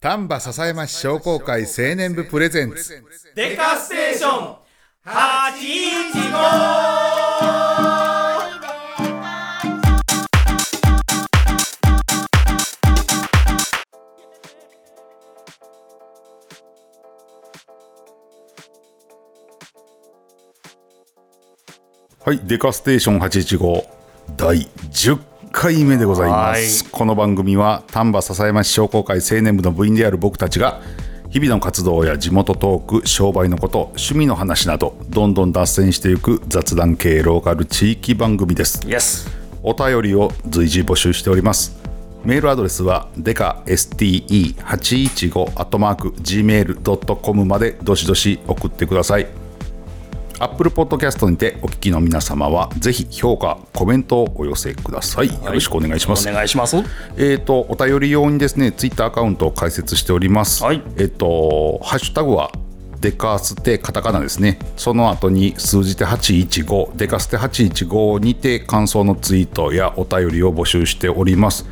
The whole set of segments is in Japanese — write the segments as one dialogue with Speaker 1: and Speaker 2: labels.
Speaker 1: 丹波篠山市商工会青年部プレゼンツ
Speaker 2: デカステーション8インチ
Speaker 3: はい、デカステーション815第10回目でございます。この番組は丹波篠山市商工会青年部の部員である僕たちが日々の活動や地元トーク、商売のこと、趣味の話などどんどん脱線していく雑談系ローカル地域番組です。お便りを随時募集しております。メールアドレスはデカ ste815-gmail.com までどしどし送ってください。Apple Podcast にてお聞きの皆様はぜひ評価、コメントをお寄せください。よろしくお願いします。
Speaker 2: お願いします
Speaker 3: えっ、とお便り用にですね、Twitter アカウントを開設しております。
Speaker 2: はい
Speaker 3: えっ、とハッシュタグはデカステカタカナですね。その後に数字で815デカステ815にて感想のツイートやお便りを募集しております。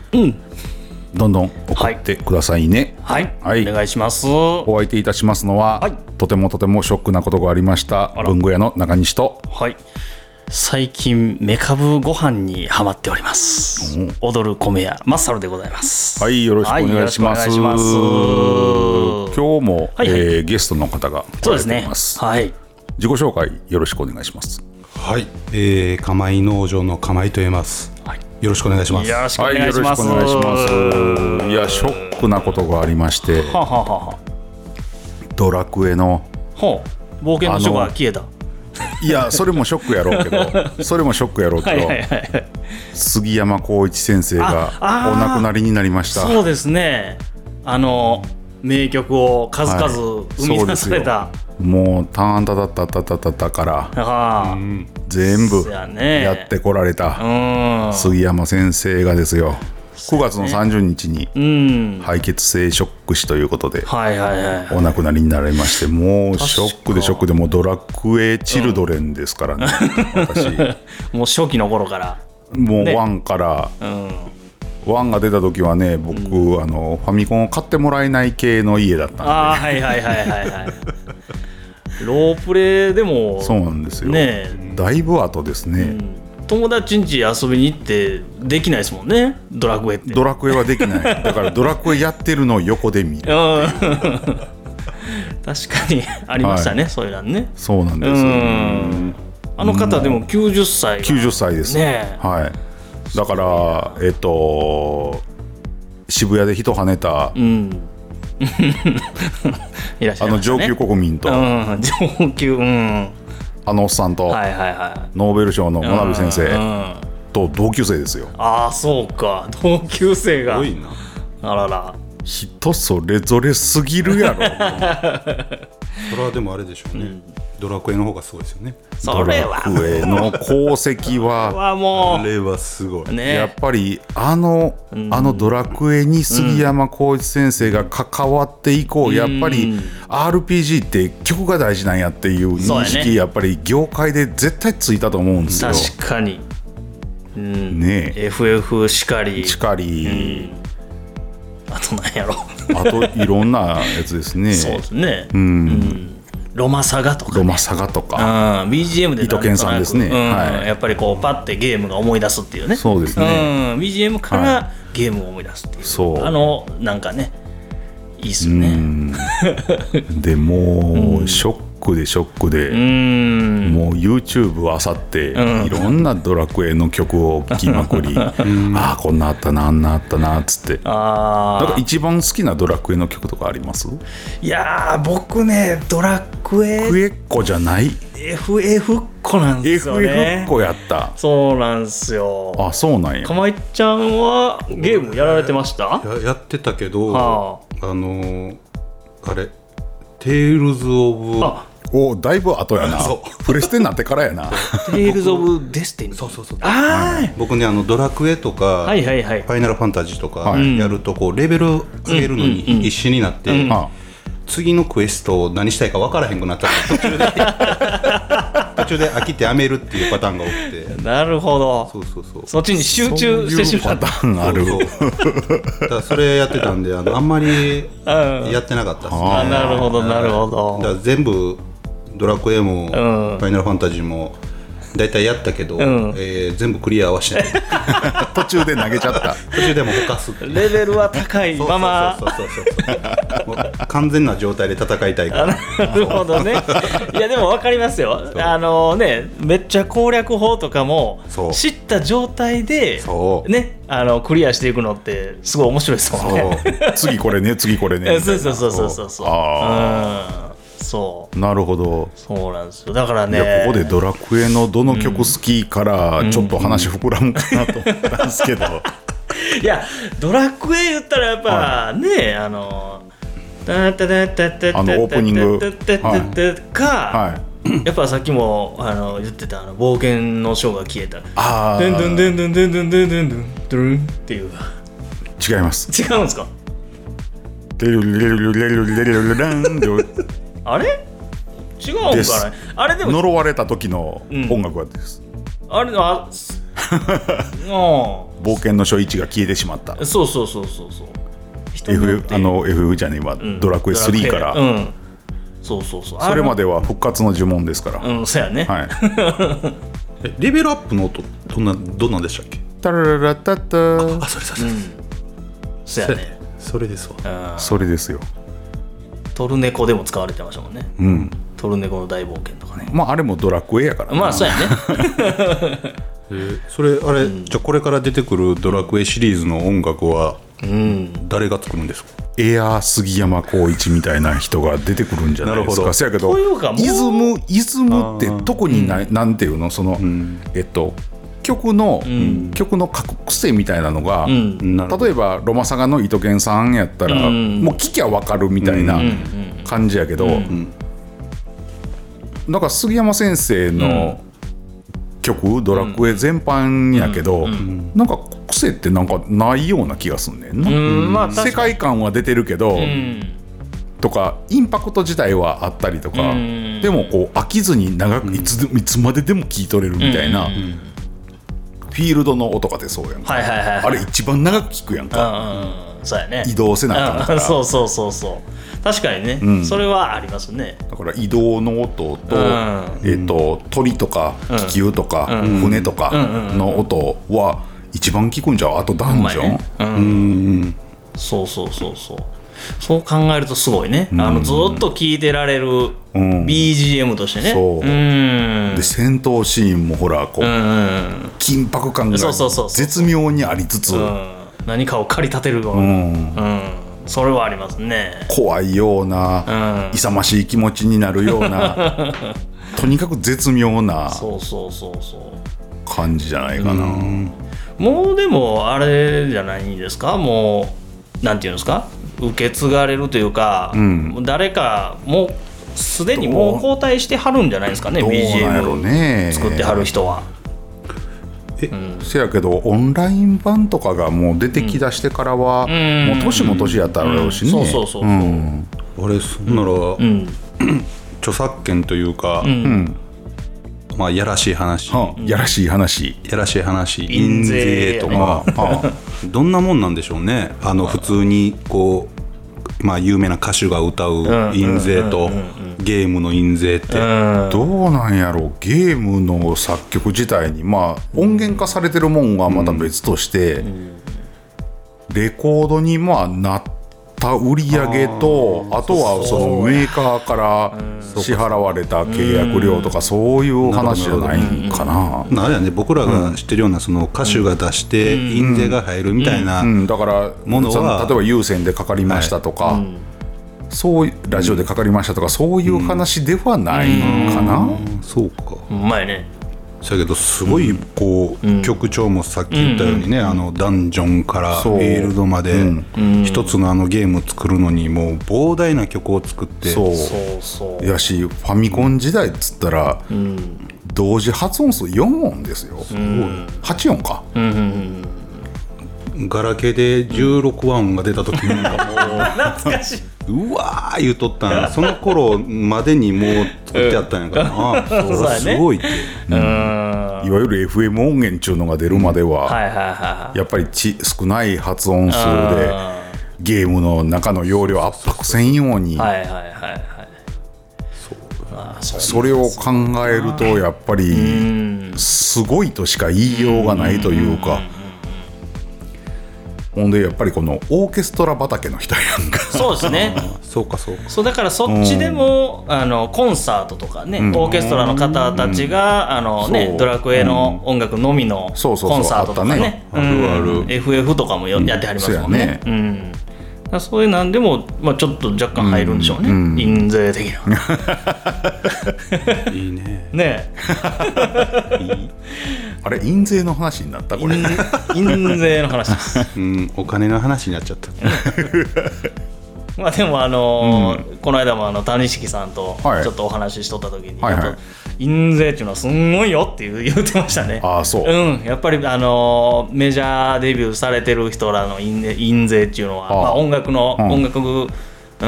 Speaker 3: どんどん送ってくださいね。
Speaker 2: はい、
Speaker 3: はい
Speaker 2: お願いしますは
Speaker 3: お相手いたしますのは、
Speaker 2: はい
Speaker 3: とてもとてもショックなことがありました文具屋の中西と
Speaker 2: い最近メカブご飯にハマっております、踊る米屋マッサルでございます
Speaker 3: はい、よろしくお願いしま
Speaker 2: は
Speaker 3: す。
Speaker 2: いよろしくお願いします
Speaker 3: 今日も、
Speaker 2: はいはい
Speaker 3: えーゲストの方が
Speaker 2: そう
Speaker 3: 来られ
Speaker 2: です
Speaker 3: てい
Speaker 2: ね
Speaker 3: ます。
Speaker 2: はい
Speaker 3: 自己紹介よろしくお願いします。
Speaker 4: はい、えー、釜井農場の釜井と言います。
Speaker 2: はい
Speaker 4: よろしくお願いします。
Speaker 2: よろしくお願
Speaker 3: よ
Speaker 2: い
Speaker 3: ろ
Speaker 2: し
Speaker 3: しくお
Speaker 2: ます、
Speaker 3: 願いします
Speaker 2: は。
Speaker 3: いや、ショックなことがありまして、
Speaker 2: あ、はあはあは
Speaker 3: ドラクエの。
Speaker 2: あ、ほう冒険の書が消えた
Speaker 3: いや、それもショックやろうけ ど、それもショックやろうけ
Speaker 2: はい
Speaker 3: ど、
Speaker 2: はいはい
Speaker 3: 杉山浩一先生が
Speaker 2: ああー
Speaker 3: お亡くなりになりました。
Speaker 2: そうですねあの名曲を数々生み出された、
Speaker 3: もう、ターンタタッタッタッタッタッタから、
Speaker 2: ああ
Speaker 3: 全部
Speaker 2: そうやね
Speaker 3: やってこられた。
Speaker 2: うん
Speaker 3: 杉山先生がですよ9月の30日に
Speaker 2: うん
Speaker 3: 敗血性ショック死ということで
Speaker 2: はいはいはい
Speaker 3: お亡くなりになられましてもうショックでショックでもうドラクエチルドレンですからね、私
Speaker 2: もう初期の頃から
Speaker 3: もう1から、1が出た時はね僕、あのファミコンを買ってもらえない系の家だったん
Speaker 2: ああはいはいはいはいはいロープレイでも
Speaker 3: でそうなんですよ、
Speaker 2: ね
Speaker 3: だいぶ後ですね、
Speaker 2: え、友達ん家遊びに行ってできないですもんねドラクエって
Speaker 3: ドラクエはできないだからドラクエやってるのを横で見る
Speaker 2: うん確かにありましたね、そういうのね
Speaker 3: そうなんです
Speaker 2: う
Speaker 3: よ、
Speaker 2: んあの方でも90歳が
Speaker 3: 90歳です、
Speaker 2: ねえ
Speaker 3: はい、だからえっと渋谷で人跳ねた、
Speaker 2: うんいらっしゃ
Speaker 3: あ
Speaker 2: いま
Speaker 3: の
Speaker 2: した
Speaker 3: 上
Speaker 2: ね
Speaker 3: 級国民と、
Speaker 2: うん上級うん
Speaker 3: あのおっさんと、
Speaker 2: はいはいはい
Speaker 3: ノーベル賞の真鍋先
Speaker 2: うん
Speaker 3: 生と同級生ですよ、
Speaker 2: ああそうか同級生が
Speaker 4: 多いな。
Speaker 2: あらら
Speaker 3: 人それぞれすぎるやろ
Speaker 4: それはでもあれでしょうね。ドラクエの方がすごいですよね。
Speaker 2: それは
Speaker 3: ドラクエの功績は
Speaker 2: はも
Speaker 4: あれはす
Speaker 2: う
Speaker 4: ごい。
Speaker 3: やっ
Speaker 2: ね
Speaker 3: ぱりあの、あのドラクエに杉山浩一先生が関わって以降、やっぱり RPG って曲が大事なんやっていう
Speaker 2: そ
Speaker 3: 認
Speaker 2: うやね
Speaker 3: 識、やっぱり業界で絶対ついたと思うんですよ。
Speaker 2: 確かに、うん、
Speaker 3: ねえ
Speaker 2: FF しかり
Speaker 3: しかり、
Speaker 2: あとなんやろ
Speaker 3: あといろんなやつですね
Speaker 2: そうですねうん、ロマサガとか
Speaker 3: ロマサガと
Speaker 2: うん
Speaker 3: か、
Speaker 2: BGM でなんとなく
Speaker 3: 糸研さんですね
Speaker 2: うん
Speaker 3: はい
Speaker 2: やっぱりこうパッてゲームが思い出すっていうね
Speaker 3: そうですね、
Speaker 2: うん、BGM からゲームを思い出すっていう、
Speaker 3: そう
Speaker 2: あのなんかねいいっすよねうん
Speaker 3: でもう、ショックでショックで、
Speaker 2: ん
Speaker 3: もう YouTube あさって、いろんなドラクエの曲を聴きまくり、ああこんなあったなあんなあったなっつって
Speaker 2: あ
Speaker 3: なん
Speaker 2: あ
Speaker 3: か一番好きなドラクエの曲とかあります
Speaker 2: いやー僕ねドラクエ
Speaker 3: クエッコじゃない
Speaker 2: FF っ子なんですよ
Speaker 3: FF
Speaker 2: ね
Speaker 3: っ子やった
Speaker 2: そうなんですよ
Speaker 3: あそうなんや
Speaker 2: かまいちゃんはゲームやられてました
Speaker 4: ややってたけど、
Speaker 2: は
Speaker 4: あのー、あれ、テイルズ・オ
Speaker 2: あ
Speaker 3: おだいぶ後やなプレステになってからやな
Speaker 2: テイルズ・オブ・デスティニー
Speaker 4: ブ。そうそうそう。
Speaker 2: あー
Speaker 4: 僕ね、あのドラクエとか、
Speaker 2: はいはいはい
Speaker 4: ファイナルファンタジーとか
Speaker 3: はい
Speaker 4: やるとこうレベル上げるのに必死になって、
Speaker 3: あ
Speaker 4: 次のクエストを何したい か分からへんくなったら途中で途中で飽きてやめるっていうパターンが多くて
Speaker 2: なるほど
Speaker 4: そうそうそう
Speaker 2: そっちに集中してしまった
Speaker 3: そういうパターンある
Speaker 4: そうそうだからそれやってたんであのあんまり
Speaker 2: うん
Speaker 4: やってなかったですね
Speaker 2: あなるほどなるほど
Speaker 4: だから全部ドラクエも、フ
Speaker 2: ん
Speaker 4: ァイナルファンタジーも大体やったけど、
Speaker 2: ん
Speaker 4: えー全部クリアはしてない
Speaker 3: 途中で投げちゃった
Speaker 4: 途中でもほかすっていう
Speaker 2: レベルは高いまま
Speaker 4: そうそうそうそうそうもう完全な状態で戦いたいから
Speaker 2: なるほどね。いやでも分かりますよ。
Speaker 4: そう
Speaker 2: あのね、めっちゃ攻略法とかも
Speaker 4: そう
Speaker 2: 知った状態で
Speaker 4: そう
Speaker 2: ね、あのクリアしていくのってすごい面白いですもんね。
Speaker 3: 次これね次これね
Speaker 2: そうそうそうそうそうそう。うん、そう
Speaker 3: なるほど
Speaker 2: そうなんですよ。だから
Speaker 3: いや
Speaker 2: ね、
Speaker 3: ここで「ドラクエ」のどの曲好きからちょっと話膨らむかなと思ったんですけ ど、
Speaker 2: いやドラクエ言ったらやっぱ、ね、あの。あのオー
Speaker 3: ープニング
Speaker 2: か、
Speaker 3: はい
Speaker 2: やっぱさっきもあの言ってたあの冒険の章が消えた
Speaker 3: ああ
Speaker 2: ドゥンドゥンド
Speaker 3: 違
Speaker 2: ゥンドゥンドゥンドゥンドゥンドゥンドゥンドゥンっていう
Speaker 3: います
Speaker 2: 違うんですか
Speaker 3: 「レルレルレルレルレルレン」で
Speaker 2: あれ違うん
Speaker 3: です
Speaker 2: かねあれでも
Speaker 3: 呪われた時の音楽はです、
Speaker 2: あれあすあ
Speaker 3: 冒険の書1が消えてしまった
Speaker 2: あそうそうそうそうそう
Speaker 3: FF あの FF じゃねえ今、ドラクエ3から、
Speaker 2: うんそうそうそう
Speaker 3: それま
Speaker 2: で
Speaker 3: では復活の呪文ですから、
Speaker 2: うんそうやね
Speaker 3: はい
Speaker 4: えレベルアップの音どんなどんなんでしたっけ
Speaker 3: タララタタ
Speaker 4: あそれそれ、
Speaker 2: そうやね
Speaker 4: それですわ
Speaker 3: それですよ
Speaker 2: トルネコでも使われてましたもんね
Speaker 3: うん
Speaker 2: トルネコの大冒険とかね
Speaker 3: まああれもドラクエやからな
Speaker 2: まあそうやね
Speaker 4: えーそれあれ、じゃあこれから出てくるドラクエシリーズの音楽は誰が作るんですか、
Speaker 3: エアー杉山浩一みたいな人が出てくるんじゃないで
Speaker 4: なる
Speaker 3: す
Speaker 4: ほど
Speaker 3: かせやけ
Speaker 2: と
Speaker 3: ど
Speaker 2: いうかもう
Speaker 3: イズムイズムって特にな,、ん、なんていうのその、えっと曲の、曲の書く癖みたいなのが、
Speaker 4: なるほど
Speaker 3: 例えばロマサガの糸ンさんやったら、もう聞きゃ分かるみたいな感じやけど、なんか杉山先生の曲、ドラクエ全般やけど、なんか癖ってなんかない ような気がすんねんな、
Speaker 2: うんまあ
Speaker 3: 世
Speaker 2: 確か
Speaker 3: 界観は出てるけど、
Speaker 2: に
Speaker 3: とかインパクト自体はあったりとか、
Speaker 2: うん
Speaker 3: でもこう飽きずに長くいつ,、いつまででも聴いとれるみたいな、フィールドの音が出そうやんか、
Speaker 2: はいはいはい
Speaker 3: あれ一番長く聴くやんか、
Speaker 2: うんうんそうやね
Speaker 3: 移動せなあかんか
Speaker 2: う
Speaker 3: ら
Speaker 2: んそうそうそうそう確かにね、それはありますね
Speaker 3: だから移動の音と,、
Speaker 2: うん
Speaker 3: えっと鳥とか気球とか、船とかの音は一番聞くんじゃうあとダン
Speaker 2: ま
Speaker 3: ジ
Speaker 2: い
Speaker 3: ョン、
Speaker 2: ねうんそうそうそうそうそう考えるとすごいね、あのずっと聴いてられる BGM としてね
Speaker 3: そう
Speaker 2: うん
Speaker 3: で戦闘シーンもほらこう、
Speaker 2: うん
Speaker 3: 緊迫感が
Speaker 2: そうそうそうそう
Speaker 3: 絶妙にありつつ
Speaker 2: うん何かを駆り立てるような、うんそれはありますね
Speaker 3: 怖いような、勇ましい気持ちになるよう なとにかく絶妙な
Speaker 2: そうそうそうそう
Speaker 3: 感じじゃないかな、
Speaker 2: もうでもあれじゃないんですかもうなんていうんですか受け継がれるというか、
Speaker 3: ん
Speaker 2: 誰かもうすでにもう交代してはるんじゃないですかね
Speaker 3: どうなんやろ
Speaker 2: BGM
Speaker 3: ね
Speaker 2: 作ってはる人は、
Speaker 4: え
Speaker 3: せやけどオンライン版とかがもう出てきだしてからは、
Speaker 2: ん
Speaker 3: もう年も年やったろうしね、
Speaker 2: そうそうそうそう、
Speaker 3: ん
Speaker 4: あれそんなら、
Speaker 2: ん
Speaker 4: 著作権というか、まあやらしい話、
Speaker 3: はあやらしい話
Speaker 4: やらしい話
Speaker 2: 印
Speaker 4: 印
Speaker 2: 税
Speaker 4: 税と
Speaker 3: は
Speaker 4: か
Speaker 3: あは
Speaker 4: どんなもんなんでしょうねあの普通にこうまあ有名な歌手が歌う印税とゲームの印税って
Speaker 3: あどうなんやろうゲームの作曲自体にまあ音源化されてるもんはまた別として、レコードにまあなった売り上げとあとはそのメーカーから支払われた契約料とかそういう話じゃないかな。
Speaker 4: あれやね僕らが知ってるようなその歌手が出して印税が入るみたいな
Speaker 3: うん、だから
Speaker 4: ものは
Speaker 3: その例えば有線でかかりましたとか、そういうラジオでかかりましたとかそういう話ではないかな、
Speaker 4: そうか
Speaker 2: うまいね
Speaker 4: だけどすごいこう曲調もさっき言ったようにねあのダンジョンからフ
Speaker 3: そう
Speaker 4: ィールドまで一つのあのゲームを作るのにもう膨大な曲を作って
Speaker 3: そう
Speaker 2: そうそう
Speaker 3: やしファミコン時代っつったら、同時発音数4音ですよ、8音か、
Speaker 4: ガラケーで16音が出た時になんかもう
Speaker 2: 懐かしい
Speaker 4: うわー言うとったんその頃までにもう作ってやったんやからなそれはすごいって
Speaker 3: いわゆる FM 音源っちゅうのが出るまでは、
Speaker 2: はいはいは
Speaker 3: やっぱりち少ない発音数でゲームの中の容量圧迫せんように
Speaker 2: いはいはいはいはい
Speaker 3: それを考えるとやっぱりすごいとしか言いようがないというかほんでやっぱりこのオーケストラ畑の人やんか
Speaker 2: そうですね
Speaker 4: そうかそうか
Speaker 2: そうだからそっちでも、あのコンサートとかね、オーケストラの方たちが、あの
Speaker 3: そ
Speaker 2: ね
Speaker 3: う
Speaker 2: ドラクエの音楽のみのコ
Speaker 3: そう
Speaker 2: ン
Speaker 3: そうそう
Speaker 2: サートとかね
Speaker 4: あったね
Speaker 2: うん
Speaker 4: あるある
Speaker 2: FF とかもよやってはりますもんね,、
Speaker 3: そ
Speaker 2: うんだからそういうなんでも、まあ、ちょっと若干入るんでしょうね、印税的な
Speaker 4: いいね
Speaker 2: ね
Speaker 3: あれ印税の話になったこれ
Speaker 2: 印印税の話 です
Speaker 4: うんお金の話になっちゃった
Speaker 2: まあでもあのーこの間もあの谷錦さんと
Speaker 3: はい
Speaker 2: ちょっとお話ししとった時に、
Speaker 3: はいはい
Speaker 2: やっぱ印税っていうのはすんごいよっていう言ってましたね
Speaker 3: ああそう
Speaker 2: うんやっぱりあのーメジャーデビューされてる人らの印税印税っていうの
Speaker 3: あ
Speaker 2: は
Speaker 3: あ
Speaker 2: まあ、音楽の、
Speaker 3: うん
Speaker 2: 音楽うん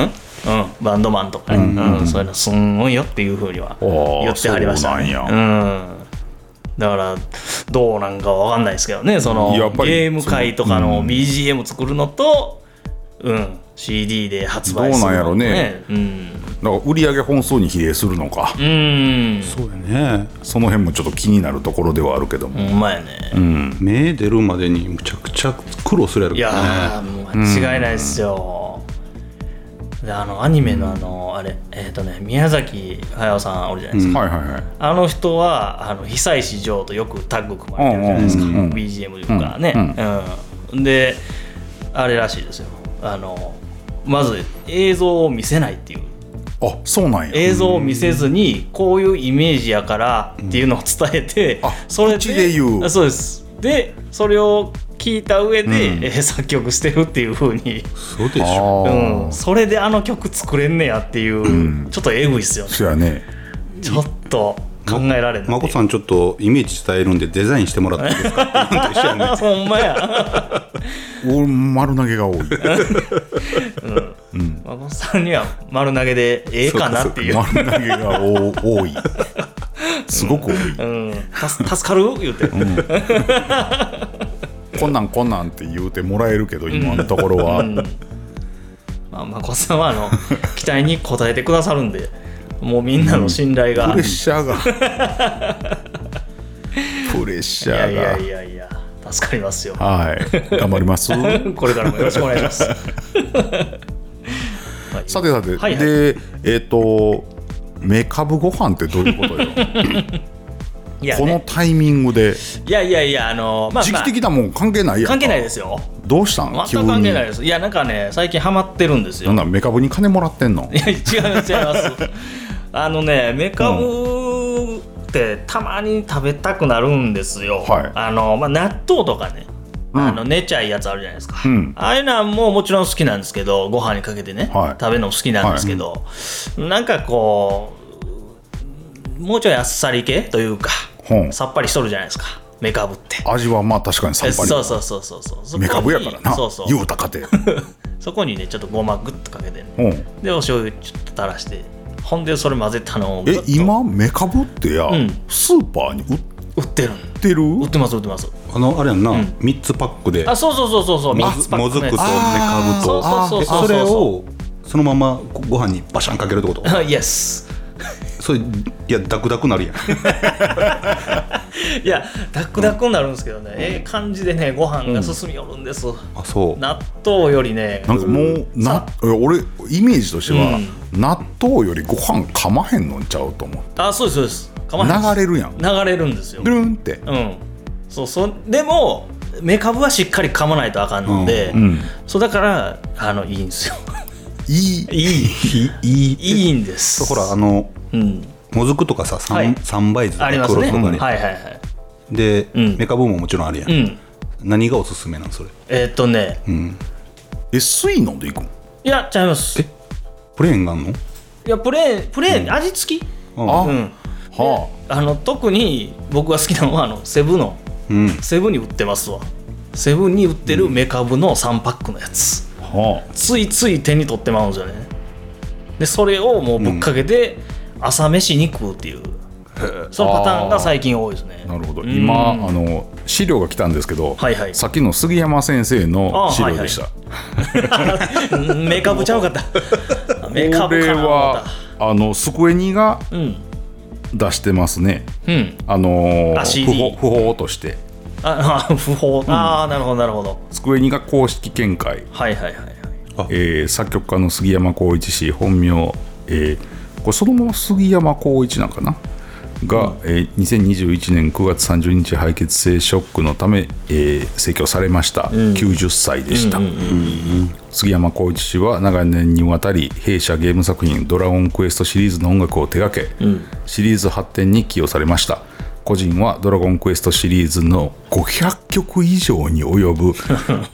Speaker 2: うん、バンドマンとかね、うんそういうのすんごいよっていうふうには
Speaker 3: おー
Speaker 2: 言ってはりました、ね、
Speaker 3: そうなん
Speaker 2: うんだからどうなんかわかんないですけどねその
Speaker 3: やっぱり
Speaker 2: ゲーム界とかの BGM 作るのと、うん、CD で発売す
Speaker 3: どう
Speaker 2: るのと
Speaker 3: なんやろね
Speaker 2: うん
Speaker 3: だから売り上げ本数に比例するのか、
Speaker 2: うん
Speaker 4: そうやね
Speaker 3: その辺もちょっと気になるところではあるけども、
Speaker 2: ほんまやね、
Speaker 4: 目出るまでにむちゃくちゃ苦労するやろ
Speaker 2: い
Speaker 4: けど
Speaker 2: やー
Speaker 4: ね
Speaker 2: もう間違いないっすよ、であのアニメのあの、あれえっ、とね宮崎駿さんおるじゃないですか、
Speaker 3: はいはいはい
Speaker 2: あの人はあの久石譲とよくタッグ組まれてるじゃないですか、
Speaker 3: うんうんうん
Speaker 2: BGM がね、うんであれらしいですよあのまず映像を見せないっていう
Speaker 3: あそうなんや
Speaker 2: 映像を見せずにこういうイメージやからっていうのを伝えて、
Speaker 3: あ
Speaker 2: それ
Speaker 3: 口で言う
Speaker 2: あそうですでそれを聞いた上で、えー作曲してるっていうふうに、
Speaker 4: そうでし
Speaker 3: あ
Speaker 4: ょ
Speaker 3: ー
Speaker 2: うん、それであの曲作れんねやっていう、ちょっとエグいっすよね
Speaker 3: そうやね
Speaker 2: ちょっと考えられない
Speaker 4: まこさんちょっとイメージ伝えるんでデザインしてもらっていいです かって言うんと一緒やね
Speaker 2: ほんまや、
Speaker 3: 俺丸投げが多い
Speaker 2: うん、孫さんには丸投げでええかなっていう
Speaker 3: 丸投げがお多いすごく多い、
Speaker 2: うん、たす助かる言うて、
Speaker 3: こんなんこんなんって言うてもらえるけど今のところは、
Speaker 2: まあ、孫さんはあの期待に応えてくださるんでもうみんなの信頼が、
Speaker 3: プレッシャーが プレッシ
Speaker 2: い
Speaker 3: ャ
Speaker 2: や
Speaker 3: ー
Speaker 2: い
Speaker 3: が
Speaker 2: やいやいや助かりますよ
Speaker 3: はい頑張り ます
Speaker 2: これからもよろしくお願いし ますはい
Speaker 3: さてさて、
Speaker 2: はいはい
Speaker 3: でえっ、とメカブご飯ってどういうことよ
Speaker 2: いや,、
Speaker 3: このタイミングで
Speaker 2: いやいやいやあのまあ、
Speaker 3: 時
Speaker 2: ま
Speaker 3: 期
Speaker 2: あ、
Speaker 3: 的なもん関係ないやんか
Speaker 2: 関係ないですよ
Speaker 3: どうしたん急
Speaker 2: 全く
Speaker 3: に
Speaker 2: 関係ないですいやなんかね最近ハマってるんですよ
Speaker 3: なんだメカブに金もらってんの
Speaker 2: いや違います違いますあのねメカブってたまに食べたくなるんですよ、
Speaker 3: はい
Speaker 2: あの、まあ、納豆とかね、
Speaker 3: うん
Speaker 2: あの寝ちゃいやつあるじゃないですか、
Speaker 3: うん
Speaker 2: ああいうのはもうもちろん好きなんですけどご飯にかけてね、
Speaker 3: はい
Speaker 2: 食べるのも好きなんですけど、なんかこうもうちょいあっさり系というか、
Speaker 3: ほん
Speaker 2: さっぱりしとるじゃないですかメカブって
Speaker 3: 味はまあ確かにさっぱり
Speaker 2: そうそうそうそうそうそこに
Speaker 3: メカブやからな
Speaker 2: そうそう
Speaker 3: 言うたか て
Speaker 2: そこにねちょっとごまグッとかけてね
Speaker 3: うん
Speaker 2: でお醤油ちょっと垂らしてほんでそれ混ぜたのをグッ
Speaker 3: え
Speaker 2: と
Speaker 3: 今メカブってや、
Speaker 2: ん
Speaker 3: スーパーに売っ
Speaker 2: 売ってるん
Speaker 3: てる
Speaker 2: 売ってます売ってます
Speaker 4: あのあれやんな、三3つパックで
Speaker 2: あそうそうそうそうそう
Speaker 4: も
Speaker 2: 3つ
Speaker 4: ず
Speaker 2: パッ
Speaker 4: もず
Speaker 2: ク
Speaker 4: くと
Speaker 2: の
Speaker 4: メ
Speaker 2: やつ
Speaker 4: カブと
Speaker 2: あーそうそうそうそう
Speaker 4: れをそのままごご飯にバシャンかけるってこと
Speaker 2: イエス
Speaker 4: それいやダクダクな るやん
Speaker 2: いやダクダクになるんですけどね、ええ感じでねご飯が進みよるんです、
Speaker 4: あそう
Speaker 2: 納豆よりね
Speaker 3: なんかもうなえ俺イメージとしては、納豆よりご飯かまへんのんちゃうと思って
Speaker 2: あそうですそうですかまへんです
Speaker 3: 流れるやん
Speaker 2: 流れるんですよ
Speaker 3: ルンって
Speaker 2: うんそうそうでもメカブはしっかり噛まないとあかんので、
Speaker 3: ん
Speaker 2: そうだからあのいいんですよ
Speaker 3: いい
Speaker 2: いい
Speaker 4: いい
Speaker 2: いいんです
Speaker 4: ほらあの
Speaker 2: うん
Speaker 4: もずくとかさ三
Speaker 2: はい
Speaker 4: 三杯酢と
Speaker 2: あり
Speaker 4: か
Speaker 2: ま
Speaker 4: 黒
Speaker 2: す
Speaker 4: と
Speaker 2: ね、
Speaker 4: か
Speaker 2: は
Speaker 4: に、
Speaker 2: いはいはい
Speaker 4: で、
Speaker 2: うん
Speaker 4: メカブももちろんあるやん、
Speaker 2: うん
Speaker 4: 何がおすすめなんそれ
Speaker 2: えーっとね
Speaker 3: え水飲んでいくの
Speaker 2: いやちゃいます
Speaker 4: えプレーンがあんの
Speaker 2: いやプレーンプレーン、味付き
Speaker 3: あ、
Speaker 2: うん
Speaker 3: は
Speaker 2: あの特に僕が好きなのはあのセブの
Speaker 4: うん
Speaker 2: セブに売ってますわセブンに売ってるメカブの3パックのやつ、
Speaker 3: あは
Speaker 2: ついつい手に取ってまうんですよねでそれをもうぶっかけて朝飯に食うっていう、そのパターンが最近多いですね
Speaker 3: なるほど今あの資料が来たんですけど、
Speaker 2: はいはい
Speaker 3: さっきの杉山先生の資料でした、
Speaker 2: うんメーカブちゃうかった メーカ
Speaker 3: こ
Speaker 2: ブ
Speaker 3: れ
Speaker 2: かな思った
Speaker 3: はあのスクエニが
Speaker 2: うん
Speaker 3: 出してますね、
Speaker 2: うん
Speaker 3: あのー
Speaker 2: あ
Speaker 3: 不
Speaker 2: CD
Speaker 3: 法不法として
Speaker 2: ああ不法、ああなるほどなるほど
Speaker 3: スクエニが公式見解、
Speaker 2: はいはいはいはい
Speaker 3: えー作曲家の杉山浩一氏本名、えーこれそのまま杉山浩一なんかなが、えー2021年9月30日敗血性ショックのため、えー逝去されました、90歳でした、杉山浩一氏は長年にわたり弊社ゲーム作品「ドラゴンクエスト」シリーズの音楽を手掛け、シリーズ発展に起用されました個人は「ドラゴンクエスト」シリーズの500曲以上に及ぶ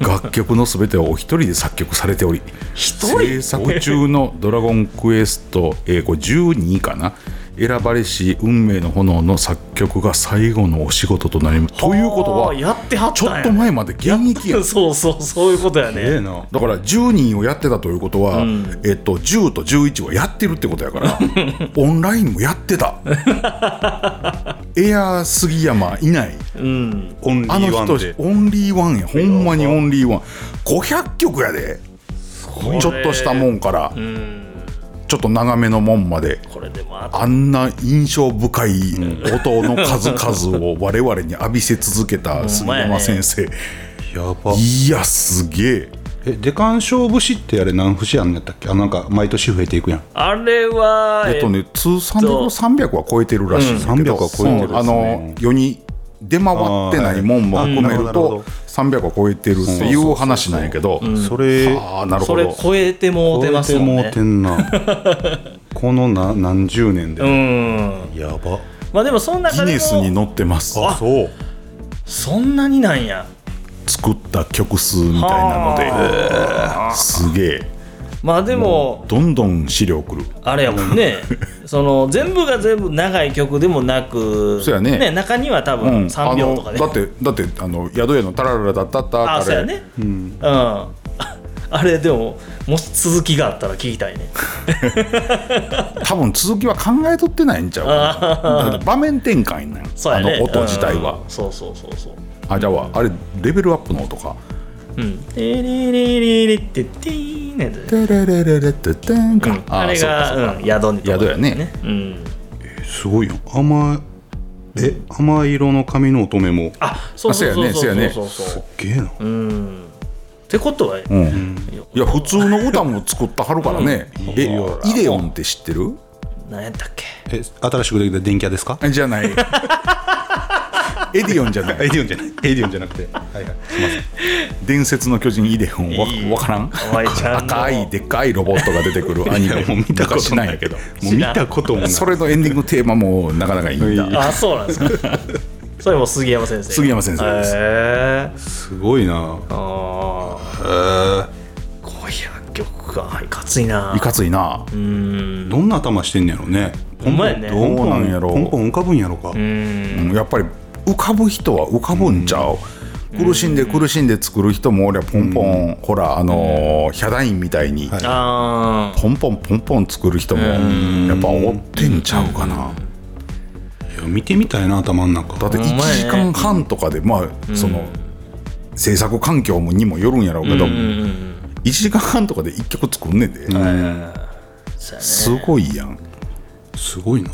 Speaker 3: 楽曲の全てをお一人で作曲されており制作中の「ドラゴンクエスト」えーこれ12かな選ばれし運命の炎の作曲が最後のお仕事となりますということ
Speaker 2: あ
Speaker 3: は
Speaker 2: ーやってはっ
Speaker 3: ちょ
Speaker 2: たんや
Speaker 3: っと前まで現役やん
Speaker 2: そうそうそういうことやね
Speaker 4: な
Speaker 3: だから10人をやってたということは、えっと、10と11をやってるってことやから オンラインもやってたエアー杉山いない
Speaker 4: オンリ
Speaker 3: あ
Speaker 4: ー
Speaker 3: の
Speaker 4: ワ
Speaker 3: 人
Speaker 4: ンで
Speaker 3: オンリーワンやほんまにオンリーワン500曲やでちょっとしたもんから、ちょっと長めのもんまで
Speaker 2: これでもあと
Speaker 3: あんな印象深い音の数々を我々に浴びせ続けた杉山先生、
Speaker 4: やば
Speaker 3: いやすげえ
Speaker 4: えデカン勝負師ってあれ何節やんやったっけあなんか毎年増えていくやん
Speaker 2: あれは
Speaker 3: えっとね、通算で
Speaker 2: と
Speaker 3: 300は超えてるらしい、
Speaker 4: うん300は超えてるっすね
Speaker 3: うんあの世に出回ってないもんも
Speaker 4: あーはい
Speaker 3: 含め
Speaker 4: あ
Speaker 3: る
Speaker 4: なるほどな
Speaker 3: と
Speaker 4: るほど
Speaker 3: 300は超えてるっていう話なんやけど、
Speaker 4: それ
Speaker 3: ああなる
Speaker 2: そ
Speaker 3: ほ
Speaker 2: れ
Speaker 3: ど
Speaker 2: 超えてもうてますもん
Speaker 4: 超え
Speaker 2: ね
Speaker 4: てもうてん なこのな何十年で、
Speaker 2: うん
Speaker 4: やば
Speaker 2: まあでもそんな
Speaker 3: ギネスに載ってます
Speaker 2: あ
Speaker 3: そう
Speaker 2: そんなになんや
Speaker 3: 作った曲数みたいなのでえーすげえ
Speaker 2: まあでも
Speaker 3: どんどん資料くる
Speaker 2: あれやもんねその全部が全部長い曲でもなく
Speaker 3: そうやね
Speaker 2: 中には多
Speaker 3: う
Speaker 2: 分3秒とかね、
Speaker 3: あのだってだってあの宿屋のタラララだったった
Speaker 2: あ
Speaker 3: あ
Speaker 2: そうやねうん、 あれでももし続きがあったら聞きたいね
Speaker 3: 多分続きは考えとってないんちゃうかなだって場面転換なん
Speaker 2: そうやね
Speaker 3: あの音自体は
Speaker 2: うん、そうそうそうそう
Speaker 3: あじゃああれレベルアップの音か
Speaker 2: うん「リリリリリ」って「ティーン」ね
Speaker 3: 「テレレレレテテン」か
Speaker 2: あれ
Speaker 3: そうかそうか
Speaker 2: が、うん、宿に
Speaker 3: 宿やね
Speaker 2: うん、
Speaker 4: すごいよ甘いえ甘い色の髪の乙女も
Speaker 2: あそうそうそうそうそうそうそう
Speaker 4: すっげえな、
Speaker 2: うんってことは、
Speaker 3: うんいや普通の歌も作ったはるからねえイデオンって知ってる
Speaker 2: 何やったっけ
Speaker 4: え新しくできた電気屋ですか
Speaker 3: じゃ ないエディオンじゃな
Speaker 4: エ
Speaker 3: い
Speaker 4: ディオンじゃないエディオンじゃなくてはいはいすいません
Speaker 3: 伝説の巨人イデオンわ
Speaker 2: いい
Speaker 3: わからん
Speaker 2: お前ちゃんの
Speaker 3: 赤いでっかいロボットが出てくるアニメ
Speaker 4: もう見たことない
Speaker 3: しないけど
Speaker 4: もう見たこともない
Speaker 3: それのエンディングテーマもなかなかいいんだ
Speaker 2: あそうなんで すかそれも杉山先生
Speaker 3: 杉山先生です
Speaker 2: へえ
Speaker 4: すごいな
Speaker 2: ああ500曲かはいかついない
Speaker 3: かついな
Speaker 4: どんな頭してんねやろね
Speaker 2: ほんまやね
Speaker 4: どん
Speaker 3: どうなんやろ
Speaker 4: ポンポン浮かぶんやろか
Speaker 3: うんやっぱり浮かぶ人は浮かぶんちゃう、苦しんで苦しんで作る人も俺はポンポン、ほらあのーヒャダインみたいに、
Speaker 2: ああ
Speaker 3: ポンポンポンポン作る人もやっぱおってんちゃうかな、
Speaker 4: いや見てみたいな頭の中
Speaker 3: だって
Speaker 2: ほん
Speaker 3: 1
Speaker 2: まやね
Speaker 3: 時間半とかでまあその、制作環境にもよるんやろうけど、1時間半とかで1曲作んねんで、
Speaker 2: そうやね
Speaker 3: すごいやん
Speaker 4: すごいな、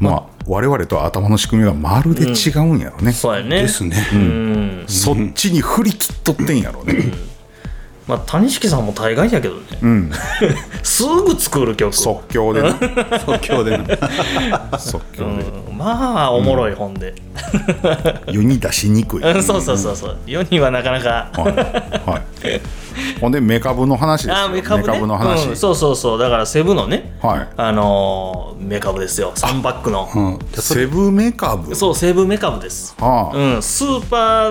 Speaker 3: まあ我々と頭の仕組みはまるで違うんやろね、
Speaker 2: そうやね
Speaker 4: ですね、
Speaker 3: そっちに振り切っとってんやろね、
Speaker 2: まあ谷敷さんも大概やけどねうん すぐ作る曲
Speaker 3: 即興でな
Speaker 4: 即興でな
Speaker 3: 即興で
Speaker 2: うんまあおもろい本で、
Speaker 3: 世に出しにくい、
Speaker 2: うん、そうそうそうそう世にはなかなか
Speaker 3: はいはい、ほんでメカブの話ですよ
Speaker 2: あメカブ,、ね、
Speaker 3: の話、
Speaker 2: うんそうそうそうだからセブのね
Speaker 3: はい
Speaker 2: あのーメカブですよサンバックの
Speaker 4: うん、
Speaker 3: セブメカブ
Speaker 2: そうセブメカブです
Speaker 3: はあ
Speaker 2: うん、スーパー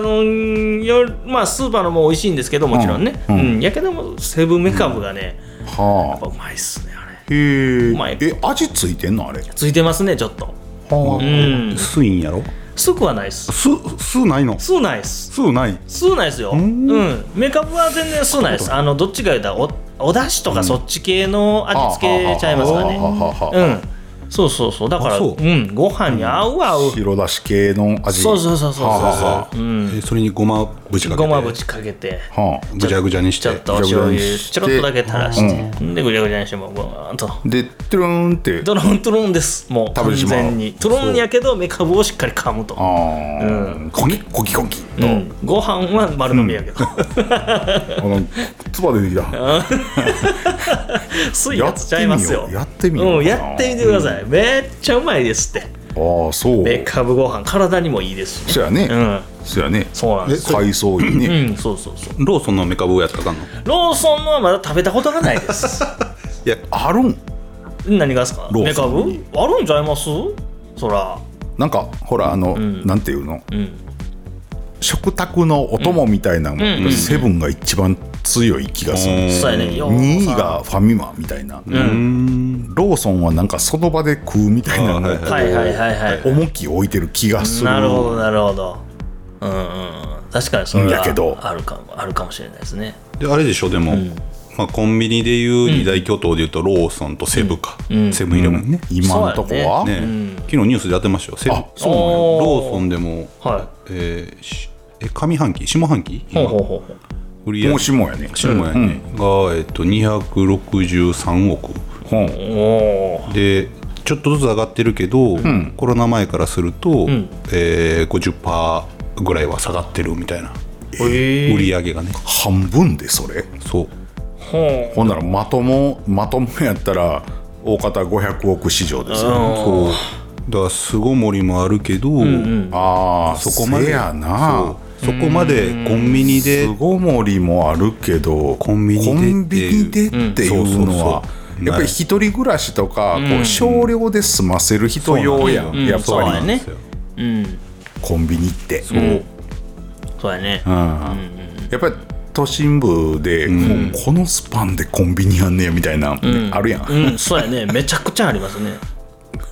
Speaker 2: のよりまあスーパーのも美味しいんですけどもちろんね、
Speaker 3: う
Speaker 2: うんんやけどもセブンメカブがね、
Speaker 3: は
Speaker 2: やっぱうまいっすねあれ
Speaker 3: あへえ
Speaker 2: うまい
Speaker 3: え味ついてんのあれ
Speaker 2: ついてますねちょっとうん
Speaker 4: すいんやろ
Speaker 2: すくはないっす
Speaker 4: すすないの
Speaker 2: すないっす
Speaker 4: すない
Speaker 2: すないっすようんメカブは全然すないっすあのどっちか言うたらおお出汁とかそっち系の味付けちゃいますかね
Speaker 3: はあはあはあはあ
Speaker 2: うんそうそうそうだから
Speaker 4: あ
Speaker 2: う
Speaker 4: そうん
Speaker 2: ご飯に合う合う
Speaker 3: 白だし系の味
Speaker 2: そうそうそうそう
Speaker 3: はあはあは
Speaker 2: そう
Speaker 4: えそれにごまぶちかけ
Speaker 2: ご
Speaker 4: て
Speaker 2: ま縁かけて
Speaker 3: あはあ
Speaker 4: ぐちゃぐちゃにし
Speaker 2: ち
Speaker 4: て
Speaker 2: ょっとお醤油
Speaker 3: ぐちゃぐちゃにして
Speaker 2: ちょろっとだけ垂らしてでぐちゃぐちゃにしてもうごーんと
Speaker 3: でトゥルーンって
Speaker 2: ドロントゥルンですもう
Speaker 3: 食
Speaker 2: 完
Speaker 3: べてしまう
Speaker 2: 全にトゥルンやけどメカブをしっかり噛むと
Speaker 3: あーコキコキコキ
Speaker 2: う、んご飯は丸飲みやけど
Speaker 3: あのつば出てきた
Speaker 2: ついやつちゃいますよ
Speaker 3: やってみようやってみようかな
Speaker 2: うんやってみてくださいめっちゃうまいですって
Speaker 3: ああそう
Speaker 2: メカブご飯体にもいいですし
Speaker 3: そうやね、
Speaker 2: うん
Speaker 3: そうやね
Speaker 2: そうなんです
Speaker 3: 海藻いいね、
Speaker 2: うんそうそうそう
Speaker 4: ローソンのメカブをやったらあかんの
Speaker 2: ローソンのはまだ食べたことがな いです
Speaker 4: いや
Speaker 3: あるん
Speaker 2: 何がですか
Speaker 3: ロ
Speaker 2: メ
Speaker 3: ー
Speaker 2: カ
Speaker 3: ソ
Speaker 2: ブ
Speaker 3: ン
Speaker 2: あるんちゃいますそら
Speaker 3: なんかほらあの、なんていうの、
Speaker 2: ん
Speaker 3: 食卓のお供みたいなのも、
Speaker 2: んうん
Speaker 3: セブンが一番強い気がする、
Speaker 2: そうやねよう
Speaker 3: 2位
Speaker 2: さ
Speaker 3: がファミマみたいな、
Speaker 4: うん
Speaker 3: ローソンはなんかその場で食うみたいなのを
Speaker 4: は
Speaker 3: こ
Speaker 4: いう
Speaker 2: はいはいはいはい
Speaker 3: 重きを置いてる気がする
Speaker 2: なるほどなるほどうんうんうん確かにそれ
Speaker 3: うん
Speaker 2: は
Speaker 3: やけど
Speaker 2: あるかもあるかもしれないですね
Speaker 4: であれでしょでも、まあ、コンビニでいう二大巨頭でいうとローソンとセブか、セブンイレブンね,、
Speaker 3: 今のとこは、
Speaker 4: ね昨日ニュースでやってましたよセブン
Speaker 3: あ
Speaker 4: そうなのよ
Speaker 2: おー
Speaker 4: ローソンでも、
Speaker 2: は
Speaker 4: えーしえ上半期下半期
Speaker 2: いほうほうほうほう
Speaker 4: 売り上
Speaker 3: も
Speaker 4: げ
Speaker 3: うしもやね
Speaker 4: 下やね、が、えっと、263億
Speaker 3: うん
Speaker 2: おー
Speaker 4: でちょっとずつ上がってるけど、コロナ前からすると、えー、50%ぐらいは下がってるみたいな、
Speaker 2: えー
Speaker 4: 売り上げがね
Speaker 3: 半分でそれ
Speaker 4: そう
Speaker 2: ほ
Speaker 3: ほんならまともまともやったら大方500億市場ですよ、
Speaker 4: そうだから巣ごもりもあるけど、
Speaker 3: ああそ
Speaker 4: そ
Speaker 3: こ
Speaker 4: こ
Speaker 3: ま
Speaker 4: ま
Speaker 3: で
Speaker 4: で
Speaker 3: やな
Speaker 4: そうそこまでコンビニで
Speaker 3: 巣ごもりもあるけど
Speaker 4: コンビニでっていう
Speaker 3: コンビニでっていうのは
Speaker 4: うんそうそうそう
Speaker 3: やっぱり一人暮らしとか、こう少量で済ませる人用やん、
Speaker 2: うん
Speaker 3: やっ
Speaker 2: そう
Speaker 3: ぱ
Speaker 2: や
Speaker 3: り
Speaker 2: ね
Speaker 4: そう
Speaker 2: ううん
Speaker 3: コンビニってう、ん、
Speaker 2: そうやね
Speaker 3: やっぱり都心部で、もうこのスパンでコンビニやんねやみたいな、あるやん、
Speaker 2: うんそうやねめちゃくちゃありま すね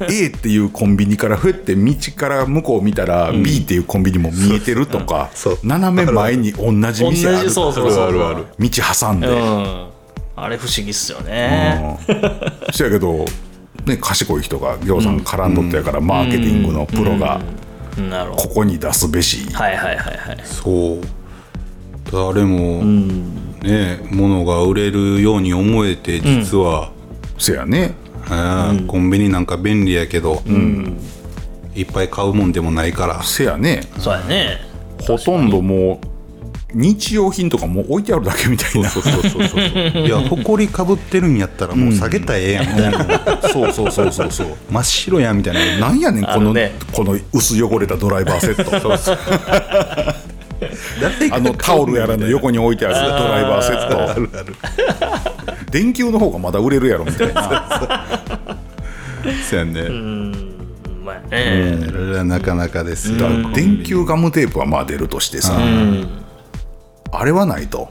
Speaker 3: A っていうコンビニからふって道から向こう見たら B っていうコンビニも見えてるとか、
Speaker 4: そうそう
Speaker 3: 斜め前に同じ
Speaker 2: 同
Speaker 3: 店ある
Speaker 2: じそうそうそう
Speaker 4: あるある
Speaker 3: 道挟んで、
Speaker 2: うんあれ不思議っすよね
Speaker 3: そやけど、ね、賢い人が餃子絡んどったやから、マーケティングのプロが
Speaker 2: なるほ
Speaker 3: こ
Speaker 2: ど
Speaker 3: こに出すべし、
Speaker 2: はいはいはいはい
Speaker 4: そう誰も、ね物が売れるように思えて実は、
Speaker 3: そやね
Speaker 4: あーコンビニなんか便利やけど、いっぱい買うもんでもないから
Speaker 3: せやね
Speaker 2: そうやね
Speaker 3: ほとんどもう日用品とかもう置いてあるだけみたいなそうそうそうそう
Speaker 4: いや埃かぶってるんやったらもう下げたらええやんみたいな、そうそうそうそうそう 真っ白やんみたいな
Speaker 3: なんやねん
Speaker 2: あ
Speaker 3: こ
Speaker 2: る
Speaker 3: の
Speaker 2: ね
Speaker 3: この薄汚れたドライバーセットあ のタオルやらの横に置いてあるドライバーセット電球の方がまだ売れるやろみたいな
Speaker 4: そうやね、
Speaker 2: うまいね
Speaker 4: あれはなかなかですよ、
Speaker 3: 電球ガムテープはまあ出るとしてさあれはないと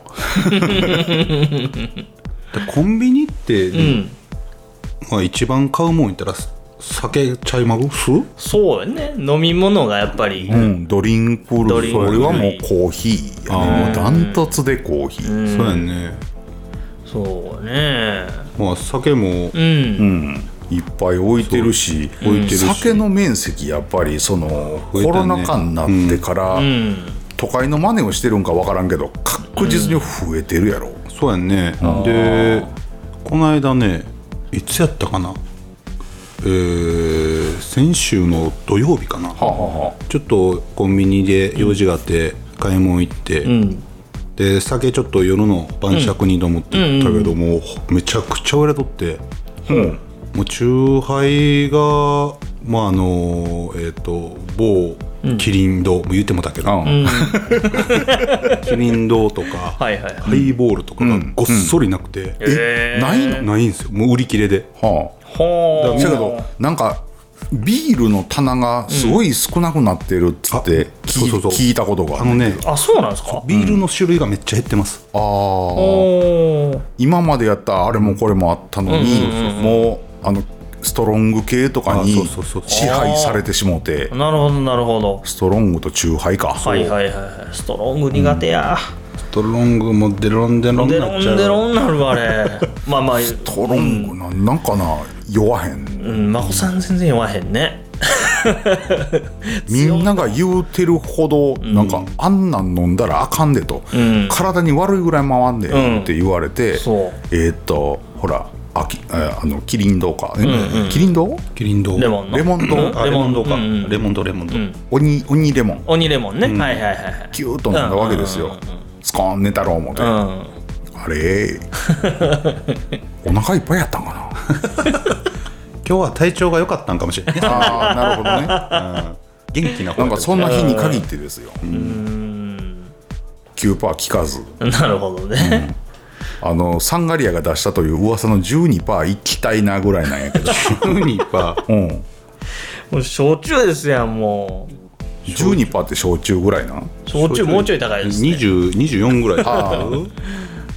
Speaker 4: コンビニって、まあ、一番買うもんいったら酒ちゃいます
Speaker 2: そうやね飲み物がやっぱり
Speaker 3: うんドリンク
Speaker 2: ド
Speaker 3: ル
Speaker 2: リン
Speaker 3: イ
Speaker 2: ク
Speaker 3: 俺
Speaker 2: 類
Speaker 3: はもうコーヒーやねもうダントツでコーヒー
Speaker 4: そうやね
Speaker 2: そうね
Speaker 4: まあ酒も
Speaker 2: うん
Speaker 3: いっぱい置いてるし
Speaker 4: いてるし
Speaker 3: 酒の面積やっぱりそのコ
Speaker 4: 増えたね
Speaker 3: ロナ禍になってから、都会の真似をしてるんか分からんけど確実に増えてるやろ、
Speaker 4: そうやねでこの間ねいつやったかなえー先週の土曜日かな、ちょっとコンビニで用事があって買い物行って、で酒ちょっと夜の晩酌にと思って行ったけど、もうめちゃくちゃ売れとって、もうチューハイがまああのえっ、と某キリン堂、もう言ってもたけど、キリン堂とか、
Speaker 2: はいはいはい
Speaker 4: ハイボールとかがごっそりなくて、
Speaker 2: えー
Speaker 3: ないの
Speaker 4: ないんですよもう売り切れで
Speaker 3: は
Speaker 2: ほ
Speaker 3: あ
Speaker 2: う
Speaker 3: せやけどなんかビールの棚がすごい少なくなってるっつって聞い,、
Speaker 4: そうそうそう
Speaker 3: 聞いたことが
Speaker 4: あ
Speaker 3: ある
Speaker 4: のね
Speaker 2: あそうなんですか
Speaker 4: ビールの種類がめっちゃ減ってます、
Speaker 3: あー
Speaker 2: おー
Speaker 3: 今までやったあれもこれもあったのに、もうあのストロング系とかに
Speaker 4: あそうそうそう
Speaker 3: 支配されてしもて
Speaker 2: なるほどなるほど
Speaker 3: ストロングとチューハイか、
Speaker 2: はいはいはいはいストロング苦手や
Speaker 4: トロングもデロンデロンに
Speaker 2: デ
Speaker 4: な
Speaker 2: ロ
Speaker 4: っちゃ
Speaker 2: ン
Speaker 4: う
Speaker 2: デロンなるわあれ まあまあ、
Speaker 3: トロングななんかな弱へん
Speaker 2: うん、真子さん全然弱へんね
Speaker 3: みんなが言うてるほど、なんかあんなん飲んだらあかんでと、
Speaker 2: ん
Speaker 3: 体に悪いぐらい回んで
Speaker 2: ん
Speaker 3: って言われて、
Speaker 2: そう
Speaker 3: えーっとほらあきああのキリン堂か、えキリン堂
Speaker 4: キリンド
Speaker 2: レモンの
Speaker 3: レモン
Speaker 2: うん
Speaker 3: 堂
Speaker 4: あレモンド
Speaker 2: レ
Speaker 4: か、
Speaker 2: モンうんうん
Speaker 4: レモンドレモンド、
Speaker 3: 鬼鬼レモン
Speaker 2: 鬼レモンね、はいはいはいはい
Speaker 3: キューッと飲んだわけですよ、スコーン寝たろう思って、
Speaker 2: うん
Speaker 3: あれ お腹いっぱいやったん か
Speaker 4: 今日は体調が良かったんかもしれ ない
Speaker 3: なああなるほどね
Speaker 4: 元気な方
Speaker 3: なん
Speaker 4: やった
Speaker 3: かそんな日に限ってですよ、9%効かず
Speaker 2: なるほどね、
Speaker 3: あのサンガリアが出したという噂の12%いきたいなぐらいなんやけど、
Speaker 4: 急にパー
Speaker 3: うん、
Speaker 2: もう焼酎ですやんも
Speaker 3: 12%って焼酎ぐらいな
Speaker 2: う焼酎もうちょい高いですね
Speaker 4: 20 24ぐらい
Speaker 3: あ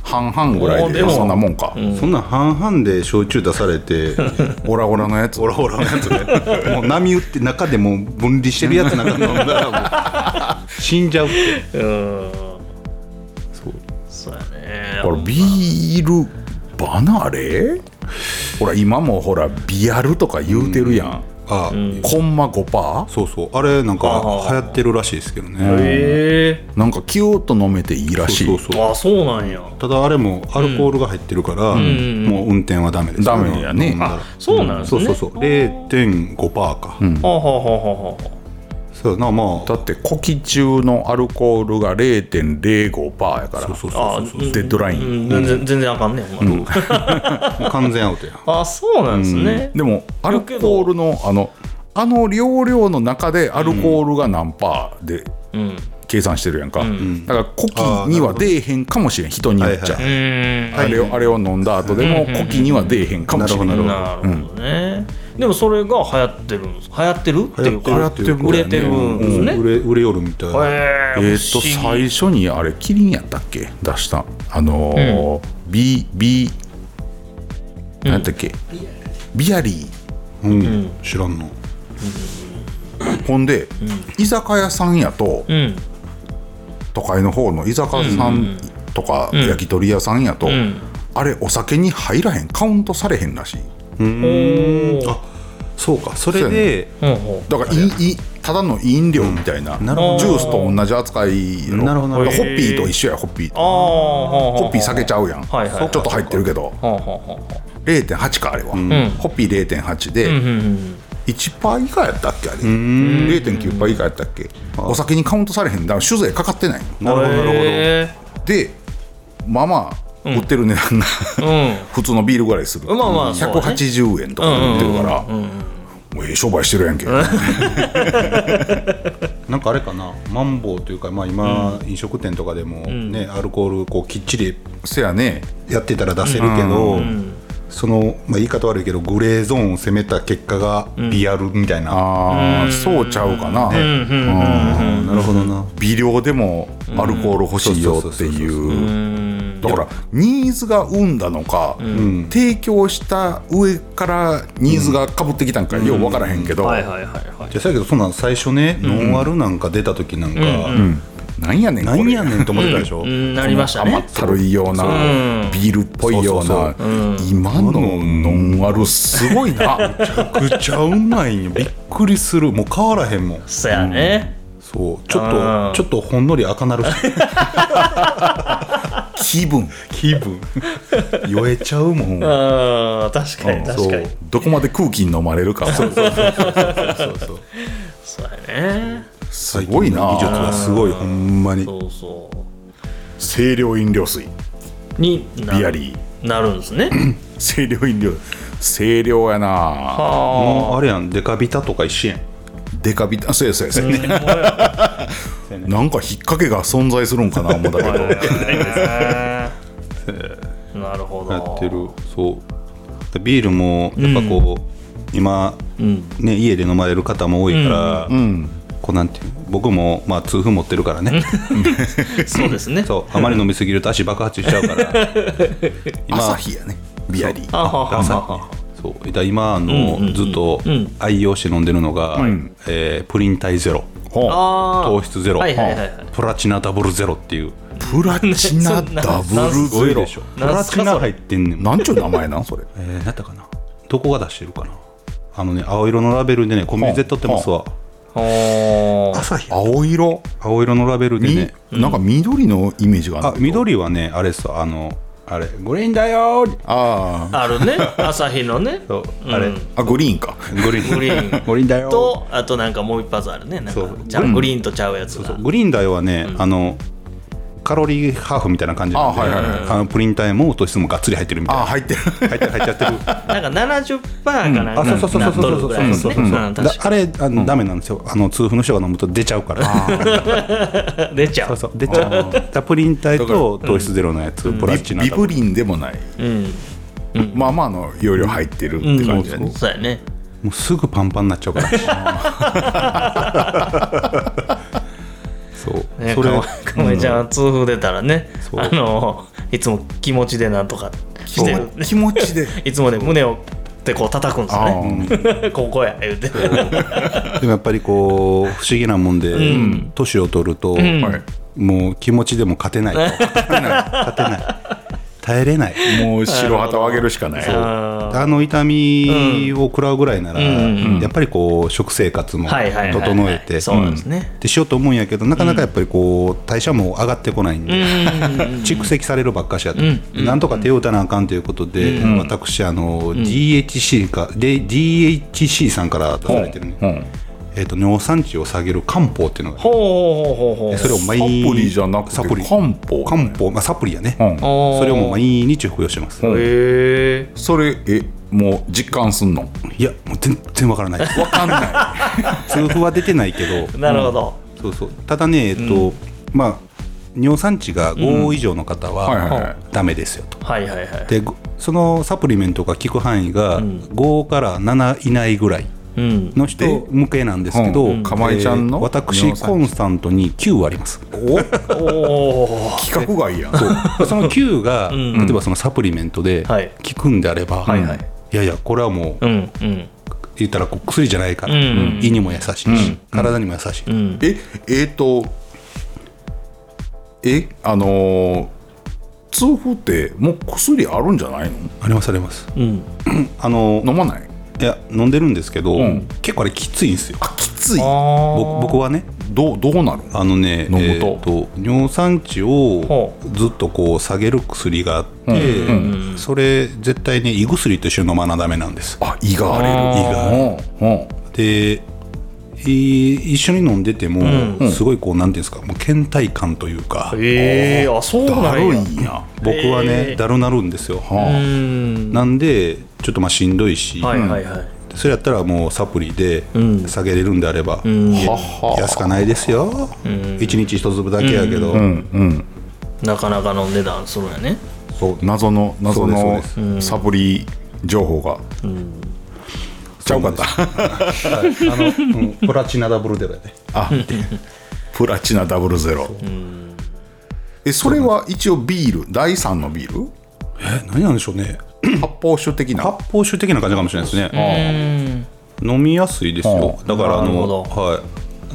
Speaker 3: 半々ぐらいで
Speaker 2: おーでも
Speaker 3: そんなもんか、
Speaker 4: そんなん半々で焼酎出され て
Speaker 3: オラオラのやつ
Speaker 4: オラオラのやつねもう波打って中でもう分離してるやつなんか飲んだらもう死んじゃうって
Speaker 2: うんそうそうや
Speaker 3: ほ
Speaker 2: ね
Speaker 3: らビール離れほら今もほらビアルとか言うてるやん、
Speaker 4: あ、
Speaker 3: コンマ 5%?
Speaker 4: そうそうあれなんか流行ってるらしいですけどね
Speaker 2: へえ
Speaker 3: なんかキューッと飲めていいらしい
Speaker 4: そうそう
Speaker 2: あそうなんや
Speaker 4: ただあれもアルコールが入ってるから、もう運転はダメです
Speaker 3: ダメやね
Speaker 4: 飲んだら
Speaker 2: あそうなんです
Speaker 4: そ
Speaker 2: ね
Speaker 4: うそうそう0.5パーか、
Speaker 2: はあはあはあはあ
Speaker 4: そうやなまあ
Speaker 3: だって呼気中のアルコールが0.05%やから
Speaker 4: そうそう
Speaker 2: あ
Speaker 4: そうそう
Speaker 2: うん
Speaker 3: デッドライン、
Speaker 2: うん全然全然あかんねん、ほんま
Speaker 4: もう完全アウトや
Speaker 2: あそうなんですね、
Speaker 3: でもアルコールのあのあの容量の中でアルコールが何パーで
Speaker 2: うん
Speaker 3: 計算してるやんか、だから呼気には出えへんかもしれん人によっちゃ、
Speaker 4: はいは
Speaker 2: うーん
Speaker 3: あれをあれを飲んだ後でも呼気には出えへんかもしれん、
Speaker 4: なるほどなる
Speaker 2: なるほどね、でもそれが流行ってるんです流行ってるっていうか
Speaker 4: 流行ってる
Speaker 2: 売れてるんですね、
Speaker 4: 売れ売れよるみたいな
Speaker 2: え
Speaker 3: えーっと最初にあれキリンやったっけ出したあのー B B 何やったっけ、ビアリ
Speaker 4: うん知らんの
Speaker 3: ーほんで、居酒屋さんやと
Speaker 2: うん
Speaker 3: 都会の方の居酒屋さんとか焼き鳥屋さんやと、
Speaker 2: ん
Speaker 3: あれお酒に入らへんカウントされへんらしい
Speaker 2: おお
Speaker 4: あそうかそれで
Speaker 2: ほうほ
Speaker 3: だからいいただの飲料みたいな,、
Speaker 4: なるほど
Speaker 3: ジュースと同じ扱いやろ
Speaker 4: なるほどなるほど
Speaker 3: ホッピーと一緒やホッピー
Speaker 2: うああは
Speaker 3: ホッピー下げちゃうやん、
Speaker 2: はいはいはい
Speaker 3: ちょっと入ってるけど
Speaker 2: あはあはあ
Speaker 3: 0.8かあれは、ホッピー0.8で、
Speaker 2: うんうん
Speaker 3: 1パー以下やったっけあれ0.9パー以下やったっけお酒にカウントされへんだから酒税かかってない
Speaker 4: なるほどなる
Speaker 2: る
Speaker 3: でまあまあ売ってる値段が、
Speaker 2: ほどうん
Speaker 3: 普通のビールぐらいする、
Speaker 2: まあまあそうね
Speaker 3: 180円とかで売ってるから、もうええ商売してるやんけ、
Speaker 4: ほどなんかあれかなマンボウというかまあ今飲食店とかでもねアルコールこうきっちり
Speaker 3: せやね
Speaker 4: やってたら出せるけどそのまあ言い方悪いけどグレーゾーンを攻めた結果がビアルみたいな
Speaker 3: ああそうちゃうかな、
Speaker 4: うんなるほどな
Speaker 3: 微量でもアルコール欲しいよってい
Speaker 4: うん
Speaker 3: うだからニーズが生んだのか、提供した上からニーズがかぶってきたんか、よう分からへんけど、
Speaker 2: はいはいはいはい
Speaker 4: じゃあそやけどそんなん最初ねノンアルなんか出た時なんか
Speaker 3: なんやねんこれ
Speaker 4: 何やねんと思ってたでしょ
Speaker 2: うんなりました
Speaker 3: 甘っ
Speaker 2: ね
Speaker 3: たるいようなビールっぽいよう
Speaker 4: そう
Speaker 3: な今のノンアルすごいな
Speaker 4: めちゃくちゃうまいんよびっくりするもう変わらへんもん
Speaker 2: そやね
Speaker 4: そうちょっ
Speaker 2: あー
Speaker 4: とちょっとほんのり赤 なるし
Speaker 3: 気分
Speaker 4: 気分酔えちゃうもんそう
Speaker 2: あー確かに確かに
Speaker 3: どこまで空気に飲まれるか
Speaker 4: そうそう
Speaker 2: そうやね
Speaker 3: すごいな
Speaker 4: 技術はすごいほんまに
Speaker 2: そうそう
Speaker 3: 清涼飲料水
Speaker 2: にな
Speaker 3: ビア
Speaker 2: る
Speaker 3: リー
Speaker 2: なるんですね
Speaker 3: 清涼飲料清涼やな
Speaker 2: あ
Speaker 4: もうあれやんデカビタとか一緒やん
Speaker 3: デカビタそうやそうやそうや なんか引っ掛けが存在するんかな思ったけど
Speaker 2: あなるほど
Speaker 4: やってるそうビールもやっぱこう今ね家で飲まれる方も多いからこうなんていう僕もまあ痛風持ってるからね
Speaker 2: そうですね
Speaker 4: そうあまり飲みすぎると足爆発しちゃうから
Speaker 3: 朝日やねビアリー
Speaker 2: あはは
Speaker 4: 朝
Speaker 2: は
Speaker 4: そうだから今あの、ずっと愛用して飲んでるのが、えープリン体ゼロ
Speaker 3: ほう
Speaker 2: あー
Speaker 4: 糖質ゼロ、
Speaker 2: はいはいはいはい
Speaker 4: プラチナダブルゼロっていう
Speaker 3: プラチナダブル
Speaker 4: すご
Speaker 3: ゼ
Speaker 4: い
Speaker 3: ロ
Speaker 4: でしょプ
Speaker 2: なん
Speaker 4: ラ
Speaker 2: す
Speaker 4: チ
Speaker 2: か
Speaker 4: ナ
Speaker 2: それ
Speaker 4: 入ってんねん
Speaker 3: なんちゅう名前なんそれ
Speaker 4: えー、何やったかなどこが出してるかなあのね青色のラベルでねコンビニ絶対売ってますわ
Speaker 2: おー
Speaker 4: 朝日
Speaker 3: 青色
Speaker 4: 青色のラベルで
Speaker 3: み、
Speaker 4: ね
Speaker 3: なんか緑のイメージがあ
Speaker 4: あ
Speaker 3: る
Speaker 4: 緑はねあれさあのあれグリーンだよー
Speaker 3: あ
Speaker 2: あるね朝日のね
Speaker 4: そうあれ、
Speaker 2: うん
Speaker 3: ーあグリーンか
Speaker 4: グリーン
Speaker 2: グリーン
Speaker 4: グリーンだよー
Speaker 2: とあとなんかもう一発あるねなん
Speaker 4: そ
Speaker 2: か
Speaker 4: う
Speaker 2: ちゃうグリーンとちゃうやつ
Speaker 4: そう
Speaker 2: が
Speaker 4: そうグリーンダイはね、あのカロリーハーフみたいな感じなんで
Speaker 3: あはいはいは
Speaker 4: あのプリン体も糖質もがっつり入ってるみたい
Speaker 3: あ
Speaker 4: な
Speaker 3: ー入ってる
Speaker 4: 入ってる入っちゃってる
Speaker 2: なんか70%かなんか
Speaker 4: あそうそうそう
Speaker 2: なっ
Speaker 4: そう
Speaker 2: と
Speaker 4: そう
Speaker 2: る
Speaker 4: そう
Speaker 2: ぐらいです
Speaker 4: そう
Speaker 2: ね
Speaker 4: そううんだ
Speaker 2: 確か
Speaker 4: あれあのダメなんですよあの痛風の人が飲むと出ちゃうから
Speaker 2: に出ちゃ
Speaker 4: そううそう出ちゃうだからプリン体と糖質ゼロのやつプラチナ
Speaker 3: ビ
Speaker 4: だ
Speaker 3: ブリンでもない
Speaker 2: うん
Speaker 3: まあまあの容量入ってるって感じだね
Speaker 2: そうやね
Speaker 4: もうすぐパンパンになっちゃ うからそう
Speaker 2: ね
Speaker 4: それ
Speaker 2: かわかわいちゃんは痛風出たらね
Speaker 4: そう
Speaker 2: あのいつも気持ちでなんとかしてる
Speaker 3: 気持ちで
Speaker 2: いつもね胸をってこう叩くんですよね ここや言うて
Speaker 4: でもやっぱりこう不思議なもんで年、を取ると、
Speaker 3: はい
Speaker 4: もう気持ちでも勝てないと勝てない勝てない耐えれない
Speaker 3: もう白旗を上げるしかない
Speaker 4: あの痛みを食らうぐらいなら、やっぱりこう食生活も
Speaker 2: はいはいはいはい
Speaker 4: 整えて
Speaker 2: そうなんですね
Speaker 4: うんってしようと思うんやけどなかなかやっぱりこう代謝も上がってこないんで、蓄積されるばっかしやと、なんとか手を打たなあかんということで、私あの、DHC かで DHC さんから出されてるね、えー、と尿酸値を下げる漢方っていうのがあ
Speaker 2: ほ
Speaker 4: る
Speaker 2: うほうほうほうほう
Speaker 4: それを毎
Speaker 3: サプリじゃなくて
Speaker 4: サプリ
Speaker 3: 漢方
Speaker 4: 漢方、まあ、サプリやね、
Speaker 3: うん
Speaker 2: おー
Speaker 4: それをもう毎日服用してます、い
Speaker 2: へえ
Speaker 3: それえもう実感すんの
Speaker 4: やもう全然わからないわかんない痛風は出て ないけど
Speaker 2: なるほど
Speaker 4: そうそうただねえっと、まあ尿酸値が5以上の方
Speaker 3: はいはい
Speaker 4: は
Speaker 3: は
Speaker 4: ダメですよと、
Speaker 2: はいはいはい
Speaker 4: でごそのサプリメントが効く範囲が5から7以内ぐらい
Speaker 2: うん
Speaker 4: の人向けなんですけど、
Speaker 3: うんかまいちゃんの
Speaker 4: えー私
Speaker 3: 尿酸値
Speaker 4: コンスタントに9あります
Speaker 2: おおー
Speaker 3: 規格外やん
Speaker 4: その Q が、例えばそのサプリメントで
Speaker 2: はい
Speaker 4: 効くんであれば、い
Speaker 2: はい
Speaker 4: やいやこれはもう、
Speaker 2: うんうん
Speaker 4: 言ったらこう薬じゃないから、
Speaker 2: ん
Speaker 4: 胃にも優しいし、体にも優しい、
Speaker 2: うん
Speaker 3: ええー、とえあのー痛風ってもう薬あるんじゃないの
Speaker 4: ありますあります
Speaker 2: うん
Speaker 4: あの
Speaker 3: 飲まない
Speaker 4: いや飲んでるんですけど、
Speaker 3: ん
Speaker 4: 結構あれきついんですよ
Speaker 3: あきつい
Speaker 4: 僕僕はね
Speaker 3: どうどうなるの
Speaker 4: あのね
Speaker 3: 飲むと
Speaker 4: えーと尿酸値を
Speaker 2: ほ
Speaker 4: ずっとこう下げる薬があって、それ絶対ね胃薬と一緒に飲まなダメなんです
Speaker 3: あ胃が荒れる
Speaker 4: 胃が
Speaker 3: うんうん
Speaker 4: でい一緒に飲んでても、すごいこうなんていうんですかもう倦怠感というか、
Speaker 2: ええあそうな
Speaker 3: だ
Speaker 2: ん
Speaker 3: る
Speaker 2: や
Speaker 3: いんや
Speaker 4: 僕はね、
Speaker 2: えー
Speaker 4: だるなるんですよ、
Speaker 2: うん
Speaker 4: なんでちょっとまあしんどいし、
Speaker 2: はいはいはい
Speaker 4: それやったらもうサプリで
Speaker 2: ん
Speaker 4: 下げれるんであれば、いや安かないですよ、一日一粒だけやけど、
Speaker 2: なかなか飲んでたんするんやね
Speaker 3: そう謎の謎
Speaker 4: そう
Speaker 3: の
Speaker 4: です
Speaker 3: サプリ情報が、ちゃうかった
Speaker 4: あのうんプラチナダブルデラで
Speaker 3: あプラチナダブルゼロえそれは一応ビール第3のビール
Speaker 4: え何なんでしょうね
Speaker 3: 発泡酒的な
Speaker 4: 発泡酒的な感じかもしれないですね飲みやすいですよだからあ
Speaker 2: なるほ
Speaker 4: の
Speaker 2: ど
Speaker 4: はい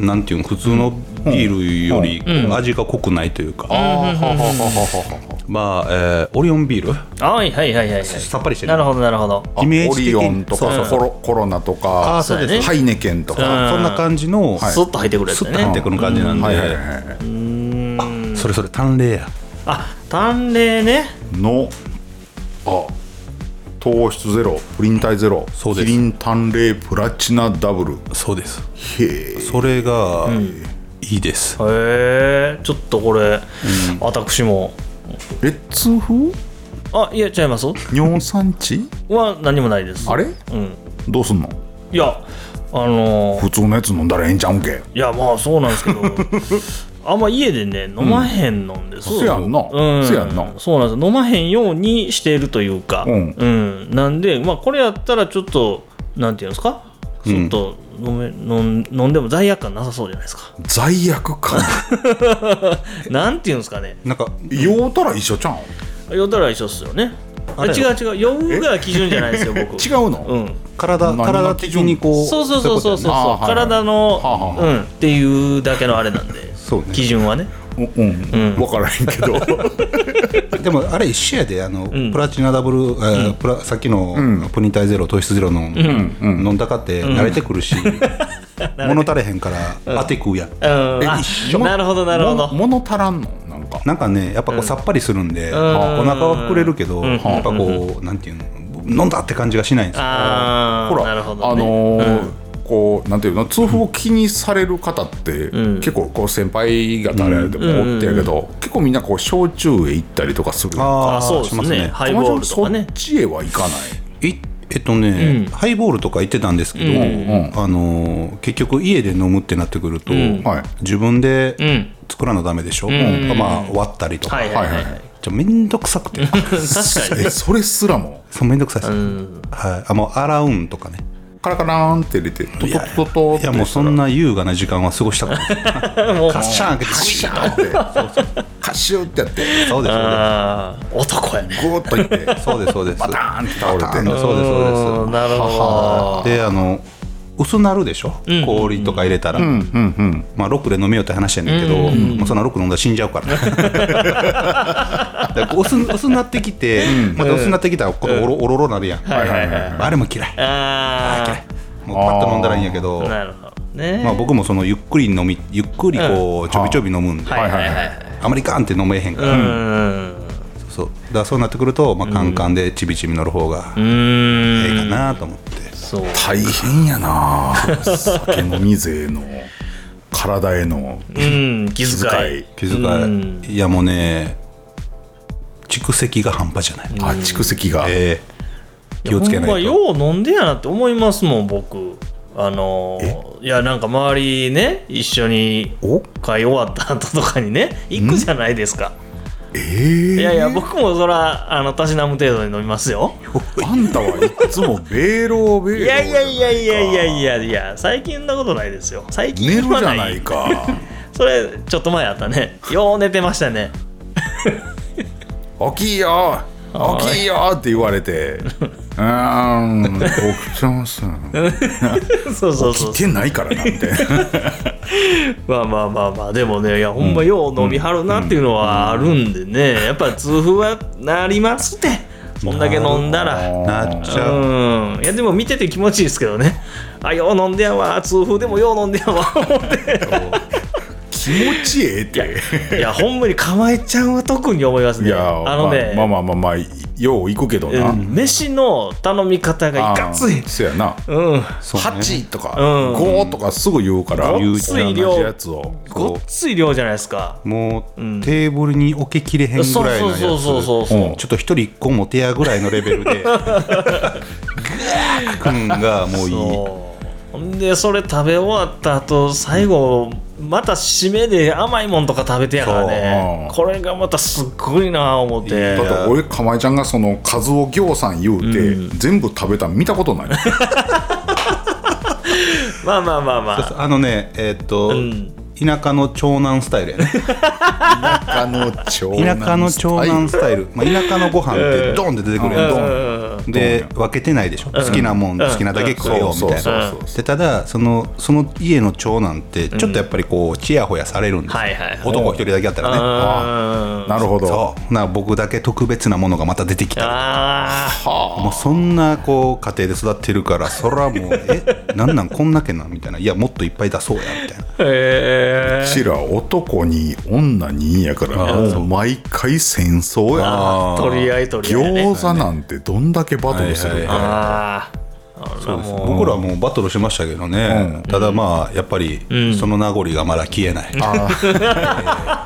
Speaker 4: なんていうの普通のビールより味が濃くないというか、まあ、えーオリオンビール
Speaker 2: はいはいはいはいはい
Speaker 4: さっぱりしてる
Speaker 2: なるほどなるほど
Speaker 3: あ
Speaker 4: イメー
Speaker 3: オ
Speaker 4: ジ的
Speaker 3: リ
Speaker 4: に
Speaker 3: オンと
Speaker 4: そうそう
Speaker 3: か
Speaker 4: そう
Speaker 3: コロコロナとか
Speaker 4: あそうです
Speaker 2: ね
Speaker 3: ハイネケンとか
Speaker 4: そんな感じの、
Speaker 2: スッと入ってくるや
Speaker 4: ス
Speaker 2: つ
Speaker 4: ッ
Speaker 2: だ
Speaker 4: と
Speaker 2: よ
Speaker 4: 入って
Speaker 2: ね
Speaker 4: くる感じなんで、
Speaker 3: はいはいはいはい
Speaker 4: それそれ淡麗や
Speaker 2: あ淡麗ね
Speaker 3: のあ糖質ゼロプリン体ゼロ
Speaker 4: そうで
Speaker 3: キ
Speaker 4: す
Speaker 3: リン淡麗プラチナダブル
Speaker 4: そうです
Speaker 3: へえ
Speaker 4: それが、いいです
Speaker 2: へえちょっとこれ私も
Speaker 3: え痛風
Speaker 2: あいやちゃいます
Speaker 3: 尿酸値
Speaker 2: は何もないです
Speaker 3: あれ
Speaker 2: うん
Speaker 3: どうすんの
Speaker 2: いやあのー
Speaker 3: 普通のやつ飲んだらええんちゃうんけ
Speaker 2: いやまあそうなんです けどあんま家でね飲まへんのんですよ
Speaker 3: せやんな
Speaker 2: うん、
Speaker 3: せやんな
Speaker 2: そうなんです飲まへんようにしているというか、
Speaker 3: うん
Speaker 2: うんなんで、まあ、これやったらちょっとなんていうんですかちょっと飲め、飲ん飲んでも罪悪感なさそうじゃないですか
Speaker 3: 罪悪感
Speaker 2: なんていうんですかね
Speaker 4: なんか
Speaker 3: 酔うたら一緒ちゃうん
Speaker 2: 酔ったら一緒っすよね
Speaker 4: あれ
Speaker 2: 違う違う酔うが基準じゃないですよ僕
Speaker 3: 違うの
Speaker 2: うん
Speaker 4: 体
Speaker 3: 何が
Speaker 4: 体的にこう
Speaker 2: そうそうそうそうそう
Speaker 4: い
Speaker 2: そう
Speaker 4: ことやね
Speaker 3: あーはいはい
Speaker 2: 体の、
Speaker 3: はあはあ
Speaker 2: うんっていうだけのあれなんで
Speaker 4: そうね
Speaker 2: 基準はね
Speaker 3: うん、分からへんけど
Speaker 4: でもあれ一緒やであの、プラチナダブル、えープラさっきの、プニタイゼロ糖質ゼロの、飲んだかって慣れてくるし、物足れへんから当て食うやん、
Speaker 2: うんあなるほどなるほど
Speaker 3: も物足らんのなんか
Speaker 4: なんかねやっぱこうさっぱりするんで、お腹は膨れるけど、やっぱこう、なんていうの飲んだって感じがしないんですよ
Speaker 2: あ
Speaker 3: ほ
Speaker 2: あ
Speaker 3: ら
Speaker 2: なるほど、ね、
Speaker 3: あのーこうなんていうの通風を気にされる方って、結構こう先輩方でもおってやけど、結構みんなこう焼酎へ行ったりとかする
Speaker 2: あそうです
Speaker 4: します
Speaker 2: ね
Speaker 4: ね
Speaker 2: ハイボールとか
Speaker 3: そっ
Speaker 2: ね
Speaker 3: ちへは行かない
Speaker 4: いえっとね、ハイボールとか行ってたんですけど、あのー結局家で飲むってなってくると、
Speaker 3: はい
Speaker 4: 自分で
Speaker 2: ん
Speaker 4: 作らなダメでしょ、まあ割ったりとか、
Speaker 2: はいはいはい、
Speaker 3: はい
Speaker 2: はい、
Speaker 4: じゃめんどくさくて
Speaker 2: 確かに
Speaker 3: えそれすらも
Speaker 4: そうめんどくさいです、はい、あもう洗うんとかね
Speaker 3: カラカラーンって入れてトトトトト
Speaker 4: いやもうそんな優雅な時間は過ごしたくないカッシャン開けて
Speaker 3: シャーってカシューってやって
Speaker 4: そうです
Speaker 2: あー男やね
Speaker 3: ゴーッといって
Speaker 4: そうですそうですそうです
Speaker 3: バターンって倒れて
Speaker 4: そうですそう
Speaker 2: うん
Speaker 4: です
Speaker 2: なるほ
Speaker 4: であの薄なるでしょ、氷とか入れたら、まあ、ロックで飲めよって話やねんけど、もうそんなロック飲んだら死んじゃうからねだから薄薄なってきて、また薄なってきたらこのおろおろろなるやん、
Speaker 2: はいはいはい
Speaker 4: あれも嫌い
Speaker 2: どあ
Speaker 4: もうパッと飲んだらいいんやけど
Speaker 2: あなるほどね、
Speaker 4: まあ、僕もそのゆっくり飲みゆっくりこうちょびちょび飲むんで、
Speaker 2: はいはいはい、
Speaker 4: あまりガンって飲めへんから、
Speaker 2: うん
Speaker 4: そうだからそうなってくると、まあ、カンカンでちびちび乗る方が
Speaker 2: うーん
Speaker 4: ええかなと思って、
Speaker 2: そう
Speaker 3: 大変やな酒飲み勢の体への
Speaker 2: うん気
Speaker 3: 気
Speaker 2: 遣
Speaker 3: 遣
Speaker 2: い
Speaker 3: い
Speaker 4: 気遣い、いやもうね蓄積が半端じゃない、
Speaker 3: あ蓄積が、
Speaker 4: ええ気をつけないい
Speaker 2: や
Speaker 4: と
Speaker 2: ほんまよう飲んでやなって思いますもん僕あのーいやなんか周りね一緒に
Speaker 4: お
Speaker 2: 会終わった後とかにね行くじゃないですか
Speaker 3: え
Speaker 2: い
Speaker 3: え
Speaker 2: やいや僕もそらあのたしなむ程度に飲みますよ
Speaker 3: あんたはいつも米ロ米ロ
Speaker 2: いやいやいやいやいやいやいや最近なことないですよ最近
Speaker 3: 寝る
Speaker 2: 言わ
Speaker 3: じゃない か
Speaker 2: それちょっと前あったねよう寝てましたね
Speaker 3: 起きよ
Speaker 2: おい
Speaker 3: 起きよって言われてうーん起きてます
Speaker 2: そうそうそう
Speaker 3: 起きてないからなみたい な
Speaker 2: まあまあまあまあでもねいやほんまよう飲みはるなっていうのはあるんでねやっぱ痛風はなりますってそんだけ飲んだら
Speaker 4: なっちゃう、
Speaker 2: うんいやでも見てて気持ちいいですけどね あよう飲んでやわ痛風でもよう飲んでやわ 思って
Speaker 3: 気持ちええって
Speaker 2: いやほんまにかまえちゃんは特に思います
Speaker 3: い
Speaker 2: ね
Speaker 3: や
Speaker 2: あのね、
Speaker 3: まあまあまあまあよう行くけどな、
Speaker 2: うん飯の頼み方がいかつい
Speaker 3: あーそやな
Speaker 2: うん
Speaker 4: そうね
Speaker 3: 8とか
Speaker 2: うん
Speaker 3: 5とかすぐ言うから
Speaker 2: ごっ
Speaker 3: 言う
Speaker 2: つい量
Speaker 3: 同じやつを
Speaker 2: ごっつい量じゃないですか
Speaker 4: もう、テーブルに置けきれへんぐ
Speaker 2: そう
Speaker 4: らいの
Speaker 2: そ
Speaker 4: や
Speaker 2: う
Speaker 4: つ
Speaker 2: そうそうそう
Speaker 3: うん
Speaker 4: ちょっと一人一個持てやぐらいのレベ ルでぐわーくんがもういい
Speaker 2: そうほんでそれ食べ終わった後最後また締めで甘いもんとか食べてやからね
Speaker 3: そ
Speaker 2: これがまたすっごいな思って
Speaker 3: だって俺かまえちゃんがその数をぎょうさん言うて、全部食べたん見たことない
Speaker 2: まあまあまあま
Speaker 4: そうそうあのねえーっと、
Speaker 2: ん
Speaker 4: 田舎の長男スタイルやね
Speaker 3: 田舎の長
Speaker 4: 田舎の長男スタイ ル、まあ、田舎のご飯ってドンって出てくるやん、ドン、
Speaker 2: あ
Speaker 4: で分けてないでしょ、好きなもん、好きなだけ食えよみ
Speaker 3: そう
Speaker 4: たい
Speaker 3: そう
Speaker 4: な
Speaker 3: そうそう
Speaker 4: でただそのその家の長男ってちょっとやっぱりこうちやほやされるんですよ、
Speaker 2: はいはい
Speaker 4: 男一人だけやったらね、
Speaker 2: あ
Speaker 3: なるほど
Speaker 4: そうな僕だけ特別なものがまた出てきた
Speaker 2: あ
Speaker 4: もうそんなこう家庭で育ってるからそらもう えなんなんこんだけなみたいないやもっといっぱい出そうやみたいな
Speaker 2: ーへえ
Speaker 3: うちら男に女にやからもう毎回戦争や
Speaker 2: あー取り合い取り合いね
Speaker 3: 餃子なんてどんだけバトルする
Speaker 4: はい
Speaker 3: か
Speaker 2: ああそうです
Speaker 4: 僕らはもうバトルしましたけどね、ただまあやっぱりその名残がまだ消えない、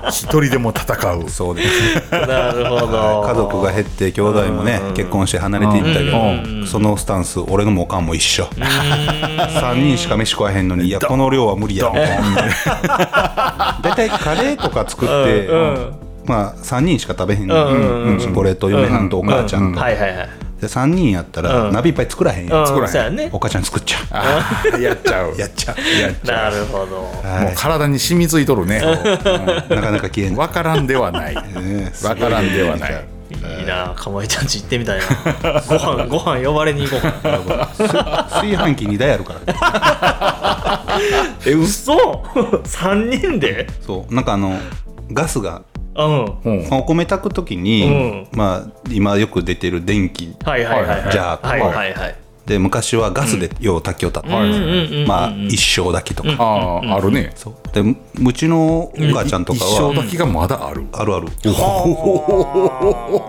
Speaker 3: 一人でも戦う
Speaker 4: そうですね
Speaker 2: なるほど
Speaker 4: 家族が減って兄弟もね結婚して離れていったけどそのスタンス俺のもおかんも一緒3人しか飯食わへんのにいやこの量は無理やみたいな大体カレーとか作ってまあ3人しか食べへんのに俺と嫁はんとお母ちゃんと
Speaker 2: はいはいはい
Speaker 4: で3人やったら鍋いっぱい作らへんやん
Speaker 2: うん
Speaker 4: 作ら
Speaker 2: そう
Speaker 4: へ
Speaker 2: や
Speaker 4: ん
Speaker 2: ね
Speaker 4: お母ちゃん作っちゃ
Speaker 3: あーやっちゃう
Speaker 4: うやっちゃう
Speaker 2: なるほど
Speaker 3: もう体に染みついとるね
Speaker 4: なかなか消えん
Speaker 3: わからんではない
Speaker 4: ね
Speaker 3: わからんではない
Speaker 2: いいなかまいちゃんち行ってみたいなご飯ご飯呼ばれに行こうか
Speaker 4: 炊飯器2台あるからね
Speaker 2: え嘘三3人で
Speaker 4: そうなんかあのガスが
Speaker 2: うん
Speaker 3: うん
Speaker 4: お米炊く時に、
Speaker 2: う
Speaker 4: まあ今よく出てる電気
Speaker 2: はいはいはいはい
Speaker 4: じゃあ
Speaker 2: はいはいはい
Speaker 4: で昔はガスでよう炊きをたって、まあ一升炊きとか、
Speaker 3: ああ、あるね。
Speaker 4: そうでうちのお母ちゃんと
Speaker 3: 一
Speaker 4: か
Speaker 3: 生
Speaker 4: は
Speaker 3: だけがまだある。
Speaker 4: あるある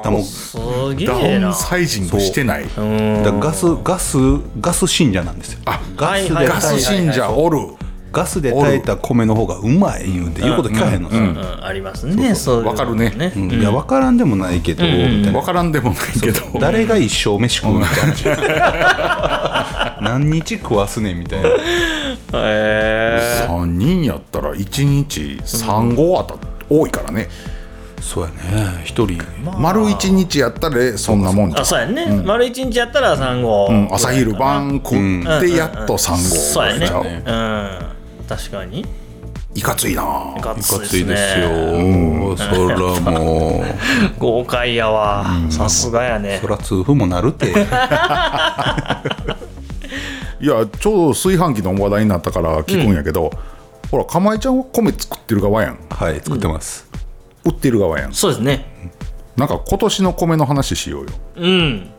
Speaker 4: だもう
Speaker 2: すげ
Speaker 3: ダ
Speaker 2: え
Speaker 3: ウン
Speaker 2: な
Speaker 3: サイジングしてない。
Speaker 4: だからガスガスガス信者なんですよガスで
Speaker 2: はいはい
Speaker 3: ガス信者おる。
Speaker 4: ガスで炊いた米の方がうまい言うて言うこと聞かへんの
Speaker 2: う
Speaker 4: さ
Speaker 2: んありますねそういうの
Speaker 3: わかるね
Speaker 4: うんいや分からんでもないけどみたい
Speaker 3: わ
Speaker 4: な
Speaker 3: からんでもないけど。
Speaker 4: 誰が一生飯食うみたいな何日食わすねんみたいな
Speaker 2: へ
Speaker 3: 3人やったら1日3合あた多いからね、
Speaker 4: そうやね一人
Speaker 3: 丸1日やったらそんなもんじゃ
Speaker 2: あ
Speaker 3: ん
Speaker 2: そうやね丸一日やったら産後
Speaker 3: うん朝昼晩食ってやっと3合
Speaker 2: そうやね
Speaker 3: じゃあ
Speaker 2: うん確かに
Speaker 3: いかついなあ
Speaker 2: ガッツ
Speaker 4: ごつい
Speaker 2: いで
Speaker 4: ですす
Speaker 2: ね
Speaker 4: よ、そらもう
Speaker 2: 豪快やわさすがやね
Speaker 4: そら痛風もなる
Speaker 3: い
Speaker 4: て
Speaker 3: やちょうど炊飯器の話題になったから聞くんやけど、ほらかまえちゃんは米作ってる側やん
Speaker 4: はい作ってます、
Speaker 3: 売ってる側やん
Speaker 2: そうですね
Speaker 3: なんか今年の米の話しようよ
Speaker 2: うん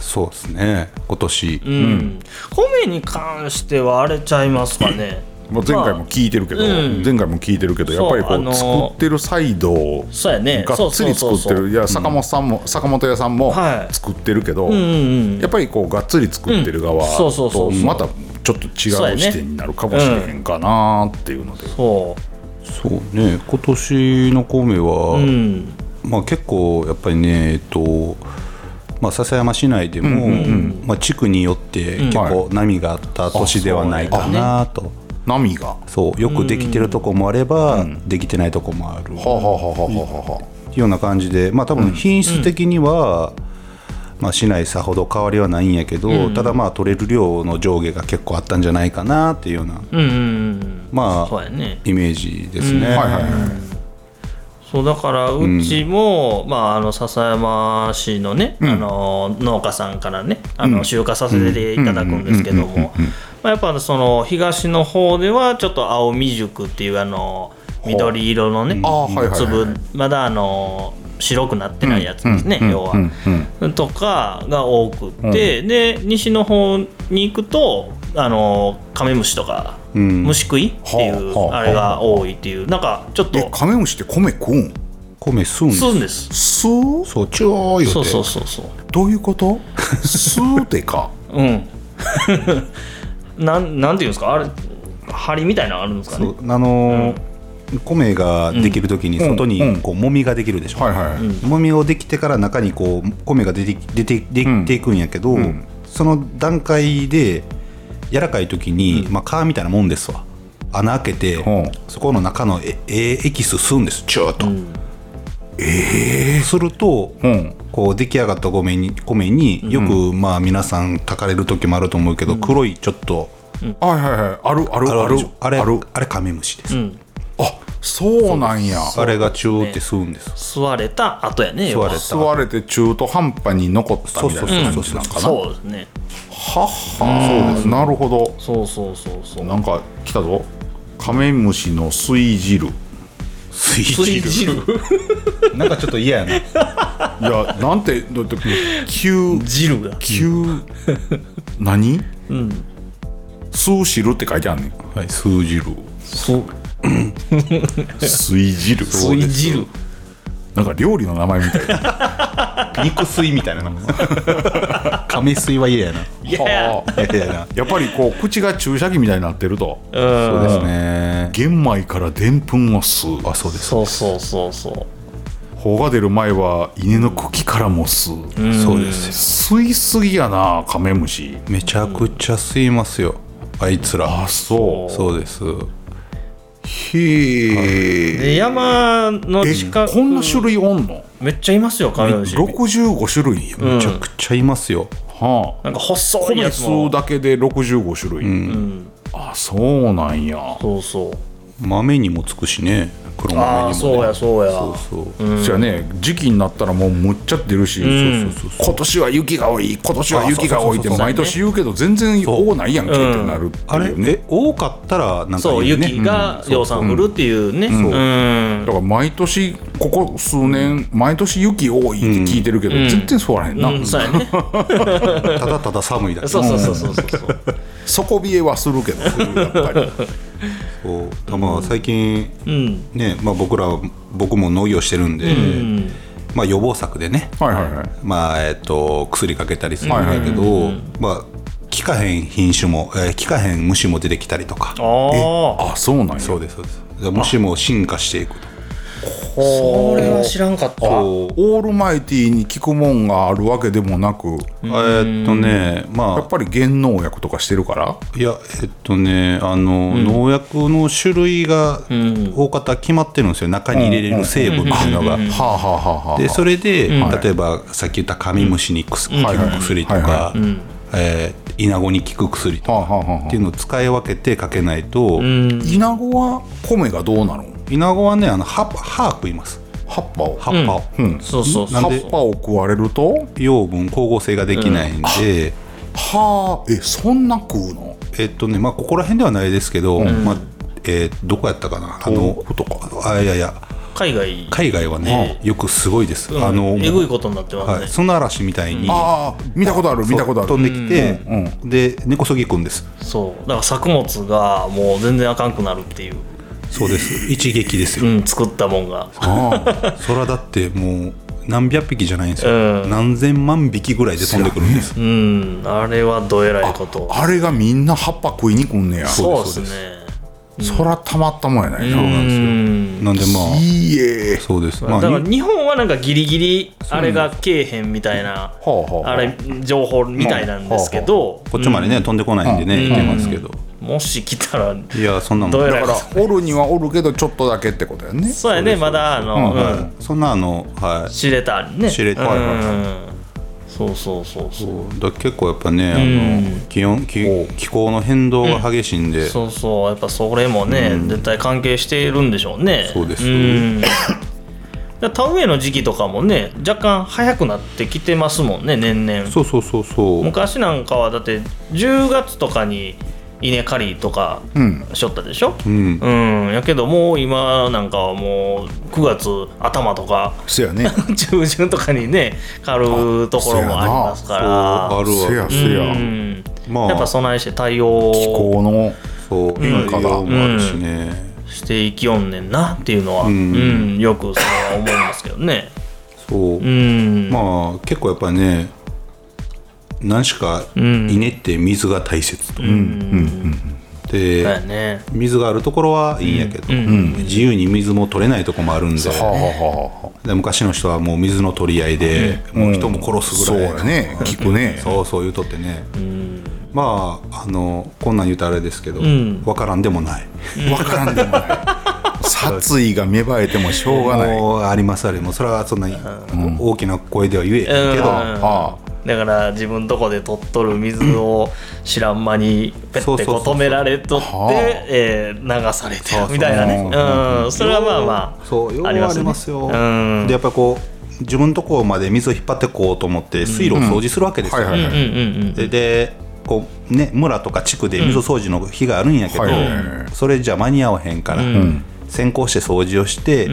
Speaker 4: そうですね今年、
Speaker 2: うん米に関してはあれちゃいますかね
Speaker 3: まあ前回も聞いてるけど、
Speaker 2: うん
Speaker 3: 前回も聞いてるけどやっぱりこう、
Speaker 2: そうあのー
Speaker 3: 作ってるサイドを
Speaker 2: そうやね
Speaker 3: がっつり作って
Speaker 2: そうそうそうそう
Speaker 3: るいや坂本さんも、坂本屋さんも
Speaker 2: はい
Speaker 3: 作ってるけど、
Speaker 2: うんうん
Speaker 3: やっぱりこうがっつり作ってる側
Speaker 2: うんそ
Speaker 3: と
Speaker 2: うそうそうそう
Speaker 3: またちょっと違
Speaker 2: そうや
Speaker 3: う
Speaker 2: ね
Speaker 3: 視点になるかもしれへんかなっていうので、
Speaker 2: そ
Speaker 4: そうね今年の米は、
Speaker 2: ううん
Speaker 4: まあ、結構やっぱりねえっとまあ、笹山市内でも、まあ、地区によって結構波があった年ではないかなと、
Speaker 3: 波が。は
Speaker 4: そうよくできてるとこもあれば、できてないとこもある、
Speaker 3: あはあはあはあはあは
Speaker 4: っていうような感じで、まあ、多分品質的には、まあ、市内さほど変わりはないんやけど、ただまあ取れる量の上下が結構あったんじゃないかなっていうような、
Speaker 2: うんうんうん
Speaker 4: ま
Speaker 2: そう
Speaker 4: あ
Speaker 2: やね
Speaker 4: イメージですね。
Speaker 3: あはいはいはい
Speaker 2: そうだからうちも、まあ、あの笹山市のね、あの農家さんからねあの集荷させていただくんですけどもまあやっぱその東の方ではちょっと青未熟っていうあの緑色のね
Speaker 3: あーはいはいはい
Speaker 2: 粒まだあの白くなってないやつですね、要は、とかが多くって、で西の方に行くとあのカメムシとか、
Speaker 4: ん
Speaker 2: 虫食いっていう、
Speaker 3: はあはあ
Speaker 2: あれが多いっていうなんかちょっ
Speaker 3: え
Speaker 2: と
Speaker 3: カメムシって米食うん
Speaker 4: 米吸うんです
Speaker 2: そうです
Speaker 3: すー
Speaker 4: そうちょーいよって
Speaker 2: そうそうそうそう
Speaker 3: どういうことすーってか
Speaker 2: うん なんなんていうんですかあれ針みたいなのあるんですか
Speaker 4: そ
Speaker 2: ね
Speaker 4: うあのー米ができるときに外にこうもみができるでしょ、
Speaker 3: はいはい、
Speaker 4: もみをできてから中にこう米が出て出てできていくんやけど、その段階で柔らかい時に、まあ、皮みたいなもんですわ穴開けて、
Speaker 3: うん
Speaker 4: そこの中のええエキス吸うんですチューッと、えすると、
Speaker 3: うん
Speaker 4: こう出来上がった米に米によく、まあ皆さん炊かれる時もあると思うけど、黒いちょっと
Speaker 3: はいはいはいあるあるあ
Speaker 4: で
Speaker 3: る
Speaker 4: しょあれ
Speaker 3: あ
Speaker 4: あ
Speaker 3: る
Speaker 4: れカメムシです、
Speaker 3: あそうなんや
Speaker 4: あれがチューって吸うんです
Speaker 2: 吸われた後やね
Speaker 4: 吸われ
Speaker 2: 要
Speaker 4: た
Speaker 2: は
Speaker 3: 吸われて中途半端に残ったみたいな感じなんかな
Speaker 2: そうですね
Speaker 3: はっはそうですなるほど
Speaker 2: そうそうそうそう
Speaker 3: なんか来たぞカメムシの吸い汁い
Speaker 4: 水
Speaker 2: 水汁
Speaker 4: なんかちょっと嫌やな
Speaker 3: やなんてだって急
Speaker 2: 汁が
Speaker 3: 急何、吸う汁って書いてあるねん
Speaker 4: はい、数汁。
Speaker 2: そう
Speaker 3: 吸い汁
Speaker 2: 水汁
Speaker 3: なんか料理の名前みたいな
Speaker 4: 肉水みたいな。亀水は嫌やな。
Speaker 2: いや
Speaker 3: はあ
Speaker 4: 嫌やな。
Speaker 3: やっぱりこう口が注射器みたいになってると
Speaker 2: うん
Speaker 4: そうですね。
Speaker 3: 玄米からでんぷんを吸うあそうです
Speaker 2: そうそうそうそう
Speaker 3: 穂が出る前は稲の茎からも吸う、
Speaker 4: そうです
Speaker 3: 吸いすぎやなカメムシ
Speaker 4: よ。めちゃくちゃ吸いますよ。あいつら
Speaker 3: あ。そう
Speaker 4: そうです。
Speaker 3: へえ
Speaker 2: で山の
Speaker 3: え
Speaker 2: 近く
Speaker 3: こんな種類おんの
Speaker 2: めっちゃいますよカメムシ
Speaker 3: 65種類や、
Speaker 4: めちゃくちゃいますよ。
Speaker 3: はあ
Speaker 2: なんか細い
Speaker 3: 米
Speaker 2: やつ
Speaker 3: 吸
Speaker 2: も
Speaker 3: うだけで65種類、あそうなんや
Speaker 2: そうそう
Speaker 4: 豆にもつくしね黒豆にも、
Speaker 2: あ
Speaker 4: ね、
Speaker 2: あそうやそうや
Speaker 4: そうそう、
Speaker 3: そうやね時期になったらもうむっちゃ出るし、そうそうそう今年は雪が多い今年は雪が多いって
Speaker 2: あそうそうそうそう
Speaker 3: 毎年言うけど全然多ないやんけってなるっていう
Speaker 4: あれえ多かったらなんか
Speaker 2: そう
Speaker 4: いいね
Speaker 2: 雪が量産降るっていうねうん
Speaker 3: だから毎年ここ数年毎年雪多いって聞いてるけど、全然そうあらへんな、
Speaker 2: うんそうやね
Speaker 4: ただただ寒いだ け
Speaker 2: そうそうそうそうそう
Speaker 3: 底冷えはするけどや っぱり
Speaker 4: そうだまあ最近、
Speaker 2: うん
Speaker 4: ねまあ、僕ら僕も農業してるんで、まあ、予防策でね、
Speaker 3: はいはいはい
Speaker 4: まあえっと、薬かけたりするんだけど、まあ、効かへん品種も、えー、効かへん虫も出てきたりとか
Speaker 2: あ
Speaker 3: あ
Speaker 2: あ
Speaker 3: そうなんや
Speaker 4: そうですそうですだから虫も進化していくと
Speaker 2: それは知らんかった
Speaker 3: オールマイティに効くもんがあるわけでもなく、
Speaker 4: えーっとねま
Speaker 3: や
Speaker 4: あ
Speaker 3: っぱり減農薬とかしてるから
Speaker 4: いやえっとねあの、農薬の種類が大方決まってるんですよ中に入れれる成分っていうのが。
Speaker 3: はあはあはあはあ
Speaker 4: でそれで、例えばさっき言ったカミムシに効く効
Speaker 3: はいはい
Speaker 4: く薬と
Speaker 3: は
Speaker 4: か、えーイナゴに効く薬と
Speaker 3: はあ
Speaker 4: か
Speaker 3: はあはあ
Speaker 4: っていうのを使い分けてかけないと、
Speaker 3: イナゴは米がどうなの
Speaker 4: イナゴはねあの葉葉食います
Speaker 3: 葉っぱを
Speaker 4: 葉っぱを、
Speaker 3: うん
Speaker 2: そうそうそう
Speaker 3: 葉っぱを食われると
Speaker 4: 養分光合成ができないんで、
Speaker 3: はあえそんな食うの
Speaker 4: えっとねまあここら辺ではないですけど、まあえーどこやったかなあのとかあいやいや
Speaker 2: 海外
Speaker 4: 海外はね、よくすごいです、
Speaker 2: うん
Speaker 4: あの
Speaker 2: えぐいことになってま
Speaker 4: はい、
Speaker 2: すね
Speaker 4: 砂嵐みたいに
Speaker 3: ああ見たことある見たことあ
Speaker 4: 飛んで
Speaker 3: る
Speaker 4: きて、で根こそぎ行くんです
Speaker 2: そうだから作物がもう全然あかんくなるっていう
Speaker 4: そうです一撃ですよ、
Speaker 2: うん作ったもんが
Speaker 3: あ
Speaker 4: そらだってもう何百匹じゃないんですよ、
Speaker 2: うん
Speaker 4: 何千万匹ぐらいで飛んでくるんです、
Speaker 2: うんあれはどえらいこと
Speaker 3: ああれがみんな葉っぱ食いに来んねやそ
Speaker 2: そうで
Speaker 4: うですす
Speaker 2: ね
Speaker 3: らたまったもんやないな、
Speaker 4: そうなんですよなんでまあ
Speaker 3: いいえ
Speaker 4: そうですま
Speaker 2: だ
Speaker 4: あ
Speaker 2: から
Speaker 4: に
Speaker 2: 日本はなんかギリギリあれがけえへんみたいな
Speaker 3: あはあ
Speaker 2: あれ情報みたいなんですけど
Speaker 4: こっちまでね、飛んでこないんでね、行けますけど
Speaker 2: もし来たら
Speaker 4: いやそんなもん
Speaker 2: どうや
Speaker 4: だ
Speaker 2: ら
Speaker 4: か
Speaker 3: だからおるにはおるけどちょっとだけってことやね
Speaker 2: そうやねまだあの
Speaker 4: ら、
Speaker 2: うん
Speaker 4: そんなあのはい
Speaker 2: 知れたりね
Speaker 4: 知れたり
Speaker 2: うんそうそうそうそう
Speaker 4: だから結構やっぱねあの気温気気候の変動が激しいんで、
Speaker 2: そうそうやっぱそれもね、絶対関係しているんでしょうね
Speaker 4: そうです
Speaker 2: んだ田植えの時期とかもね若干早くなってきてますもんね年々
Speaker 4: そうそうそうそう
Speaker 2: 昔なんかはだって10月とかに稲刈りとかしょったでしょ、
Speaker 4: うん
Speaker 2: うんやけどもう今なんかはもう9月頭とか
Speaker 3: そうやね
Speaker 2: 中旬とかにね刈るところもありますか
Speaker 4: そう
Speaker 2: ら
Speaker 4: あるわ
Speaker 3: せやせや、
Speaker 2: うん
Speaker 4: まあ
Speaker 2: やっぱ備えして対応
Speaker 3: 気候の
Speaker 4: そう変化がもあるしね、
Speaker 2: していきよんねんなっていうのは、うんよくそれは思いますけどね。
Speaker 4: そう、
Speaker 2: うん、
Speaker 4: まあ結構やっぱね何しか稲って水が大切と、で、
Speaker 2: だよね。
Speaker 4: 水があるところはいいんやけど、自由に水も取れないとこもあるんで,、
Speaker 3: はあはあはあ
Speaker 4: で昔の人はもう水の取り合いで、もう人も殺す
Speaker 3: そ
Speaker 4: ぐ
Speaker 3: う
Speaker 4: らい、
Speaker 3: やね聞くね
Speaker 4: そうそう言うとってね、まああのこんなん言うとあれですけど、わ
Speaker 2: ん
Speaker 4: 分からんでもない、
Speaker 3: わからんでも ない殺意が芽生えてもしょうがない
Speaker 4: もうありますあれもそれはそんなに大きな声では言えへんけど、
Speaker 2: うん
Speaker 3: あ
Speaker 2: だから自分とこで取っとる水を知らん間にペッてこう止められとっ
Speaker 3: そうそう
Speaker 2: て
Speaker 3: そうそうはあ
Speaker 2: えー流されて
Speaker 4: そうそう
Speaker 2: みたいなねうんそれはまあまあ
Speaker 4: そうようあ
Speaker 2: あ
Speaker 4: り
Speaker 2: り
Speaker 4: ま,、
Speaker 2: ますすね
Speaker 4: よ、
Speaker 2: うん
Speaker 4: でやっぱこう自分のところまで水を引っ張ってこうと思って水路を掃除するわけですよ、
Speaker 3: はいはいはい、
Speaker 2: うんうん
Speaker 4: ででこうね村とか地区で水掃除の日があるんやけど、
Speaker 3: はいはいは
Speaker 4: それじゃ間に合わへんから、先行して掃除をして、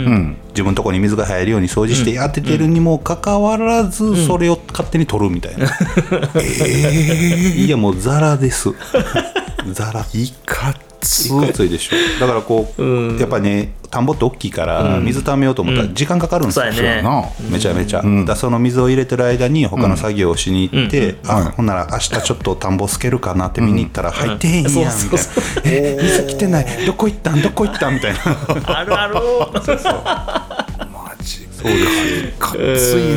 Speaker 4: 自分のところに水が入るように掃除してやっててるにもかかわらずそれを勝手に取るみたいな、えーいやもうザラですザラ
Speaker 3: いかつ
Speaker 4: いかついでしょだからこう、やっぱね田んぼって大きいから水溜めようと思ったら時間かかるんですよ、
Speaker 2: そうやね
Speaker 3: な
Speaker 4: めちゃめちゃ、だからその水を入れてる間に他の作業をしに行って、あほんなら明日ちょっと田んぼすけるかなって見に行ったら入ってへんやんみたいな
Speaker 2: そうそ
Speaker 4: 「え水来てないどこ行ったんどこ行ったん」みたいな
Speaker 2: うんあるある
Speaker 3: マジか
Speaker 4: そうです
Speaker 3: いかつい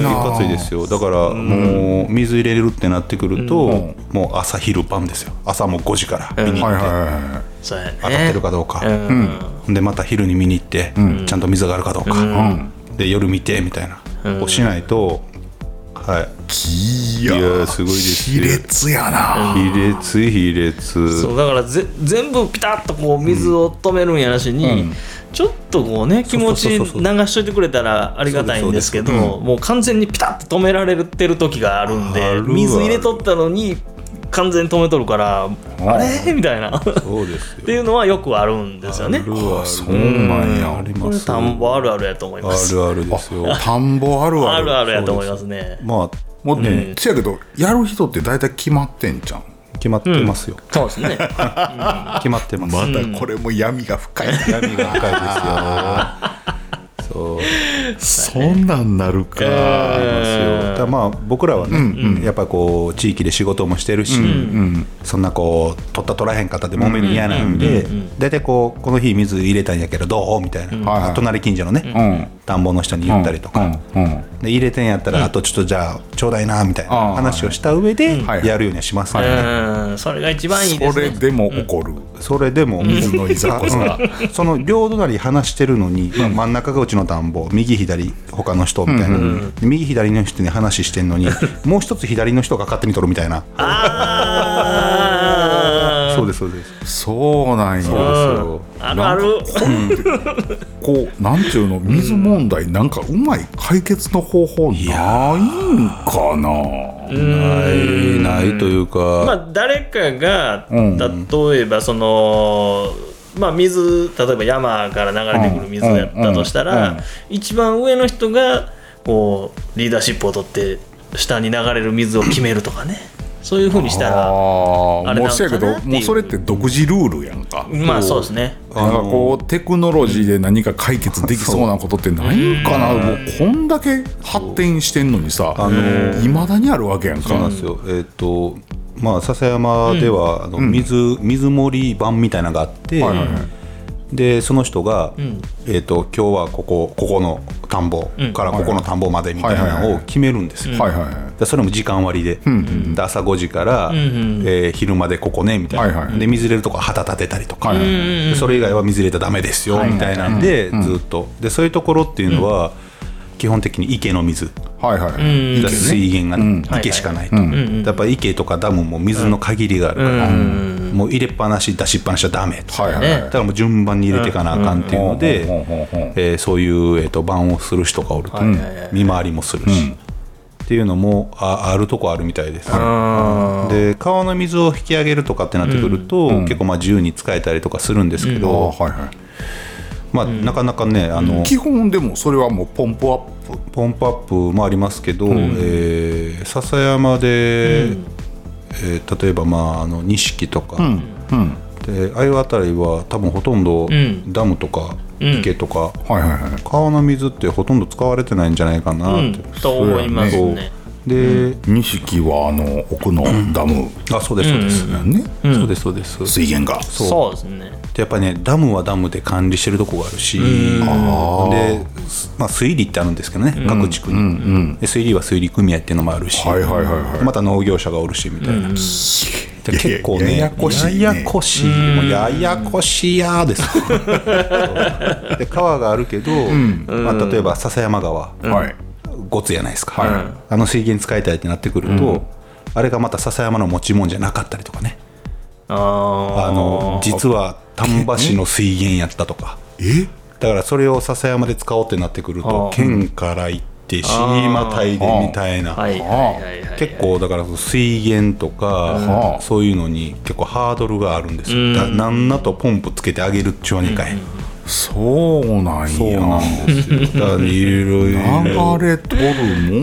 Speaker 3: な
Speaker 4: かついですよだからもう水入れるってなってくると、もう朝昼晩ですよ朝もう5時から見に行
Speaker 3: はい
Speaker 4: っ
Speaker 3: はい
Speaker 4: て、
Speaker 3: はいはい
Speaker 2: そうやね
Speaker 4: 当たってるかどうか、
Speaker 2: うん
Speaker 4: でまた昼に見に行って、ちゃんと水があるかどうか、で夜見てみたいな、こうしないとはい
Speaker 3: いや
Speaker 4: いやすごいですよ
Speaker 3: 卑劣やな、
Speaker 4: 卑劣卑劣
Speaker 2: そうだからぜ全部ピタッとこう水を止めるんやなしに、ちょっとこうね気持ち流
Speaker 4: そうそうそうそう
Speaker 2: しといてくれたらありがたいんですけどもう完全にピタッと止められてる時があるん
Speaker 4: あ
Speaker 2: で
Speaker 4: るある
Speaker 2: 水入れとったのに完全に止めとるからあれみたいなっ
Speaker 4: そうです
Speaker 2: て
Speaker 4: よ
Speaker 2: いうのはよくあるんですよね。
Speaker 4: あそう
Speaker 3: なんや
Speaker 4: あり
Speaker 2: こ
Speaker 4: ま
Speaker 2: れ
Speaker 4: す
Speaker 2: 田んぼあるあるやと思います。
Speaker 4: あるあるですよ
Speaker 3: 田んぼあるあ
Speaker 2: あ
Speaker 3: る
Speaker 2: るあるやと思いますね。
Speaker 4: まあ
Speaker 3: もうね、せやけどやる人って大体決まってんじゃん
Speaker 4: 決まってますよ、
Speaker 2: そうですね。
Speaker 4: 決まってます、
Speaker 3: またこれも闇が深い、
Speaker 4: 闇が深いですよそう
Speaker 3: そんなんなるか、
Speaker 4: ですよだからまあ僕らはね、やっぱこう地域で仕事もしてるし、そんなこう取った取らへん方でもめるの嫌なんで大体こうこの日水入れたんやけどどうみたい
Speaker 3: はい
Speaker 4: な、
Speaker 3: はい
Speaker 4: 隣近所のね、田んぼの人に言ったりとか、
Speaker 3: うんうん
Speaker 4: で入れてんやったらあとちょっとじゃあちょうだいなみたいな
Speaker 3: あー
Speaker 4: 話をした上で
Speaker 3: はいはい
Speaker 4: やるようにはしますね、
Speaker 2: うん、それが一番いいで
Speaker 3: そ
Speaker 2: す
Speaker 3: れ
Speaker 2: ね。
Speaker 3: でも怒る、
Speaker 4: それでも
Speaker 3: 水のいざこざ
Speaker 4: うんその両隣話してるのに、まあ真ん中がうちの田んぼ右左他の人みたいな、で右左の人に話して んのにもう一つ左の人が勝手に取るみたいな
Speaker 2: あ
Speaker 4: そうですそうです
Speaker 3: そうなん
Speaker 2: ー
Speaker 3: や
Speaker 2: うんあるある。
Speaker 3: こうなんていうの水問題なんかうまい解決の方法ないんかな、
Speaker 4: ないないという
Speaker 2: ま
Speaker 4: か、
Speaker 2: あ、誰かが、
Speaker 3: うん
Speaker 2: 例えばその、まあ、水例えば山から流れてくる水だったとしたら、
Speaker 3: うんうんうん
Speaker 2: 一番上の人がこうリーダーシップを取って下に流れる水を決めるとかねそういうふうにした
Speaker 3: あ
Speaker 2: ら
Speaker 3: ー
Speaker 2: あれ
Speaker 3: も
Speaker 2: な
Speaker 3: うんせ
Speaker 2: か
Speaker 3: やけど
Speaker 2: なっていう
Speaker 3: もうそれって独自ルールやんか、
Speaker 2: まあそうですね
Speaker 3: なんかこうテクノロジーで何か解決できそうなことってないんかなもうこんだけ発展してんのにさいまだにあるわけやん
Speaker 4: そうな
Speaker 3: か
Speaker 4: んですよえっ、とまあ笹山では、あの水水盛り版みたいなのがあって、
Speaker 3: はいはいは
Speaker 4: でその人が、えっと今日はここここの田んぼからここの田んぼまでみたいなのを決めるんですよ、
Speaker 3: はいはいはい
Speaker 4: でそれも時間割で,、で朝5時から、えー昼までここねみたいな、
Speaker 3: はいはい
Speaker 4: で水入れるとこは旗立てたりとか、
Speaker 3: はいはい
Speaker 4: でそれ以外は水入れたらダメですよみたいなんで、ずっとでそういうところっていうのは、基本的に池の水
Speaker 3: はいはい
Speaker 4: だから水源が、ね
Speaker 2: はい
Speaker 4: 池しかないと、やっぱ池とかダムも水の限りがあるから、もう入れっぱなし出しっぱなしはダメと、
Speaker 3: はいはい
Speaker 2: ね
Speaker 3: はい
Speaker 4: だからもう順番に入れていかなあかんっていうので、
Speaker 3: うんうんうんうんうん
Speaker 4: えーそういう、えー、と番をする人がおると、見回りもするし、っていうのもああるとこあるみたいです。で川の水を引き上げるとかってなってくると、結構まあ自由に使えたりとかするんですけ
Speaker 3: あー
Speaker 4: ど、
Speaker 3: はいは
Speaker 4: まあ、なかなかねあの、
Speaker 3: い基本でもそれはもうポンプアップ
Speaker 4: ポンプアップもありますけど、えー笹山で、えー例えばまああの錦とか、でああいうあたりは多分ほとんど
Speaker 2: ん
Speaker 4: ダムとか池とか、
Speaker 3: はいはいはい
Speaker 4: 川の水ってほとんど使われてないんじゃないかなって、
Speaker 2: と思います
Speaker 4: そう
Speaker 2: ね。
Speaker 4: で、
Speaker 3: 錦はあの奥のダム
Speaker 4: あそうですそうです、
Speaker 3: ね
Speaker 4: そうですそうです
Speaker 3: 水源が
Speaker 4: そう
Speaker 2: そうですね。
Speaker 4: でやっぱりねダムはダムで管理してるとこがあるしですまあ、水利ってあるんですけどね、各地区に、で水利は水利組合っていうのもあるし、
Speaker 3: はいはいはいはい
Speaker 4: また農業者がおるしみたいな、で結構ね
Speaker 3: ややこしいね
Speaker 4: ややこしいもうややこしいやーです そうで川があるけど、まあ、例えば笹山川、
Speaker 3: はい
Speaker 4: ごつやないですか、
Speaker 3: はい
Speaker 4: あの水源使いたいってなってくると、あれがまた笹山の持ち物じゃなかったりとかね
Speaker 2: あ
Speaker 4: あの実は丹波市の水源やったとか
Speaker 3: え
Speaker 4: だからそれを笹山で使おうってなってくると
Speaker 2: あー
Speaker 4: 県から行って市またいでみたい
Speaker 2: あは
Speaker 4: ない
Speaker 2: はいはいはい。
Speaker 4: 結構だから水源とかそういうのに結構ハードルがあるんですよだからなんなとポンプつけてあげるっちゅうわにかへん
Speaker 3: そうなん
Speaker 4: そう
Speaker 3: や
Speaker 4: なんですよだからいろいろ
Speaker 3: 流れとるも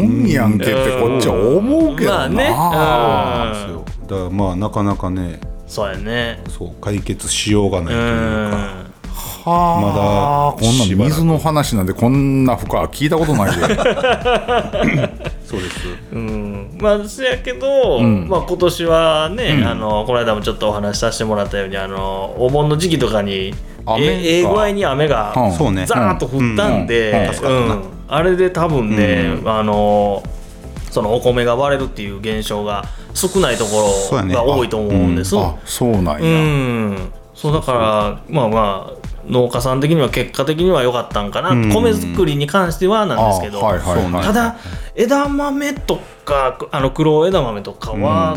Speaker 3: んやんけってこっちは思うけどな、
Speaker 2: まあね。
Speaker 4: そう
Speaker 2: あ
Speaker 4: なんですよだからまあなかなかね
Speaker 2: そうやね。
Speaker 4: そう解決しようがないと
Speaker 2: う
Speaker 4: いうか
Speaker 2: ん。
Speaker 3: はあ、
Speaker 4: ま
Speaker 3: こん
Speaker 4: だ
Speaker 3: な
Speaker 4: しば
Speaker 3: ん
Speaker 4: らく
Speaker 3: 水の話なんでこんな深は聞いたことないで
Speaker 4: そうです
Speaker 2: うんまあそやけど、まあ、今年はね、あのこの間もちょっとお話しさせてもらったようにあのお盆の時期とかに
Speaker 3: 雨か
Speaker 2: えええ具合に雨が
Speaker 3: うん
Speaker 4: そうね
Speaker 2: ザーッと降ったん
Speaker 3: うんうん
Speaker 2: で
Speaker 3: うん助
Speaker 2: うんあれで多分ね、あのそのお米が割れるっていう現象が少ないとこ
Speaker 4: そうや
Speaker 2: ろ
Speaker 4: ね
Speaker 2: が多いと思うんです。
Speaker 3: あそうなんや、
Speaker 2: うん、そうだからまあまあ農家さん的には結果的には良かったんかな、米作りに関してはなんですけど、
Speaker 3: あーはいはいはい
Speaker 4: そうなん
Speaker 2: ただ枝豆とかあの黒枝豆とかは、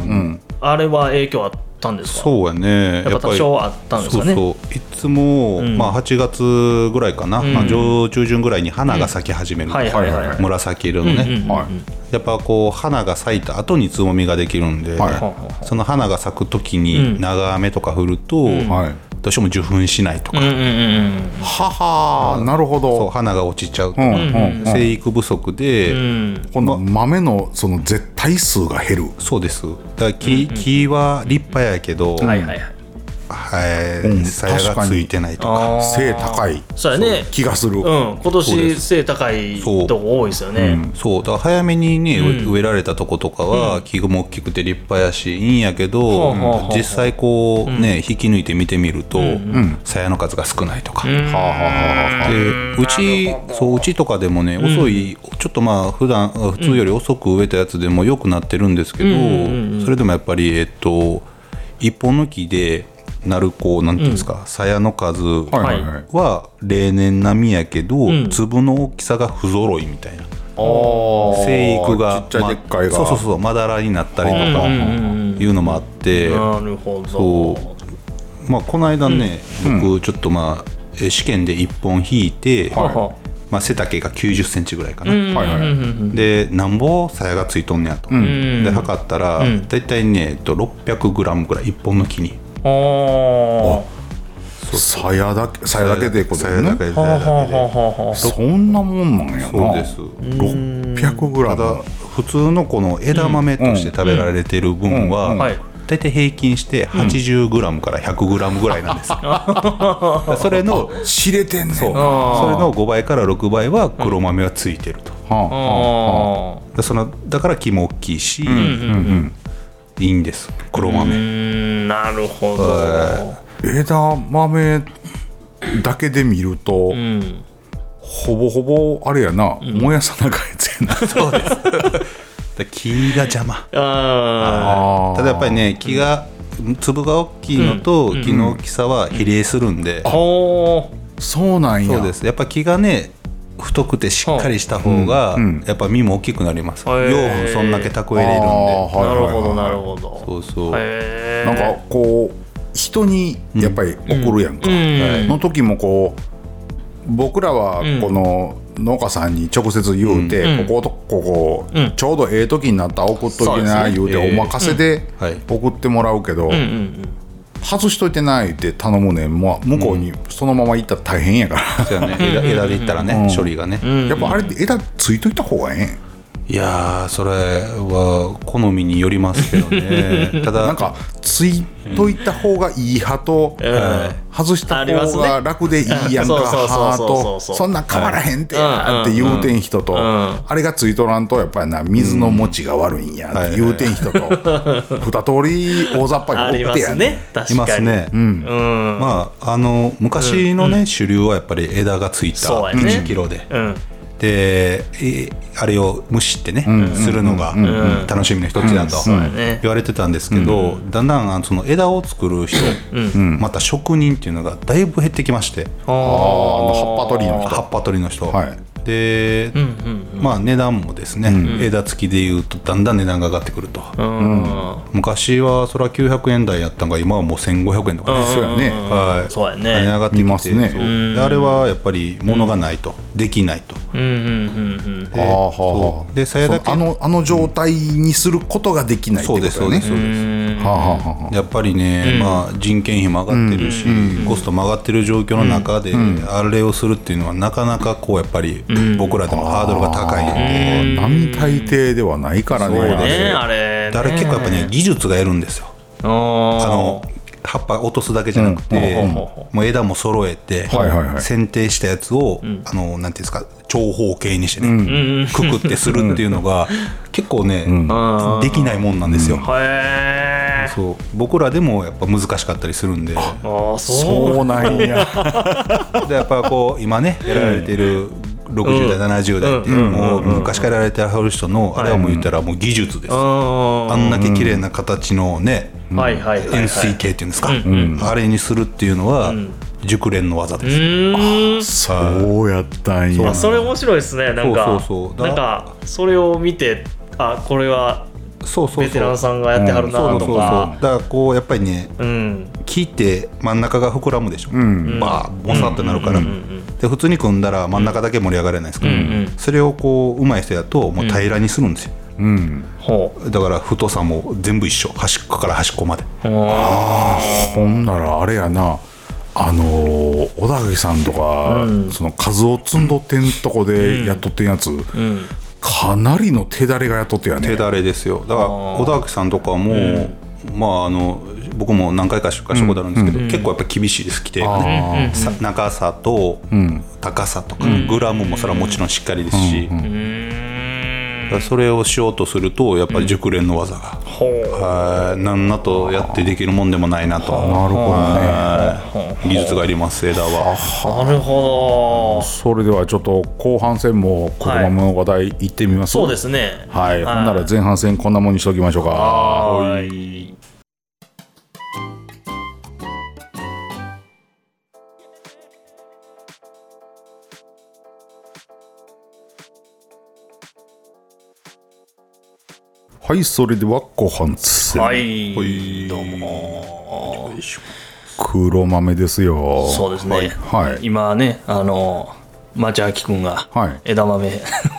Speaker 2: あれは影響あったんですか
Speaker 4: そうやね
Speaker 2: やっぱ多少はあったんですかね
Speaker 4: そうそういつも、
Speaker 2: ん
Speaker 4: まあ、8月ぐらいかな、まあ、上中旬ぐらいに花が咲き始める、
Speaker 2: はいはい
Speaker 3: はい
Speaker 2: は
Speaker 3: はいい
Speaker 4: 紫色のね、
Speaker 2: うんうん
Speaker 3: はい
Speaker 4: やっぱこう花が咲いた後につぼみができるんで、
Speaker 3: はい
Speaker 4: その花が咲く時
Speaker 2: うん
Speaker 4: に長雨とか降ると、
Speaker 3: はい
Speaker 4: どうしても受粉しないとか、
Speaker 2: うんうんうん
Speaker 3: ははなるほ
Speaker 4: そう
Speaker 3: ど
Speaker 4: 花が落ちちゃ
Speaker 3: う
Speaker 4: うとか、
Speaker 3: んうんうん
Speaker 4: 生育不足で、
Speaker 2: うんうん
Speaker 3: 今度豆のその絶対数が減る
Speaker 4: そうですだから木,、木は立派やけど、
Speaker 2: はいはいはい
Speaker 4: はい
Speaker 3: うん
Speaker 4: 鞘がついてないと
Speaker 2: あ
Speaker 4: か
Speaker 2: ー
Speaker 3: 背高い
Speaker 2: そうやね
Speaker 3: 気がする
Speaker 2: うん今
Speaker 4: そうで
Speaker 2: 年
Speaker 4: す
Speaker 2: 背高い
Speaker 4: そう
Speaker 2: とこ多いですよね、
Speaker 4: そうだから早めにね、植えられたとことかは木も大きくて立派やしいいんやけど、
Speaker 2: ほうほうほう
Speaker 4: 実際こうね、引き抜いて見てみると、鞘の数が少ないとか、
Speaker 3: はあはあはあはあ
Speaker 4: でうちそううちとかでもね遅い、ちょっとまあ普段普通より遅く植えたやつでも良くなってるんですけど、それでもやっぱりえっと一本の木でなるこうなんていうんですか、鞘の数は
Speaker 3: はいはいはい
Speaker 4: 例年並みやけど、
Speaker 2: ん
Speaker 4: 粒の大きさが不揃いみたいな。
Speaker 3: あー
Speaker 4: 生育が
Speaker 3: ちっちゃいでっかいが
Speaker 4: まそうそうそうまだらになったりとかいうのもあって、
Speaker 2: なるほど
Speaker 4: そまあ、この間ね、僕ちょっとまあえ試験で1本引いて、
Speaker 2: は
Speaker 4: まあ、背丈が9 0ンチぐらいかな、
Speaker 3: はいはい
Speaker 4: でなんぼ鞘がついとんねやと、で測ったら、だいたいね、えっと、600g ぐらい1本の木に
Speaker 2: ああ
Speaker 3: さやだけさやだけでこれ
Speaker 4: 鞘だけ
Speaker 3: ね
Speaker 4: で鞘だけで
Speaker 3: そんなもんなんやな
Speaker 4: そうです
Speaker 3: 600グラ
Speaker 4: ただ
Speaker 3: ム
Speaker 4: 普通のこの枝豆として食べられてる分
Speaker 3: うんうん
Speaker 2: はい
Speaker 4: は大体平均して 80g から 100g ぐらいなんですだからそれの
Speaker 3: 知れてんねん
Speaker 4: そう
Speaker 3: は
Speaker 2: あー
Speaker 4: それの5倍から6倍は黒豆はついてると、
Speaker 3: あは
Speaker 2: あ
Speaker 4: だそのだから木も大きいし、いいんです黒
Speaker 2: ーう
Speaker 4: 豆、
Speaker 2: ーんなるほど、
Speaker 3: あ枝豆だけで見ると
Speaker 2: うん、
Speaker 3: ほぼほぼあれやな燃やさなあかんやつ やな
Speaker 4: で木が邪魔
Speaker 3: あ
Speaker 2: あ
Speaker 3: ー
Speaker 4: ただやっぱりね木が粒が大きいのと木の大きさは比例するんで、
Speaker 2: あほ
Speaker 3: そうなんや
Speaker 4: そうですやっぱ木がね太くてしっかりした方が、やっぱ身も大きくなります、
Speaker 2: へー
Speaker 4: 養分そんだけ蓄えれるん
Speaker 3: あー
Speaker 4: で
Speaker 2: う
Speaker 3: はい
Speaker 2: な
Speaker 3: はい
Speaker 2: る
Speaker 3: はい
Speaker 2: ほどなるほど
Speaker 4: そうそう、
Speaker 2: へえ
Speaker 3: なんかこう人にやっぱり怒るやんか、
Speaker 2: うん
Speaker 3: の時もこう僕らはこの農家さんに直接言うて、
Speaker 2: うん
Speaker 3: こことここ、
Speaker 2: うん
Speaker 3: ちょうどええ時になったら送っと
Speaker 2: そう
Speaker 3: き
Speaker 2: です
Speaker 3: な
Speaker 2: ね
Speaker 3: 言うて
Speaker 4: ええ
Speaker 3: お任せで
Speaker 4: はい
Speaker 3: 送ってもらうけど、
Speaker 2: うんうん
Speaker 3: 外しといてないって頼むねん、まあ、向こうにそのまま行ったら大変やから、
Speaker 4: そうやね枝枝でいったらね、処理がね、
Speaker 3: やっぱあれって枝ついといた方がええん
Speaker 4: いやーそれは好みによりますけど ねただ
Speaker 3: なんかついといた方がいい派と、外した
Speaker 2: ありま
Speaker 3: 方
Speaker 2: す
Speaker 3: が
Speaker 2: ね
Speaker 3: 楽でいいやんか
Speaker 2: うんそうそう
Speaker 3: 派
Speaker 2: そうそう
Speaker 3: と
Speaker 2: そう
Speaker 3: そんなん変わらへんて
Speaker 2: はい
Speaker 3: やって言うてん人と、
Speaker 2: ん
Speaker 3: あれがついとらんとやっぱりな水の持ちが悪いんやって言うてん人と、 二通り大雑
Speaker 2: あ
Speaker 3: 把に
Speaker 2: り
Speaker 3: おっ
Speaker 2: ま
Speaker 3: てや
Speaker 2: す
Speaker 3: ん
Speaker 2: ね確かに
Speaker 4: いますね、
Speaker 2: うん
Speaker 4: まああの昔のね、主流はやっぱり枝がついた
Speaker 2: そうやね
Speaker 4: 1キロで、
Speaker 2: うん
Speaker 4: でえあれを蒸しってね、するのが楽しみの一つだと
Speaker 2: そうやね
Speaker 4: 言われてたんですけど、だんだんあのその枝を作る人、また職人っていうのがだいぶ減ってきまして、
Speaker 2: あ
Speaker 3: あ
Speaker 2: ー
Speaker 3: の葉っぱ取りの人
Speaker 4: 葉っぱ取りの人、
Speaker 3: はい
Speaker 4: で、まあ値段もですね、枝付きでいうとだんだん値段が上がってくると、
Speaker 2: うん
Speaker 4: 昔はそれは900円台やったんが今はもう1500円とかね、
Speaker 3: そうやね、
Speaker 4: はい
Speaker 2: そうや
Speaker 4: 跳ね
Speaker 2: ね
Speaker 4: 上がってきて
Speaker 3: いますね
Speaker 4: そうであれはやっぱり物がないと、できないと
Speaker 2: うんうんうん
Speaker 3: あーはーはー
Speaker 4: で鞘だけ
Speaker 3: そうあのあの状態にすることができないって
Speaker 4: そ
Speaker 3: こと
Speaker 4: うで
Speaker 3: よ
Speaker 4: すそうで
Speaker 3: ね
Speaker 4: すそうです
Speaker 3: はあはあはあ
Speaker 4: やっぱりね、まあ、人件費も上がってるし、コストも上がってる状況の中で、あれをするっていうのはなかなかこうやっぱり僕らでもハードルが高いんで、
Speaker 3: 並大抵ではないからね
Speaker 4: そうだ
Speaker 2: ねあれ
Speaker 4: だから結構やっぱね技術がいるんですよ
Speaker 2: あ
Speaker 4: あ
Speaker 2: の
Speaker 4: の葉っぱ落とすだけじゃなくて、
Speaker 2: うん
Speaker 4: もう枝も揃えて、
Speaker 3: はいはいはい
Speaker 4: 剪定したやつを、あのなんていうんですか長方形にしてね、くくってするっていうのが結構ね、できないもんなんですよ、
Speaker 2: へえ
Speaker 4: そう僕らでもやっぱ難しかったりするんで
Speaker 2: ああそう
Speaker 3: そうなんや
Speaker 4: でやっぱこう今ねやられてる60代70代っていうもう昔からやられてはる人のあれはもう言ったらもう技術です、あ
Speaker 2: あ
Speaker 4: んだけ綺麗な形のね、
Speaker 2: はいはいはいはい
Speaker 4: 円錐形っていうんですか、あれにするっていうのは、熟練の技です、
Speaker 3: そうやったんや
Speaker 2: あそれ面白いですねなんか
Speaker 4: そうそうそうだ
Speaker 2: なんかそれを見てあこれは
Speaker 4: そうそうそう
Speaker 2: ベテランさんがやってはるな
Speaker 4: そうそう
Speaker 2: と
Speaker 4: そうそうだ
Speaker 2: か
Speaker 4: からこうやっぱりね
Speaker 2: うん
Speaker 4: 切って真ん中が膨らむでしょ、バーボサってなるから、で普通に組んだら真ん中だけ盛り上がれないですから、それをこう上手い人やともう平らにするんですよ、
Speaker 2: ほう
Speaker 4: だから太さも全部一緒端っこから端っこまで
Speaker 3: ほんならあれやなあのー小田垣さんとか、その数を積んどってんとこでやっとってんやつ、かなりの手だれがやっとってや
Speaker 4: 手
Speaker 3: ね
Speaker 4: だれですよだから小田脇さんとかも、まああの僕も何回か出荷したことあるんですけど、結構やっぱ厳しいです規定がね、さ長さと高さとか、グラムもそれはもちろんしっかりですし、だからそれをしようとするとやっぱり熟練の技が、
Speaker 2: ほう
Speaker 4: はいなんなとやってできるもんでもないなとなるほどね技術があります枝は
Speaker 2: なるほど
Speaker 3: それではちょっと後半戦もこのままの話題いってみます
Speaker 2: そうですね
Speaker 3: はい、ほんなら前半戦こんなもんにしておきましょうか
Speaker 2: はい
Speaker 3: はいそれでは後半戦、
Speaker 2: はい
Speaker 4: どうも
Speaker 3: 黒豆ですよ
Speaker 2: そうですね、
Speaker 3: はいはい
Speaker 2: 今ねあの町明君が
Speaker 3: はい
Speaker 2: 枝豆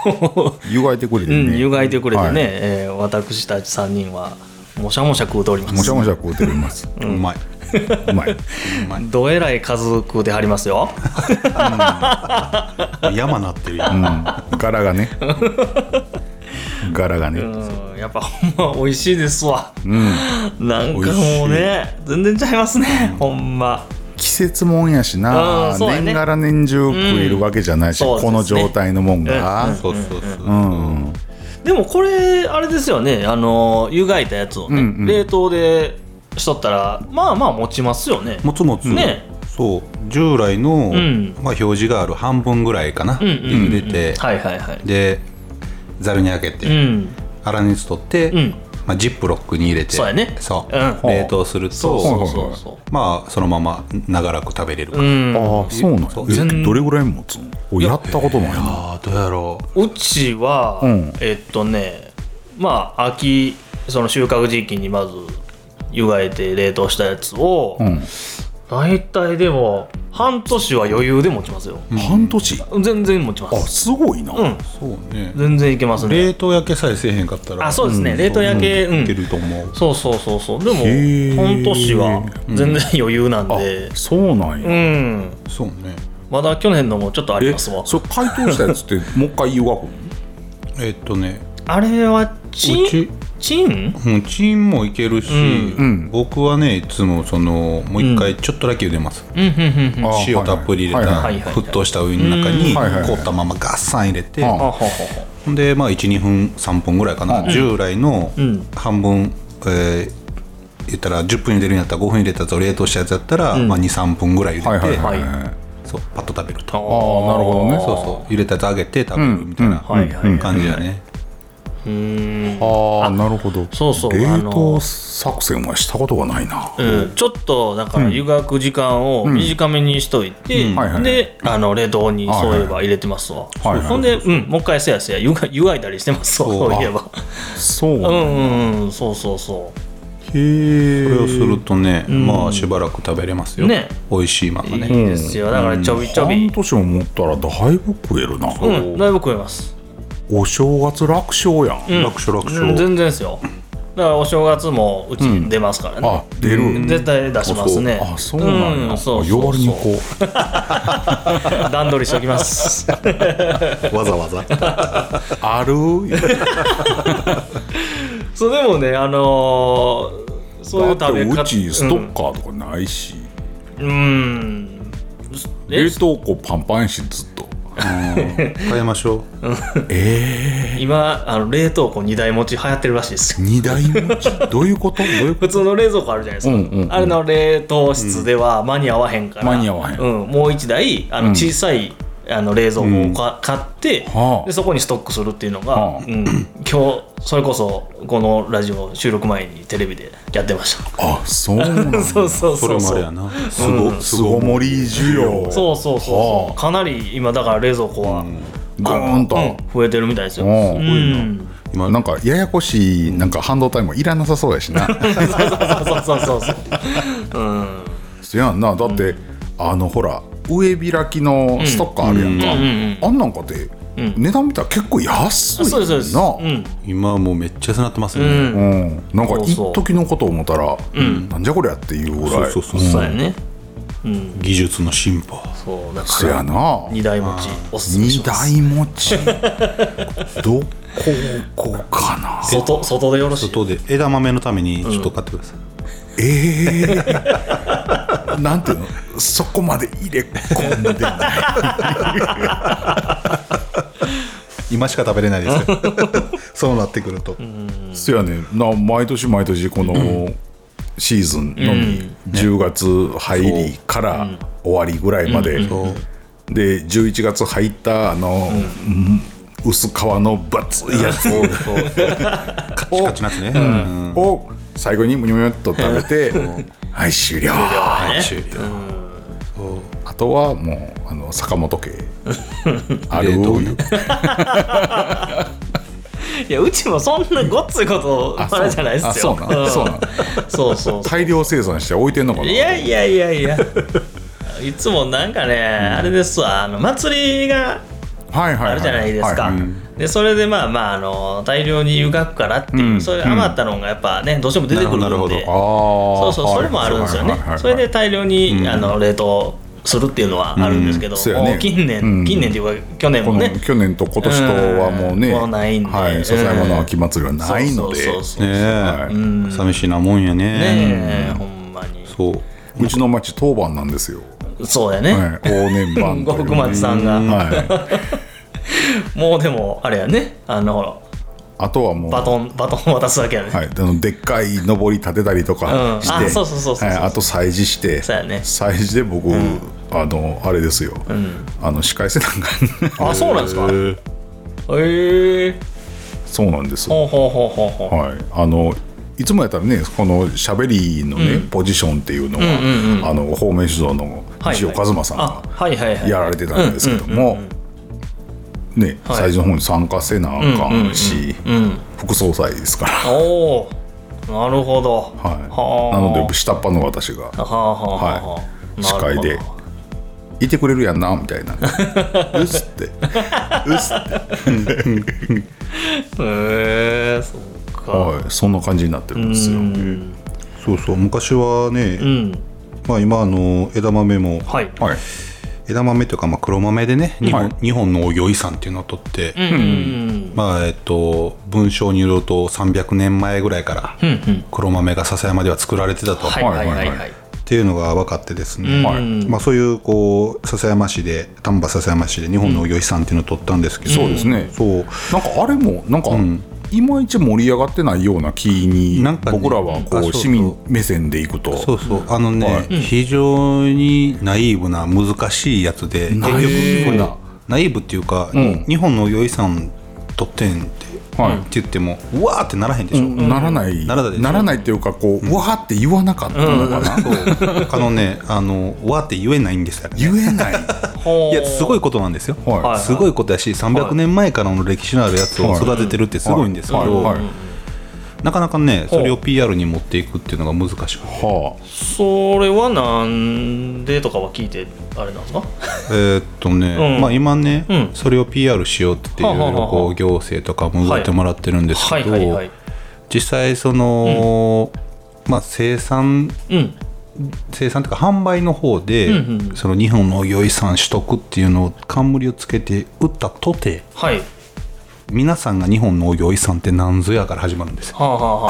Speaker 2: を、
Speaker 3: 湯がいてくれて
Speaker 2: う
Speaker 3: ね、
Speaker 2: ん、湯がいてくれてね、
Speaker 3: はい
Speaker 2: えー私たち3人はもしゃもしゃ食うております
Speaker 3: もしゃもしゃ食うております
Speaker 4: うまいう
Speaker 3: まい
Speaker 2: どえらい数食うてはりますよ
Speaker 4: 山なってるよ、
Speaker 3: うん柄 がね柄がね、
Speaker 2: うんやっぱほんま美味しいですわ、なんかもうね全然ちゃいますねほんま
Speaker 3: 季節もんやしな、
Speaker 2: うんそうやね
Speaker 3: 年がら年中食えるわけじゃないし、
Speaker 2: うんそうですね
Speaker 3: この状態のもんが、
Speaker 4: そうそうそう、
Speaker 3: うん
Speaker 2: でもこれあれですよねあの湯がいたやつをね、
Speaker 3: うんうん
Speaker 2: 冷凍でしとったらまあまあ持ちますよね
Speaker 4: もつもつ、
Speaker 2: ね
Speaker 4: そう従来の、
Speaker 2: ん
Speaker 4: まあ、表示がある半分ぐらいかな、
Speaker 2: うんうんうんうん
Speaker 4: 茹でて、
Speaker 2: はいはいはい
Speaker 4: でざるにあげ
Speaker 2: う
Speaker 4: て、
Speaker 2: ん
Speaker 4: 粗熱取って、
Speaker 2: ん
Speaker 4: まあ、ジップロックに入れて
Speaker 2: そうやね
Speaker 4: そう
Speaker 2: うん
Speaker 4: 冷凍すると
Speaker 2: そうそうそうそ
Speaker 4: まあそのまま長らく食べれるから、
Speaker 2: う、う
Speaker 4: い
Speaker 2: ん、
Speaker 3: ああそうなんや
Speaker 4: そう
Speaker 3: え
Speaker 2: 全
Speaker 3: どれぐらい持つの俺やったことない
Speaker 4: や
Speaker 3: な
Speaker 4: ーどうやろう
Speaker 2: うちは、
Speaker 3: うん
Speaker 2: えっとねまあ秋その収穫時期にまず湯がいて冷凍したやつを、
Speaker 3: うん
Speaker 2: 大体でも半年は余裕で持ちますよ、
Speaker 3: 半年
Speaker 2: 全然持ちま
Speaker 3: あ
Speaker 2: す
Speaker 3: すごいな、
Speaker 2: うん
Speaker 4: そうね
Speaker 2: 全然いけますね
Speaker 4: 冷凍焼けさえせえへんかったら
Speaker 2: あそうですね冷凍焼けうん
Speaker 4: いけると思う、
Speaker 2: そうそうそうそうでも
Speaker 3: へー
Speaker 2: 半年は全然余裕なん
Speaker 3: あ
Speaker 2: で
Speaker 3: そうなん
Speaker 2: う
Speaker 3: や、
Speaker 2: ん
Speaker 4: そうね
Speaker 2: まだ去年のもちょっとあり
Speaker 3: え
Speaker 2: ますわ
Speaker 3: それ解凍したやつってもう一回湯がくの
Speaker 4: えっとね
Speaker 2: あれは
Speaker 4: う
Speaker 2: チン
Speaker 4: ち
Speaker 2: チン
Speaker 4: もうチンもいけるし、
Speaker 3: ん
Speaker 4: 僕はねいつもそのもう一回ちょっとだけ茹でます、
Speaker 2: うんうんうんうん
Speaker 3: あー
Speaker 4: 塩たっぷり入れた
Speaker 3: はい
Speaker 2: はいはい
Speaker 4: 沸騰したお湯の中に
Speaker 3: はいはいはい
Speaker 4: 凍ったままガッサン入れて、
Speaker 3: あ
Speaker 2: あほうほうほう
Speaker 4: ほんでまあ12分3分ぐらいかな、従来の
Speaker 2: ん
Speaker 4: 半分、えー言ったら10分茹でるんやったら5分茹でたやつを冷凍したやつやったら、まあ、23分ぐらい茹でて、
Speaker 3: はいはいはいはい、
Speaker 2: は
Speaker 3: あ
Speaker 4: そうパッと食べる
Speaker 3: あ
Speaker 4: と
Speaker 3: なるほどね
Speaker 4: そうそう茹でたやつ揚げて食べるみたいな
Speaker 2: うんはいはいはい
Speaker 4: 感じやね、
Speaker 3: ああなるほど
Speaker 2: そうそう
Speaker 3: 冷
Speaker 2: あ
Speaker 3: 凍
Speaker 2: の
Speaker 3: 作戦はしたことがないな、
Speaker 2: うん、ちょっとだから湯がく時間を短めにしといて、
Speaker 3: はいはい
Speaker 2: であの冷凍に
Speaker 3: はい
Speaker 2: そういえば入れてますわ、
Speaker 3: はいはい
Speaker 2: ほんで、うん、もう一回せやせや湯が湯がいたりしてますわ
Speaker 4: そう
Speaker 2: そういえば
Speaker 3: そう
Speaker 2: う
Speaker 3: なんや
Speaker 2: んうんうんそうそうそう
Speaker 3: へえ
Speaker 4: それをするとね、まあしばらく食べれますよ、
Speaker 2: ね
Speaker 4: 美味しいままね、
Speaker 2: いいですよだからちょびちょび
Speaker 3: 半年も持ったらだいぶ食えるな、
Speaker 2: うんだいぶ食えます、
Speaker 3: お正月楽勝やん、
Speaker 2: うん、
Speaker 4: 楽勝楽勝、
Speaker 2: うん全然ですよだからお正月もうちに出ますからね、
Speaker 3: あ出る、
Speaker 2: 絶対出しますね
Speaker 3: あそうなんや、
Speaker 2: うんそう
Speaker 3: 呼ばれに行
Speaker 2: そう
Speaker 3: こう
Speaker 2: そう段取りしておきます
Speaker 4: わざわ ざ
Speaker 3: ある
Speaker 2: そうでもねあのーそういう
Speaker 3: だ
Speaker 2: 食
Speaker 3: って
Speaker 2: べ
Speaker 3: う
Speaker 2: 方
Speaker 3: ちストッカーとかないし、
Speaker 2: うん、うんえ
Speaker 3: 冷凍庫パンパンやしずっと
Speaker 4: 買いましょう
Speaker 2: 今あの冷凍庫2台持ち流行ってるらしいですよ
Speaker 3: 二台持ちどういうことどういうこ
Speaker 2: 普通の冷蔵庫あるじゃないですか、
Speaker 3: うんうんうん
Speaker 2: あれの冷凍室では間に合わへんから、
Speaker 3: 間に合わへん
Speaker 2: うん、もう1台あの小さいあの冷蔵庫をか、買って、
Speaker 3: はあ
Speaker 2: でそこにストックするっていうのが、
Speaker 3: はあ
Speaker 2: うん、今日それこそこのラジオ収録前にテレビでやってました
Speaker 3: あそうなん だ
Speaker 2: そうそう
Speaker 4: そ
Speaker 2: そ
Speaker 4: れ
Speaker 2: う
Speaker 4: もあ
Speaker 2: そ
Speaker 4: れ
Speaker 2: う
Speaker 4: やなすご
Speaker 2: うん
Speaker 4: す
Speaker 3: 巣
Speaker 4: ご
Speaker 3: ご
Speaker 4: も
Speaker 3: もり需要
Speaker 2: そうそうそうそう
Speaker 3: はあ
Speaker 2: かなり今だから冷蔵庫は、
Speaker 3: ゴーンと、
Speaker 2: うん増えてるみたいですよ、
Speaker 3: おう
Speaker 2: うん、
Speaker 4: 今
Speaker 3: なんかややこしいなんか半導体もいらなさそうやしな
Speaker 2: そうそうそ うそうそうそう、うん、
Speaker 3: そやんなだって、あのほら上開きのストッカーあるやんか、
Speaker 2: うんうんうん
Speaker 3: あんなんかで、
Speaker 2: ん
Speaker 3: 値段見たら結構安い
Speaker 2: そうですそうです
Speaker 3: な、
Speaker 2: うん
Speaker 4: 今はもうめっちゃ安なってます
Speaker 2: う
Speaker 4: ね、
Speaker 2: ん
Speaker 3: うん、なんか
Speaker 2: そう
Speaker 3: 一
Speaker 2: そう
Speaker 3: 時のことを思ったら、なんじゃこりゃっていうぐ
Speaker 4: そ
Speaker 3: ら
Speaker 4: う
Speaker 3: い
Speaker 4: そうそう、
Speaker 2: そうやね
Speaker 4: 技術の進歩
Speaker 2: そうだか
Speaker 3: そ
Speaker 2: ら
Speaker 3: やな
Speaker 2: 二台持ちおすすめし
Speaker 3: 二
Speaker 2: ます
Speaker 3: 台持ちどここかな
Speaker 2: 外外でよろしい
Speaker 4: 外で枝豆のためにちょっと買ってください、
Speaker 3: ええー、なんていうのそこまで入れ込んでない
Speaker 4: 今しか食べれないですよ そうなってくると、
Speaker 3: そやねな毎年毎年このシーズンのみ、10月入りから終わりぐらいまで、で11月入ったあの、うん薄皮のバツいやつを
Speaker 4: カチカチなやつね、うん
Speaker 3: を最後にむにょむにょっと食べて、はい終了
Speaker 4: はい終了
Speaker 3: あとはもうあの坂本 家ある
Speaker 4: 冷凍
Speaker 3: を
Speaker 4: ね
Speaker 2: いやうちもそんなごっついこと
Speaker 3: あ
Speaker 2: あれじゃないです
Speaker 3: そ
Speaker 2: よ
Speaker 3: うなんあそうなん
Speaker 2: んそうそう
Speaker 3: 大量生産して置いてんのかない
Speaker 2: やいやいや いやいつもなんかね、あれですわあの祭りが
Speaker 3: はいはいはい
Speaker 2: あるじゃないですか、
Speaker 3: は
Speaker 2: でそれでまあまああの大量に湯がくからっていう、
Speaker 3: うん
Speaker 2: そういう余ったのがやっぱねどうしても出てくるんで
Speaker 4: なるほどなる
Speaker 3: あー
Speaker 2: そうそうそれもあるんですよね、
Speaker 3: はいはいはいはい
Speaker 2: それで大量に、あの冷凍するっていうのはあるんですけど、
Speaker 3: うんそうやね
Speaker 2: もう近年、
Speaker 3: うん
Speaker 2: 近年っていうか去年
Speaker 3: こ
Speaker 2: も
Speaker 3: の
Speaker 2: ね
Speaker 3: 去年と今年とはもうね、
Speaker 2: うんもうないんで
Speaker 3: はい、笹山の秋祭りはないので、
Speaker 2: そうそうそうそう
Speaker 4: ねえ、
Speaker 3: はい
Speaker 4: 寂しいなもんやね
Speaker 2: ねえ、ほんまに
Speaker 4: そう
Speaker 3: うちの町当番なんですよ、
Speaker 2: そうやね、
Speaker 3: はい、往年番
Speaker 2: 五
Speaker 3: という
Speaker 2: 福松さんが、
Speaker 3: はい、
Speaker 2: もうでもあれやねあの
Speaker 3: あとはもう
Speaker 2: バトンバトン渡すだけやね、
Speaker 3: はい、あのでっかい上り立てたりと
Speaker 2: う
Speaker 3: か
Speaker 2: ん
Speaker 3: して、
Speaker 2: あそうそうそうそう
Speaker 3: はいあと催事して
Speaker 2: そうやね
Speaker 3: 催事で僕、あのあれですよ、あの司会せなんか
Speaker 2: あそうなんですかへ
Speaker 4: え
Speaker 2: え
Speaker 3: そうなんですはい
Speaker 2: ほうほうほうほうほう
Speaker 3: あのいつもやったらねこのしゃべりのね、ポジションっていうのは、あの方面指導の西尾一馬さんが、
Speaker 2: あはいはいはい
Speaker 3: やられてたんですけども、ね、
Speaker 2: はい
Speaker 3: 最初の方に参加せなあかんし、
Speaker 2: うん
Speaker 3: 副総裁ですから、は
Speaker 2: おおなるほど
Speaker 3: い、
Speaker 2: は
Speaker 3: な
Speaker 2: あ
Speaker 3: ので下っ端の私が
Speaker 2: はあはあはあ、
Speaker 3: は
Speaker 2: な
Speaker 3: 司
Speaker 2: る
Speaker 3: 会
Speaker 2: ほど
Speaker 3: で「いてくれるやんな」みた いな「うっす」って「うっす」って、
Speaker 2: へえそっか
Speaker 3: はい、そんな感じになってるんですよ。
Speaker 4: そうそう昔はね、
Speaker 2: うん
Speaker 4: まあ今あの枝豆も
Speaker 2: はい
Speaker 3: はい、
Speaker 4: 枝豆というかまあ黒豆でね日本,、
Speaker 3: はい
Speaker 4: 日本農業遺産っていうのを取って、
Speaker 2: うんうん
Speaker 4: まあえっと文章によると300年前ぐらいから
Speaker 2: うんうん
Speaker 4: 黒豆が笹山では作られてたと、
Speaker 2: はいはいはいはい
Speaker 4: っていうのが分かってですね、
Speaker 3: はい
Speaker 2: うん
Speaker 4: まあ、そういうこう笹山市で丹波笹山市で日本農業遺産っていうのを取ったんですけど、
Speaker 3: そうですね
Speaker 4: そう
Speaker 3: なんかあれもなんか、いまいち盛り上がってないような気に
Speaker 4: なんかね
Speaker 3: 僕らはこ
Speaker 4: あそう
Speaker 3: う
Speaker 4: そう
Speaker 3: 市民目線でいくと
Speaker 4: そうそうあのね、
Speaker 3: は
Speaker 4: 非常にナイーブな難しいやつで結
Speaker 3: ナイーブな
Speaker 4: こうナイーブっていうか、
Speaker 3: ん
Speaker 4: 日本の余遺産取ってんって,、
Speaker 3: はい
Speaker 4: って言ってもうわーってならへんでしょ、
Speaker 3: ならない
Speaker 4: ならないでしょ
Speaker 3: ならないっていうかこう、うわーって言わなかったのかな、
Speaker 4: そう あのねあのわーって言えないんですよ、ね、
Speaker 3: 言えない
Speaker 2: ほ
Speaker 4: いうやすごいことなんですよ、
Speaker 3: はいはい
Speaker 4: すごいことやし300年前からの歴史のあるやつを育ててるって すごいんですけど、
Speaker 3: はいはいはい
Speaker 4: なかなかねそれを PR に持っていくっていうのが難しくて、
Speaker 3: はあ
Speaker 2: それはなんでとかは聞いてあれなんですか
Speaker 4: えーっとね、
Speaker 2: うん
Speaker 4: まあ、今ね、
Speaker 2: うん
Speaker 4: それを PR しようってい
Speaker 2: はあは
Speaker 4: ろ
Speaker 2: あ
Speaker 4: い
Speaker 2: は
Speaker 4: ろ
Speaker 2: あ
Speaker 4: こう行政とかも動いてもらってるんです
Speaker 2: は
Speaker 4: け
Speaker 2: いはいは
Speaker 4: ど
Speaker 2: い
Speaker 4: 実際その、まあ、生産
Speaker 2: うん
Speaker 4: 生産というか販売の方で、
Speaker 2: うんうん
Speaker 4: その日本の漁遺産取得っていうのを冠をつけて打ったとて
Speaker 2: はい
Speaker 4: 皆さんが日本の漁遺産って何ぞやから始まるんですよ。
Speaker 2: はあはあはあはあ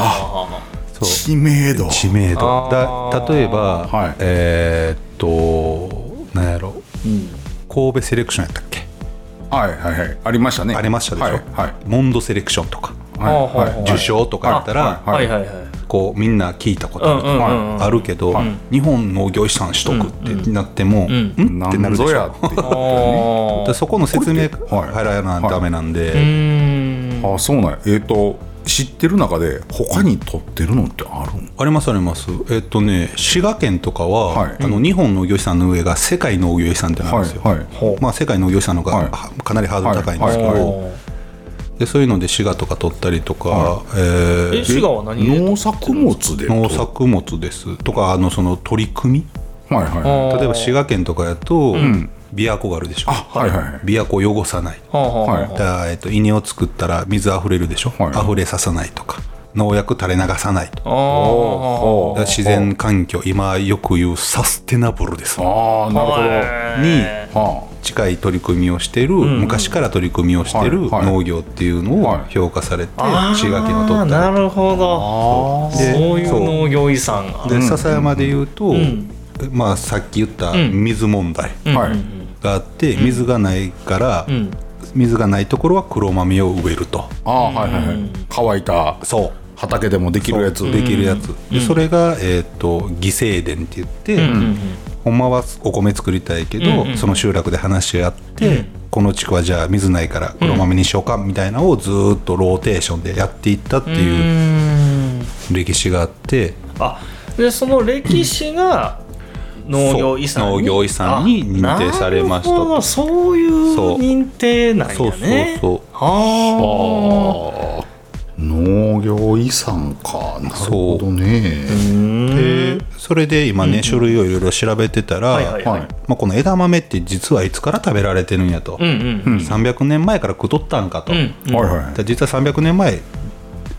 Speaker 2: は
Speaker 4: そう
Speaker 3: 知名度
Speaker 4: 知名度
Speaker 2: あ
Speaker 4: だ
Speaker 2: ー
Speaker 4: 例えば、
Speaker 3: はい
Speaker 4: えーっとなんやろ
Speaker 2: あうん
Speaker 4: 神戸セレクションやったっけ
Speaker 3: はいはいはいありましたね
Speaker 4: ありましたでしょ、
Speaker 3: はいはい
Speaker 4: モンドセレクションとか
Speaker 2: はあはあはあ
Speaker 4: 受賞とかやったら、
Speaker 2: はいはいはい
Speaker 4: 神こうみんな聞いたことある,、
Speaker 2: うんうんうんうん
Speaker 4: あるけど、日本農業資産取得ってなっても、うん
Speaker 2: ん
Speaker 4: んってなるでし
Speaker 3: ぞや
Speaker 4: ょ
Speaker 3: って
Speaker 2: あー
Speaker 4: でそこの説
Speaker 3: これっ
Speaker 4: 明
Speaker 3: てはい
Speaker 4: 入らないダメなんで、
Speaker 2: うーん
Speaker 3: あそうなんやえっ、と知ってる中で他に取ってるのってあるん
Speaker 4: ありますありますえっ、とね滋賀県とかは、
Speaker 3: はい
Speaker 4: あの日本農業資産の上が世界農業資産ってなんですよ、
Speaker 3: はいはい
Speaker 2: ほう
Speaker 4: まあ、世界農業資産の方が、
Speaker 3: はい
Speaker 4: はかなりハードル高いんですけど、
Speaker 3: はいは
Speaker 4: でそういうので滋賀とか取ったりとか、えー
Speaker 2: え滋賀は何で
Speaker 3: 農作物で
Speaker 4: 農作物ですとかあのその取り組み
Speaker 3: はいは
Speaker 4: 例えば滋賀県とかやと、琵琶湖があるでしょ
Speaker 3: いはいはい
Speaker 4: 琵琶湖を汚さない
Speaker 2: はあはあはあ
Speaker 4: だからえっと、稲を作ったら水あふれるでしょ、
Speaker 3: はい
Speaker 4: 溢れささないとか農薬垂れ流さないと
Speaker 2: あー
Speaker 4: だから自然環境今よく言うサステナブルです
Speaker 3: ああなる
Speaker 2: へ
Speaker 3: ほどは
Speaker 4: 近い取り組みをしている、昔から取り組みをしている
Speaker 3: はいはい
Speaker 4: 農業っていうのを
Speaker 3: はい
Speaker 4: 評価されて、
Speaker 2: ー
Speaker 4: 滋賀県を取
Speaker 2: あー
Speaker 4: った
Speaker 2: なるほど
Speaker 4: で
Speaker 2: そういう
Speaker 4: そう
Speaker 2: 農業遺産が
Speaker 4: で笹山で言うと、
Speaker 2: ん
Speaker 4: まあ、さっき言った水問題
Speaker 3: あはい
Speaker 4: があって、水がないから、
Speaker 2: ん
Speaker 4: 水がないところは黒豆を植えると
Speaker 3: ああはいはいはい乾いた
Speaker 4: そう
Speaker 3: 畑でもできるやつ
Speaker 4: できるやつ、でそれが、えー、と犠牲伝って言って、ほんまはお米作りたいけど、その集落で話し合って、この地区はじゃあ水ないから黒豆にしようかみたいなのをずーっとローテーションでやっていったって
Speaker 2: う
Speaker 4: いう
Speaker 2: ーん
Speaker 4: 歴史があって、
Speaker 2: あでその歴史が農業遺産に
Speaker 4: そう農業遺産に認定されました
Speaker 2: あなるほどそういう
Speaker 4: そう
Speaker 2: 認定なんやね
Speaker 4: そうそうそう
Speaker 2: はあ
Speaker 3: 農業遺産かなるほどね
Speaker 4: でそれで今ね、書類をいろいろ調べてたら、
Speaker 2: はいはいはい
Speaker 3: はい
Speaker 4: まあ、この枝豆って実はいつから食べられてるんやと、
Speaker 2: うんうん
Speaker 4: 300年前から食っとったんかと。
Speaker 2: うんうん
Speaker 3: はいはい
Speaker 4: だから実は300年前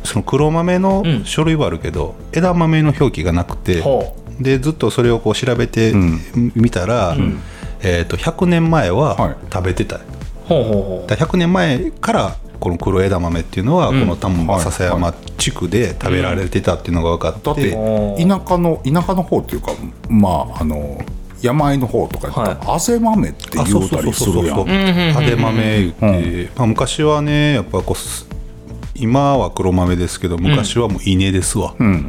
Speaker 4: その黒豆の
Speaker 2: ん
Speaker 4: 書類はあるけど、枝豆の表記がなくて
Speaker 2: ほ
Speaker 4: でずっとそれをこう調べてみたら、えー、と100年前
Speaker 3: はい
Speaker 4: は食べてた、
Speaker 2: ほうほうほう
Speaker 4: だから100年前からこの黒枝豆っていうのは、この丹
Speaker 3: は
Speaker 4: 波
Speaker 3: い
Speaker 4: 篠山地区で食べられてたっていうのが分かって,、
Speaker 3: だって田舎の田舎の方っていうかまああの山あいの方とか言ったらあぜ豆って言
Speaker 4: あそう
Speaker 3: う
Speaker 4: そ
Speaker 3: た
Speaker 4: うそう
Speaker 3: りす
Speaker 4: そう
Speaker 3: るや
Speaker 4: そうん派手豆言って、まあ、昔はねやっぱこうす今は黒豆ですけど昔はもう稲ですわ、
Speaker 2: うん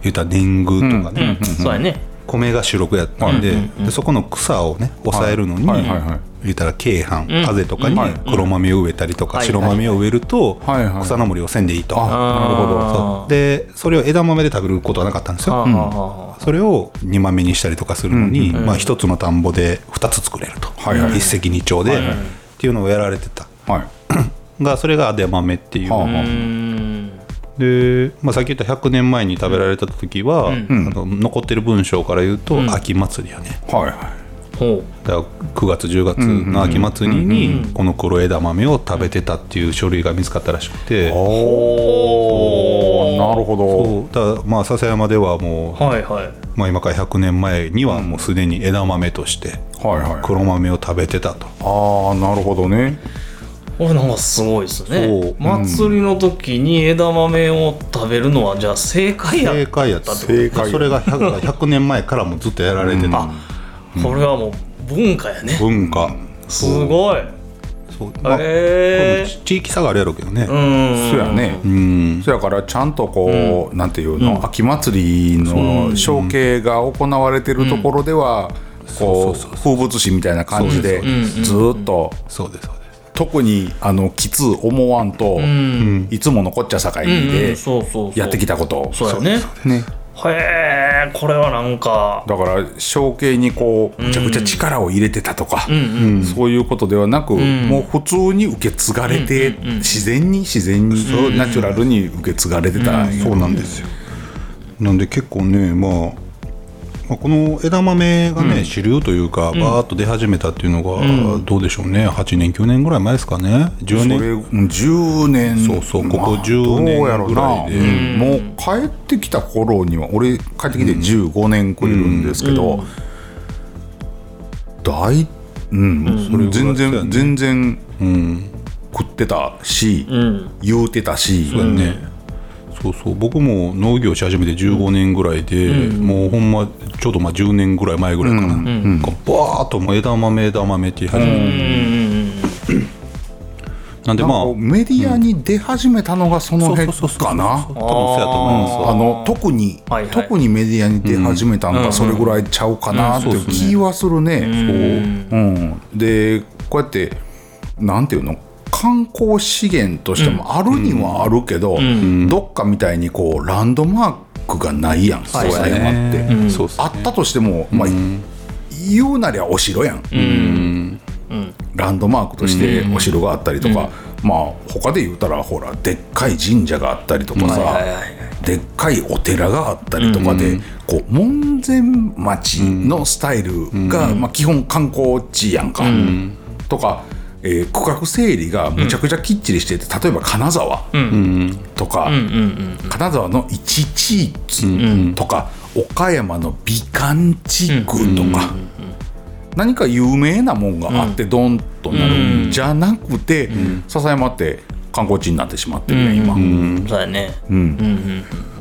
Speaker 4: 言うたら年貢とかね、
Speaker 2: そうやね
Speaker 4: 米が主力やったんで,、でそこの草をね抑えるのに、
Speaker 3: はいはいはい
Speaker 4: 言ったら鶏飯、風とかに
Speaker 3: はい
Speaker 4: 黒豆を植えたりとか、
Speaker 2: はい
Speaker 4: 白豆を植えると、
Speaker 3: はいはい
Speaker 4: 草の森をせんでいいと、
Speaker 3: あ
Speaker 2: なるほ
Speaker 4: そうでそれを枝豆で食べることはなかったんですよ、それを煮豆にしたりとかするのに、まあ、1つの田んぼで2つ作れると、
Speaker 3: はいはい
Speaker 4: 一石二鳥で、っていうのをやられてた
Speaker 3: はい
Speaker 4: がそれが枝豆っていう、
Speaker 3: はあはあ
Speaker 4: で、まあ、さっき言った100年前に食べられた時は、あの残ってる文章から言うと、秋祭りやね
Speaker 3: はいはい
Speaker 2: ほ
Speaker 4: だから9月10月の秋祭りにこの黒枝豆を食べてたっていう書類が見つかったらしくて
Speaker 3: おなるほど
Speaker 4: そうだからまあ笹山ではも
Speaker 2: うはいはいへ
Speaker 4: う、まあ、今から100年前にはもうすでに枝豆として
Speaker 3: はいはい
Speaker 4: 黒豆を食べてたと。
Speaker 3: ああなるほどね
Speaker 2: これなんかすごいです
Speaker 4: そうう
Speaker 2: ね
Speaker 4: ん
Speaker 2: 祭りの時に枝豆を食べるのはじゃあ正解や
Speaker 4: 正解やったってこと
Speaker 3: 正解
Speaker 4: それが 100, 100年前からもずっとやられてた
Speaker 2: これはもう文化やね
Speaker 4: 文化
Speaker 2: すごい
Speaker 4: そう、まあ、これ
Speaker 2: へ
Speaker 4: も地域差があるやろうけどね、
Speaker 2: うん
Speaker 3: そやね
Speaker 4: うん
Speaker 3: そやからちゃんとこうなんていうの秋祭りの承継が行われてるところではこう風物詩みたいな感じでずーっと
Speaker 4: そうですそうです
Speaker 3: 特にあのきつ思わんといつものこっちゃ境
Speaker 2: うん
Speaker 3: に
Speaker 2: うん
Speaker 3: で
Speaker 2: そうそうそう
Speaker 3: やってきたこと
Speaker 2: そうやね
Speaker 3: ね
Speaker 2: へえこれはなんか
Speaker 3: だから象形にこうむちゃくちゃ力を入れてたとか、そういうことではなく、もう普通に受け継がれて、自然に自然に、ナチュラルに受け継がれてた、
Speaker 4: そうなんですよなんで結構ね、まあ、まあこの枝豆がね、主流というかバーッと出始めたっていうのが、どうでしょうね8年9年ぐらい前ですかね10
Speaker 3: それ
Speaker 4: 年
Speaker 3: うん10年
Speaker 4: そうそうここ
Speaker 3: まあ
Speaker 4: 10年
Speaker 3: どうやろうな
Speaker 4: ぐらいで
Speaker 3: うんもう帰ってきた頃には俺帰ってきて15年くれるんですけど、大うん、全
Speaker 4: そうや
Speaker 3: 然
Speaker 4: ね
Speaker 3: 全然、食ってたし、言うてたし、
Speaker 4: ね、そうそう僕も農業し始めて15年ぐらいで、もうほんまちょうどまあ10年ぐらい前ぐらいかな、がバーッともう枝豆枝豆って言い始めて、なんでまあ
Speaker 3: なんかメディアに出始めたのがその辺
Speaker 4: そうそうそうそう
Speaker 3: かな
Speaker 4: 多分そうやと思います
Speaker 3: あの特に、
Speaker 2: はいはい
Speaker 3: 特にメディアに出始めたのがそれぐらいちゃうかなっていう気はするね。うんでこうやってなんていうの観光資源としてもあるにはあるけど、どっかみたいにこうランドマークがないやん、そうや山って、
Speaker 4: ねそうっす
Speaker 3: あったとしても、まあ言うなりゃお城やん、ランドマークとしてお城があったりとか、まあ他で言うたらほらでっかい神社があったりとかさ、
Speaker 2: はいはいはい
Speaker 3: でっかいお寺があったりとかで、こう門前町のスタイルが、まあ、基本観光地やんか、とか、えー区画整理がむちゃくちゃきっちりしてて例えば金沢とか、金沢の一地域とか、岡山の美観地区とか。何か有名なもんがあってドンとなるんじゃなくて、笹山って観光地になってしまってるね、今、
Speaker 2: そうやね。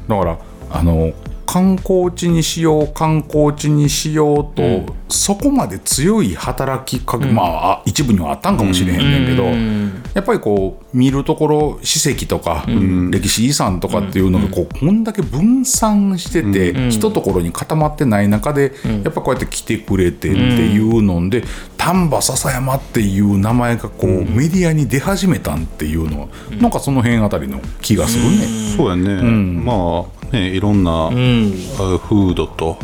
Speaker 3: だからあの観光地にしよう観光地にしようと、そこまで強い働きかけ、まああ一部にはあったんかもしれへんねんけど、やっぱりこう見るところ史跡とか、歴史遺産とかっていうのがこうこんだけ分散してて、一ところに固まってない中で、やっぱこうやって来てくれてっていうので丹波篠山っていう名前がこう、メディアに出始めたんっていうのはなんかその辺あたりの気がするね。
Speaker 4: そうやね、まあねいろんな、あフードと、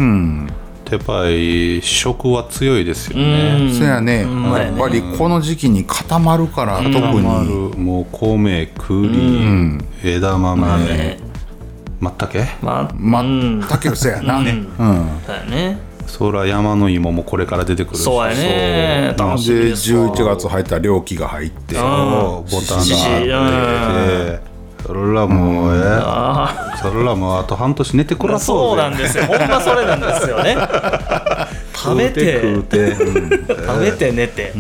Speaker 4: やっぱり食は強いですよね、
Speaker 3: そやね、やっぱりこの時期に固まるから、特
Speaker 4: ある
Speaker 3: に
Speaker 4: もう米栗、枝豆、
Speaker 2: ね
Speaker 4: まったけ
Speaker 2: まあ、
Speaker 3: ま
Speaker 2: うん
Speaker 3: ったけどそやな、うん
Speaker 2: そうやね。
Speaker 4: そら山の芋もこれから出てくるし
Speaker 2: そうやね。
Speaker 3: で
Speaker 2: 楽しみですわ。
Speaker 3: 11月入ったら料金が入って
Speaker 4: そうボタ
Speaker 2: しし
Speaker 4: ンがあってそらもうえそらもうあと半年寝て暮ら
Speaker 2: そ
Speaker 4: そううぜ
Speaker 2: なんですよ。ほんまそれなんですよね。 食べて、
Speaker 4: 食う
Speaker 2: 食
Speaker 4: て食うて、うん
Speaker 2: べて寝て。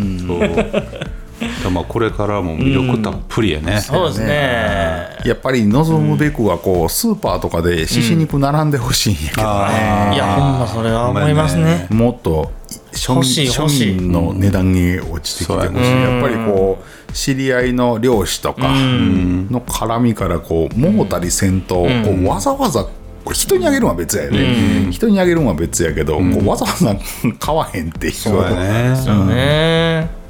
Speaker 4: そう。でもこれからも魅力たっぷりやね。
Speaker 2: そうですね。
Speaker 3: やっぱり望むべくはこうスーパーとかでしし肉並んでほしいんやけどね、
Speaker 2: いや、ほんまそれは思いますね。
Speaker 3: もっと庶
Speaker 2: 欲しい
Speaker 3: 民
Speaker 2: 欲しい
Speaker 3: 庶民の値段に落ちてきてほしい、
Speaker 4: う
Speaker 3: や
Speaker 4: ん
Speaker 3: っぱりこう知り合いの漁師とかの絡みからこうもうたりせんと、こうわざわざこれ人にあげるのは別やよね、人にあげるのは別やけど、こうわざわざ買わへんっていう
Speaker 4: そうやね。
Speaker 2: ね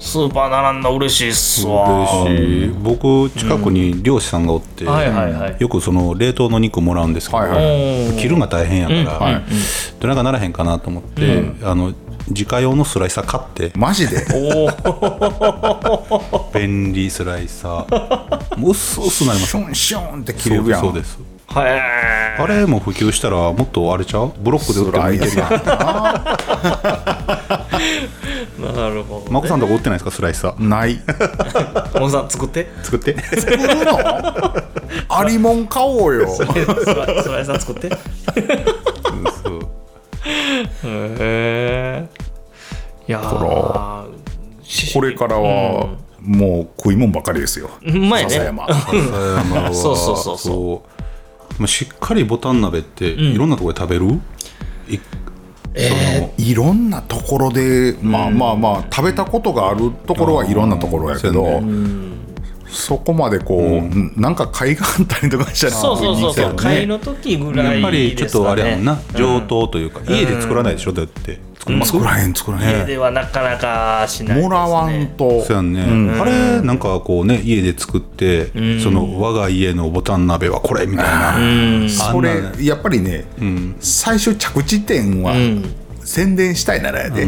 Speaker 2: スーパー並んだ嬉しいっすわ。
Speaker 4: 嬉しい僕近くに漁師さんがおって、
Speaker 2: はいはいはい
Speaker 4: よくその冷凍の肉もらうんですけど、
Speaker 3: はいはい
Speaker 4: 切るのが大変やから、どれかならへんかなと思って、あの自家用のスライサー買って
Speaker 3: マジで
Speaker 2: おお、
Speaker 4: 便利スライサ ーもう薄々なりま
Speaker 3: シ
Speaker 4: す
Speaker 3: ュンシュンって切れるやん
Speaker 4: そうですそうです
Speaker 2: はい。
Speaker 4: あれも普及したらもっとあれちゃうブロックで売ってもいけるやん
Speaker 2: なるほど。
Speaker 4: 眞子さんとか売ってないですかスライサー
Speaker 3: ない作
Speaker 2: モンさん作って。
Speaker 4: 作って
Speaker 3: るのありもん買おうよ
Speaker 2: スラスライサー作って。へ
Speaker 4: そう
Speaker 2: え。いやー。
Speaker 3: これからはもう食いもんばかりですよ
Speaker 2: うまいね
Speaker 3: 笹山
Speaker 2: そうそうそうそう
Speaker 4: まあしっかりボタン鍋っていろんなところで食べる、い
Speaker 3: いろんなところでまあまあまあ食べたことがあるところはいろんなところやけどそこまでこう、うんなんか買いがあったりとかしたら
Speaker 2: そうそうそうそう、
Speaker 4: ね
Speaker 2: 買いの時ぐら
Speaker 4: やっぱ
Speaker 2: い
Speaker 4: りちょ
Speaker 2: で
Speaker 4: っ
Speaker 2: すか、ね、
Speaker 4: とあれやもんな上等というか、家で作らないでしょだって作ります
Speaker 3: 作らへん作らへ
Speaker 2: 家
Speaker 3: ん、
Speaker 2: ではなかなかしないです、ね、
Speaker 3: もらわんと
Speaker 4: そうやんね、あれなんかこうね家で作って、その我が家のボタン鍋はこれみたいな、
Speaker 3: それやっぱりね、最初着地点は、宣伝したいならやで、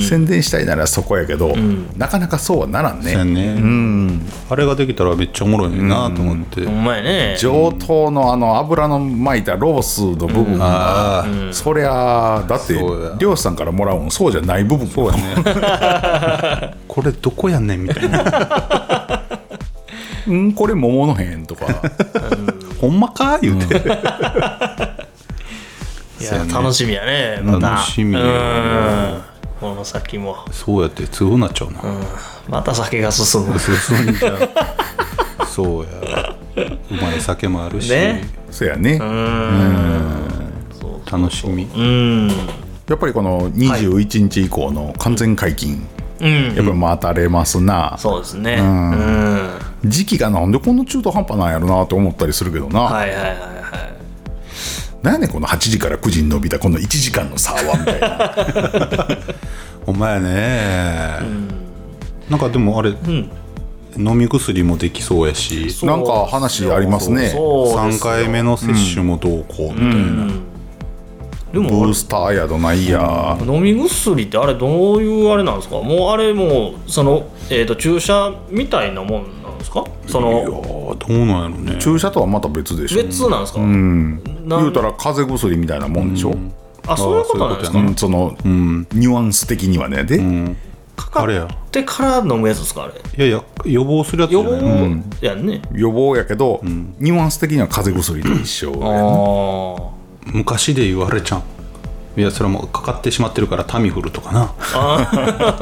Speaker 3: 宣伝したいならそこやけど、なかなかそうはならん
Speaker 4: そうや
Speaker 3: ね、
Speaker 4: んね、あれができたらめっちゃおもろいなと思って、
Speaker 2: ほんまやね
Speaker 3: 上等のあの油の巻いたロースの部分が、そりゃあだって
Speaker 4: そうや
Speaker 3: 漁師さんからもらうんそうじゃない部分そうやね
Speaker 4: これどこやねんみたいな
Speaker 3: うんこれ桃のへん とか
Speaker 4: ほんまか言うて、
Speaker 2: いや楽しみやねまた
Speaker 4: 楽しみやね
Speaker 2: うんこの先も
Speaker 4: そうやって強くなっちゃうな、
Speaker 2: また酒が進む
Speaker 4: 進んじゃうそうやうまい酒もあるし、
Speaker 2: ね
Speaker 3: そうやね、
Speaker 4: 楽しみ、
Speaker 3: やっぱりこの21日以降の完全解禁、やっぱり待たれますな、
Speaker 2: そうですねうんは
Speaker 3: 時期がなんでこんな中途半端なんやろなと思ったりするけどな、
Speaker 2: いはいはいはい
Speaker 3: なんやねんこの8時から9時に伸びたこの1時間の差はみたいな
Speaker 4: お前ね、なんかでもあれ、飲み薬もできそうやし
Speaker 2: そう
Speaker 3: なんか話ありますね
Speaker 2: そうです
Speaker 4: 3
Speaker 2: よ
Speaker 4: 回目の接種もどうこうみたいな、
Speaker 2: で
Speaker 3: ブ
Speaker 2: も
Speaker 3: ースターやどないや、
Speaker 2: 飲み薬ってあれどういうあれなんですかもうあれもうその、えー、と注射みたいなもんなんですかそ
Speaker 4: いや
Speaker 2: の
Speaker 4: ーどうなんやろね
Speaker 3: 注射とはまた別でしょ
Speaker 2: 別なんですか、なん
Speaker 3: 言うたら風邪薬みたいなもんでしょ、うん
Speaker 2: あそういうことなんですか
Speaker 4: そういうこ
Speaker 3: その、ニュアンス的にはねで、
Speaker 4: あれや
Speaker 2: でから飲むやつですかあれ
Speaker 4: いやいや予防するやつじゃ
Speaker 2: 予
Speaker 4: ない
Speaker 2: 防やんね、
Speaker 3: 予防やけど、ニュアンス的には風邪薬と一緒
Speaker 2: あ
Speaker 3: やね
Speaker 4: 昔で言われちゃんいやそれはもうかかってしまってるからタミフルとかなち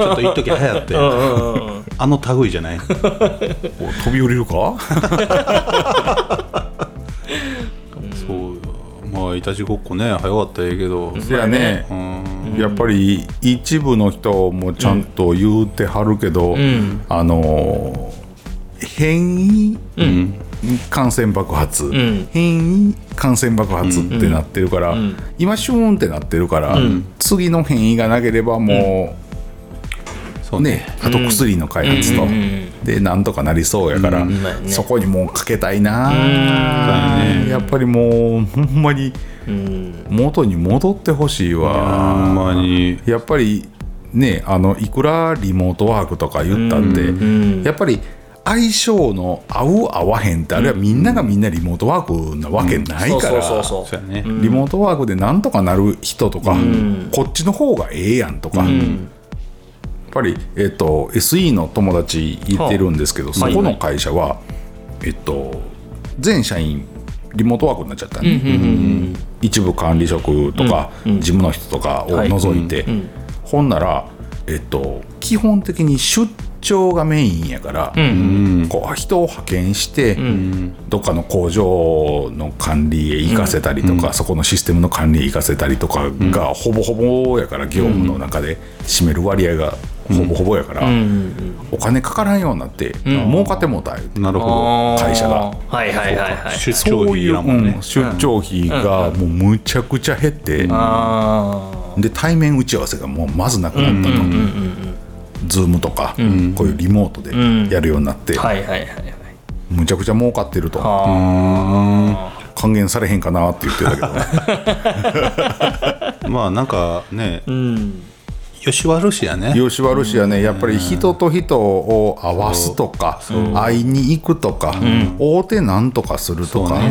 Speaker 4: ょっと一時流行って
Speaker 2: あうんうんうん
Speaker 4: あの類じゃない
Speaker 3: お飛び降りるか
Speaker 4: そうまあいたちごっこね早かったらええけど
Speaker 3: いやね、
Speaker 4: うん
Speaker 3: やっぱり一部の人もちゃんと言うてはるけど、
Speaker 2: ん
Speaker 3: あのー変異、感染爆発、
Speaker 2: ん
Speaker 3: 変異感染爆発ってなってるから、今シューンってなってるから、次の変異がなければも、
Speaker 4: そううね
Speaker 3: ねあと薬の開発と、でなんとかなりそうやから、
Speaker 2: まあね
Speaker 3: そこにもうかけたいな、
Speaker 4: うん
Speaker 3: やっぱりもうほんまに
Speaker 2: うん
Speaker 3: 元に戻ってほしいわ。
Speaker 4: ほんまに
Speaker 3: やっぱりねあのいくらリモートワークとか言ったって、やっぱり相性の合う合わへんってあれはみんながみんなリモートワークなわけない
Speaker 2: そう
Speaker 3: か
Speaker 2: そう
Speaker 3: ら
Speaker 2: そうそう
Speaker 4: そうやね
Speaker 3: リモートワークでなんとかなる人とか、こっちの方がええやんとか、やっぱり、えっと SE の友達いてるんですけど、そこの会社は、えっと全社員リモートワークになっちゃったね、一部管理職とか、事務の人とかを除いて、ほんなら、えっと、基本的に出張がメインやから、こう人を派遣して、どっかの工場の管理へ行かせたりとか、そこのシステムの管理へ行かせたりとかが、ほぼほぼやから業務の中で占める割合がほぼほぼやから、お金かからんようになって、儲かってもうた言うて
Speaker 4: なるほど
Speaker 2: あー
Speaker 3: 会社が
Speaker 2: はいはいはいはい
Speaker 4: 出張
Speaker 3: そう
Speaker 4: 費
Speaker 3: い、
Speaker 4: いうらんもん
Speaker 3: う
Speaker 4: ね
Speaker 3: ん出張費がもうむちゃくちゃ減って、
Speaker 2: あ
Speaker 3: で対面打ち合わせがもうまずなくなったと、ズームとか、こういうリモートでやるようになって、
Speaker 2: あはいはいはいはい
Speaker 3: むちゃくちゃ儲かってると還元されへんかなって言ってたけど
Speaker 4: まあなんかね
Speaker 2: うん
Speaker 4: よし悪しやね
Speaker 3: 吉原市はねやっぱり人と人を合わすとか会いに行くとか、大手なんとかするとか、やっ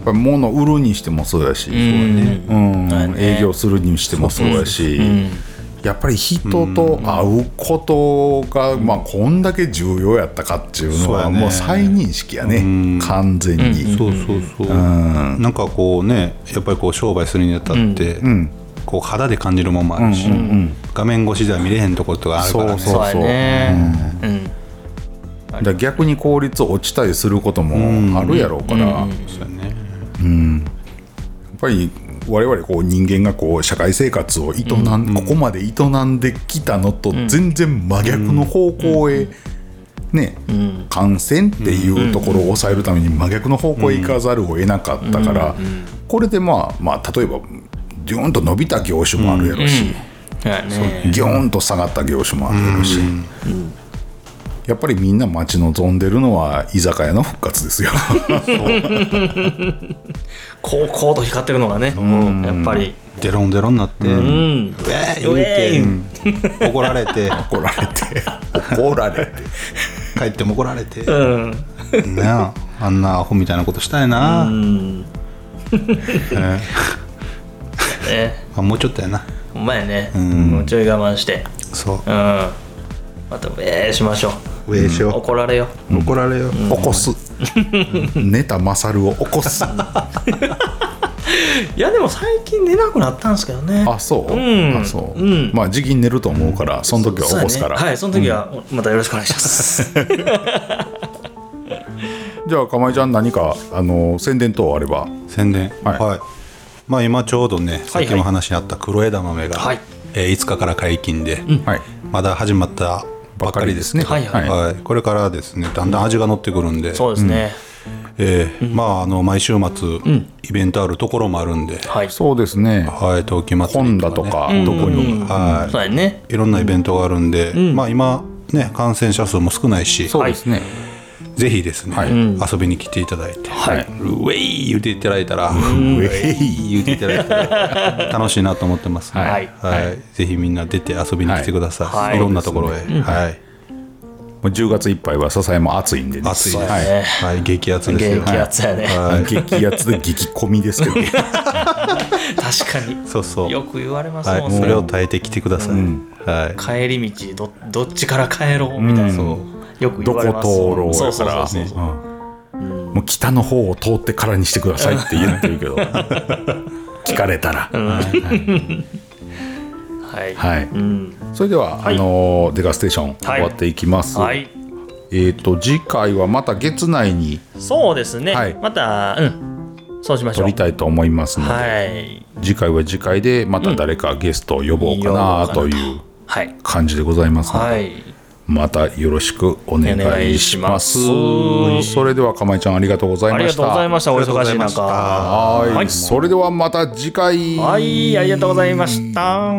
Speaker 3: ぱり物売るにしてもそうやし、うん営業するにしてもそうやし。やっぱり人と会うことが、まあ、こんだけ重要やったかっていうのは
Speaker 4: そうやね
Speaker 3: もう再認識やね、完全に、
Speaker 4: そうそうそう、なんかこうねやっぱりこう商売するにあたって、こう肌で感じるもんもあるし、画面越しでは見れへんところとかあるから、ね、
Speaker 3: そう
Speaker 2: そうやねうん
Speaker 3: だから逆に効率落ちたりすることもあるやろうから、やっ
Speaker 4: そうやね
Speaker 3: ぱり我々こう人間がこう社会生活を営ん、ここまで営んできたのと全然真逆の方向へ、ね感染っていうところを抑えるために真逆の方向へ行かざるを得なかったから、これでまあ、まあ、例えばギューンと伸びた業種もあるやろし、
Speaker 2: そうやね
Speaker 3: ギョーンと下がった業種もあるやろし、やっぱりみんな待ち望んでるのは居酒屋の復活 ですよ。
Speaker 2: こうこうと光ってるのがねやっぱり
Speaker 4: デロンデロンになって、
Speaker 2: うん
Speaker 4: ウェー言うて、
Speaker 2: ウ
Speaker 4: うん怒られ て
Speaker 3: 怒られて怒られて
Speaker 4: 帰っても怒られて、
Speaker 2: うん
Speaker 4: ねああんなアホみたいなことしたいな、え
Speaker 2: ね
Speaker 4: ーあもうちょっとやな
Speaker 2: ほんまやねもうちょい我慢して
Speaker 4: そ
Speaker 2: う
Speaker 4: う
Speaker 2: んまたウェーしましょ
Speaker 4: ウェーし
Speaker 2: う
Speaker 4: よ
Speaker 2: 怒られよ
Speaker 4: う、怒られよう、
Speaker 3: 起こす寝た勝るを起こすあ
Speaker 2: いやでも最近寝なくなったんですけどね
Speaker 3: そう、
Speaker 2: うん
Speaker 3: あそう、
Speaker 2: うん
Speaker 3: まあ時期に寝ると思うからその時は起こすから、
Speaker 2: そうやねはいその時はまたよろしくお願いします
Speaker 3: じゃあかまいちゃん何かあの宣伝等あれば
Speaker 4: 宣伝
Speaker 3: はい
Speaker 4: まあ今ちょうどね
Speaker 2: は
Speaker 4: さ
Speaker 2: い
Speaker 4: っきも話にあった黒枝豆が、
Speaker 2: はい
Speaker 4: えー5日から解禁で、
Speaker 3: はい
Speaker 4: まだ始まったばっかりですね。
Speaker 2: ばっかりですねはい
Speaker 4: はいこれからですね、だんだん味が乗ってくるん で、
Speaker 2: そうですね、
Speaker 4: ええまああの毎週末、イベントあるところもあるんで、
Speaker 2: はいそ
Speaker 3: そうですね
Speaker 4: はい、冬季祭り
Speaker 3: 本だとかどこにも
Speaker 4: は
Speaker 2: うだよね
Speaker 4: い、いろんなイベントがあるんで、まあ今ね感染者数も少ないし、
Speaker 3: そうですね
Speaker 4: ぜひですね、遊びに来ていただいて、
Speaker 2: はい
Speaker 4: ウェイ言っていただいたら、ウェイ言っていただいたら楽しいなと思ってます、
Speaker 2: はい
Speaker 4: はいぜひみんな出て遊びに来てください、
Speaker 2: はい
Speaker 4: い、ろんなところへ、は
Speaker 3: も
Speaker 4: い
Speaker 3: う10月いっぱいは笹山暑いんでね
Speaker 4: 暑いです、
Speaker 3: は
Speaker 4: はい
Speaker 3: い
Speaker 4: 激アツですよ
Speaker 2: 激アツやね、
Speaker 3: 激アツで激込みですけどね
Speaker 2: 確かに
Speaker 4: そうそう
Speaker 2: よく言われます
Speaker 4: はい
Speaker 2: もんね、
Speaker 4: それを耐えてきてください、はい
Speaker 2: 帰り道どどっちから帰ろうみたいな、よく
Speaker 3: ど
Speaker 2: 言
Speaker 3: こ
Speaker 2: わ
Speaker 3: 通
Speaker 2: れます
Speaker 3: ろう
Speaker 2: そう
Speaker 3: や
Speaker 2: そ
Speaker 3: か
Speaker 2: うそう
Speaker 3: ら
Speaker 2: そう、
Speaker 3: うんもう北の方を通ってからにしてくださいって言ってる けど聞かれたら、
Speaker 2: はい、
Speaker 3: はい
Speaker 2: うん
Speaker 3: それでは、
Speaker 2: い
Speaker 3: あのデカステーション終わっていきます、
Speaker 2: はい
Speaker 3: えっ、と次回はまた月内に
Speaker 2: そうですね、
Speaker 3: はい
Speaker 2: またうんそうしまし
Speaker 3: 撮
Speaker 2: ょう
Speaker 3: りたいと思いますので、
Speaker 2: はい
Speaker 3: 次回は次回でまた誰かゲストを呼ぼうかなという
Speaker 2: はい
Speaker 3: 感じでございますので、
Speaker 2: はい
Speaker 3: またよろしくお願いします
Speaker 2: お願いします
Speaker 3: それではかまいちゃんありがとうござい
Speaker 2: あり
Speaker 3: ま
Speaker 2: が
Speaker 3: し
Speaker 2: とうござい
Speaker 3: た
Speaker 2: ましたお忙しい
Speaker 4: ありがとうございまし
Speaker 2: 中
Speaker 4: た
Speaker 2: は
Speaker 3: はい
Speaker 2: はい
Speaker 3: それではまた次回
Speaker 2: いありがとうございました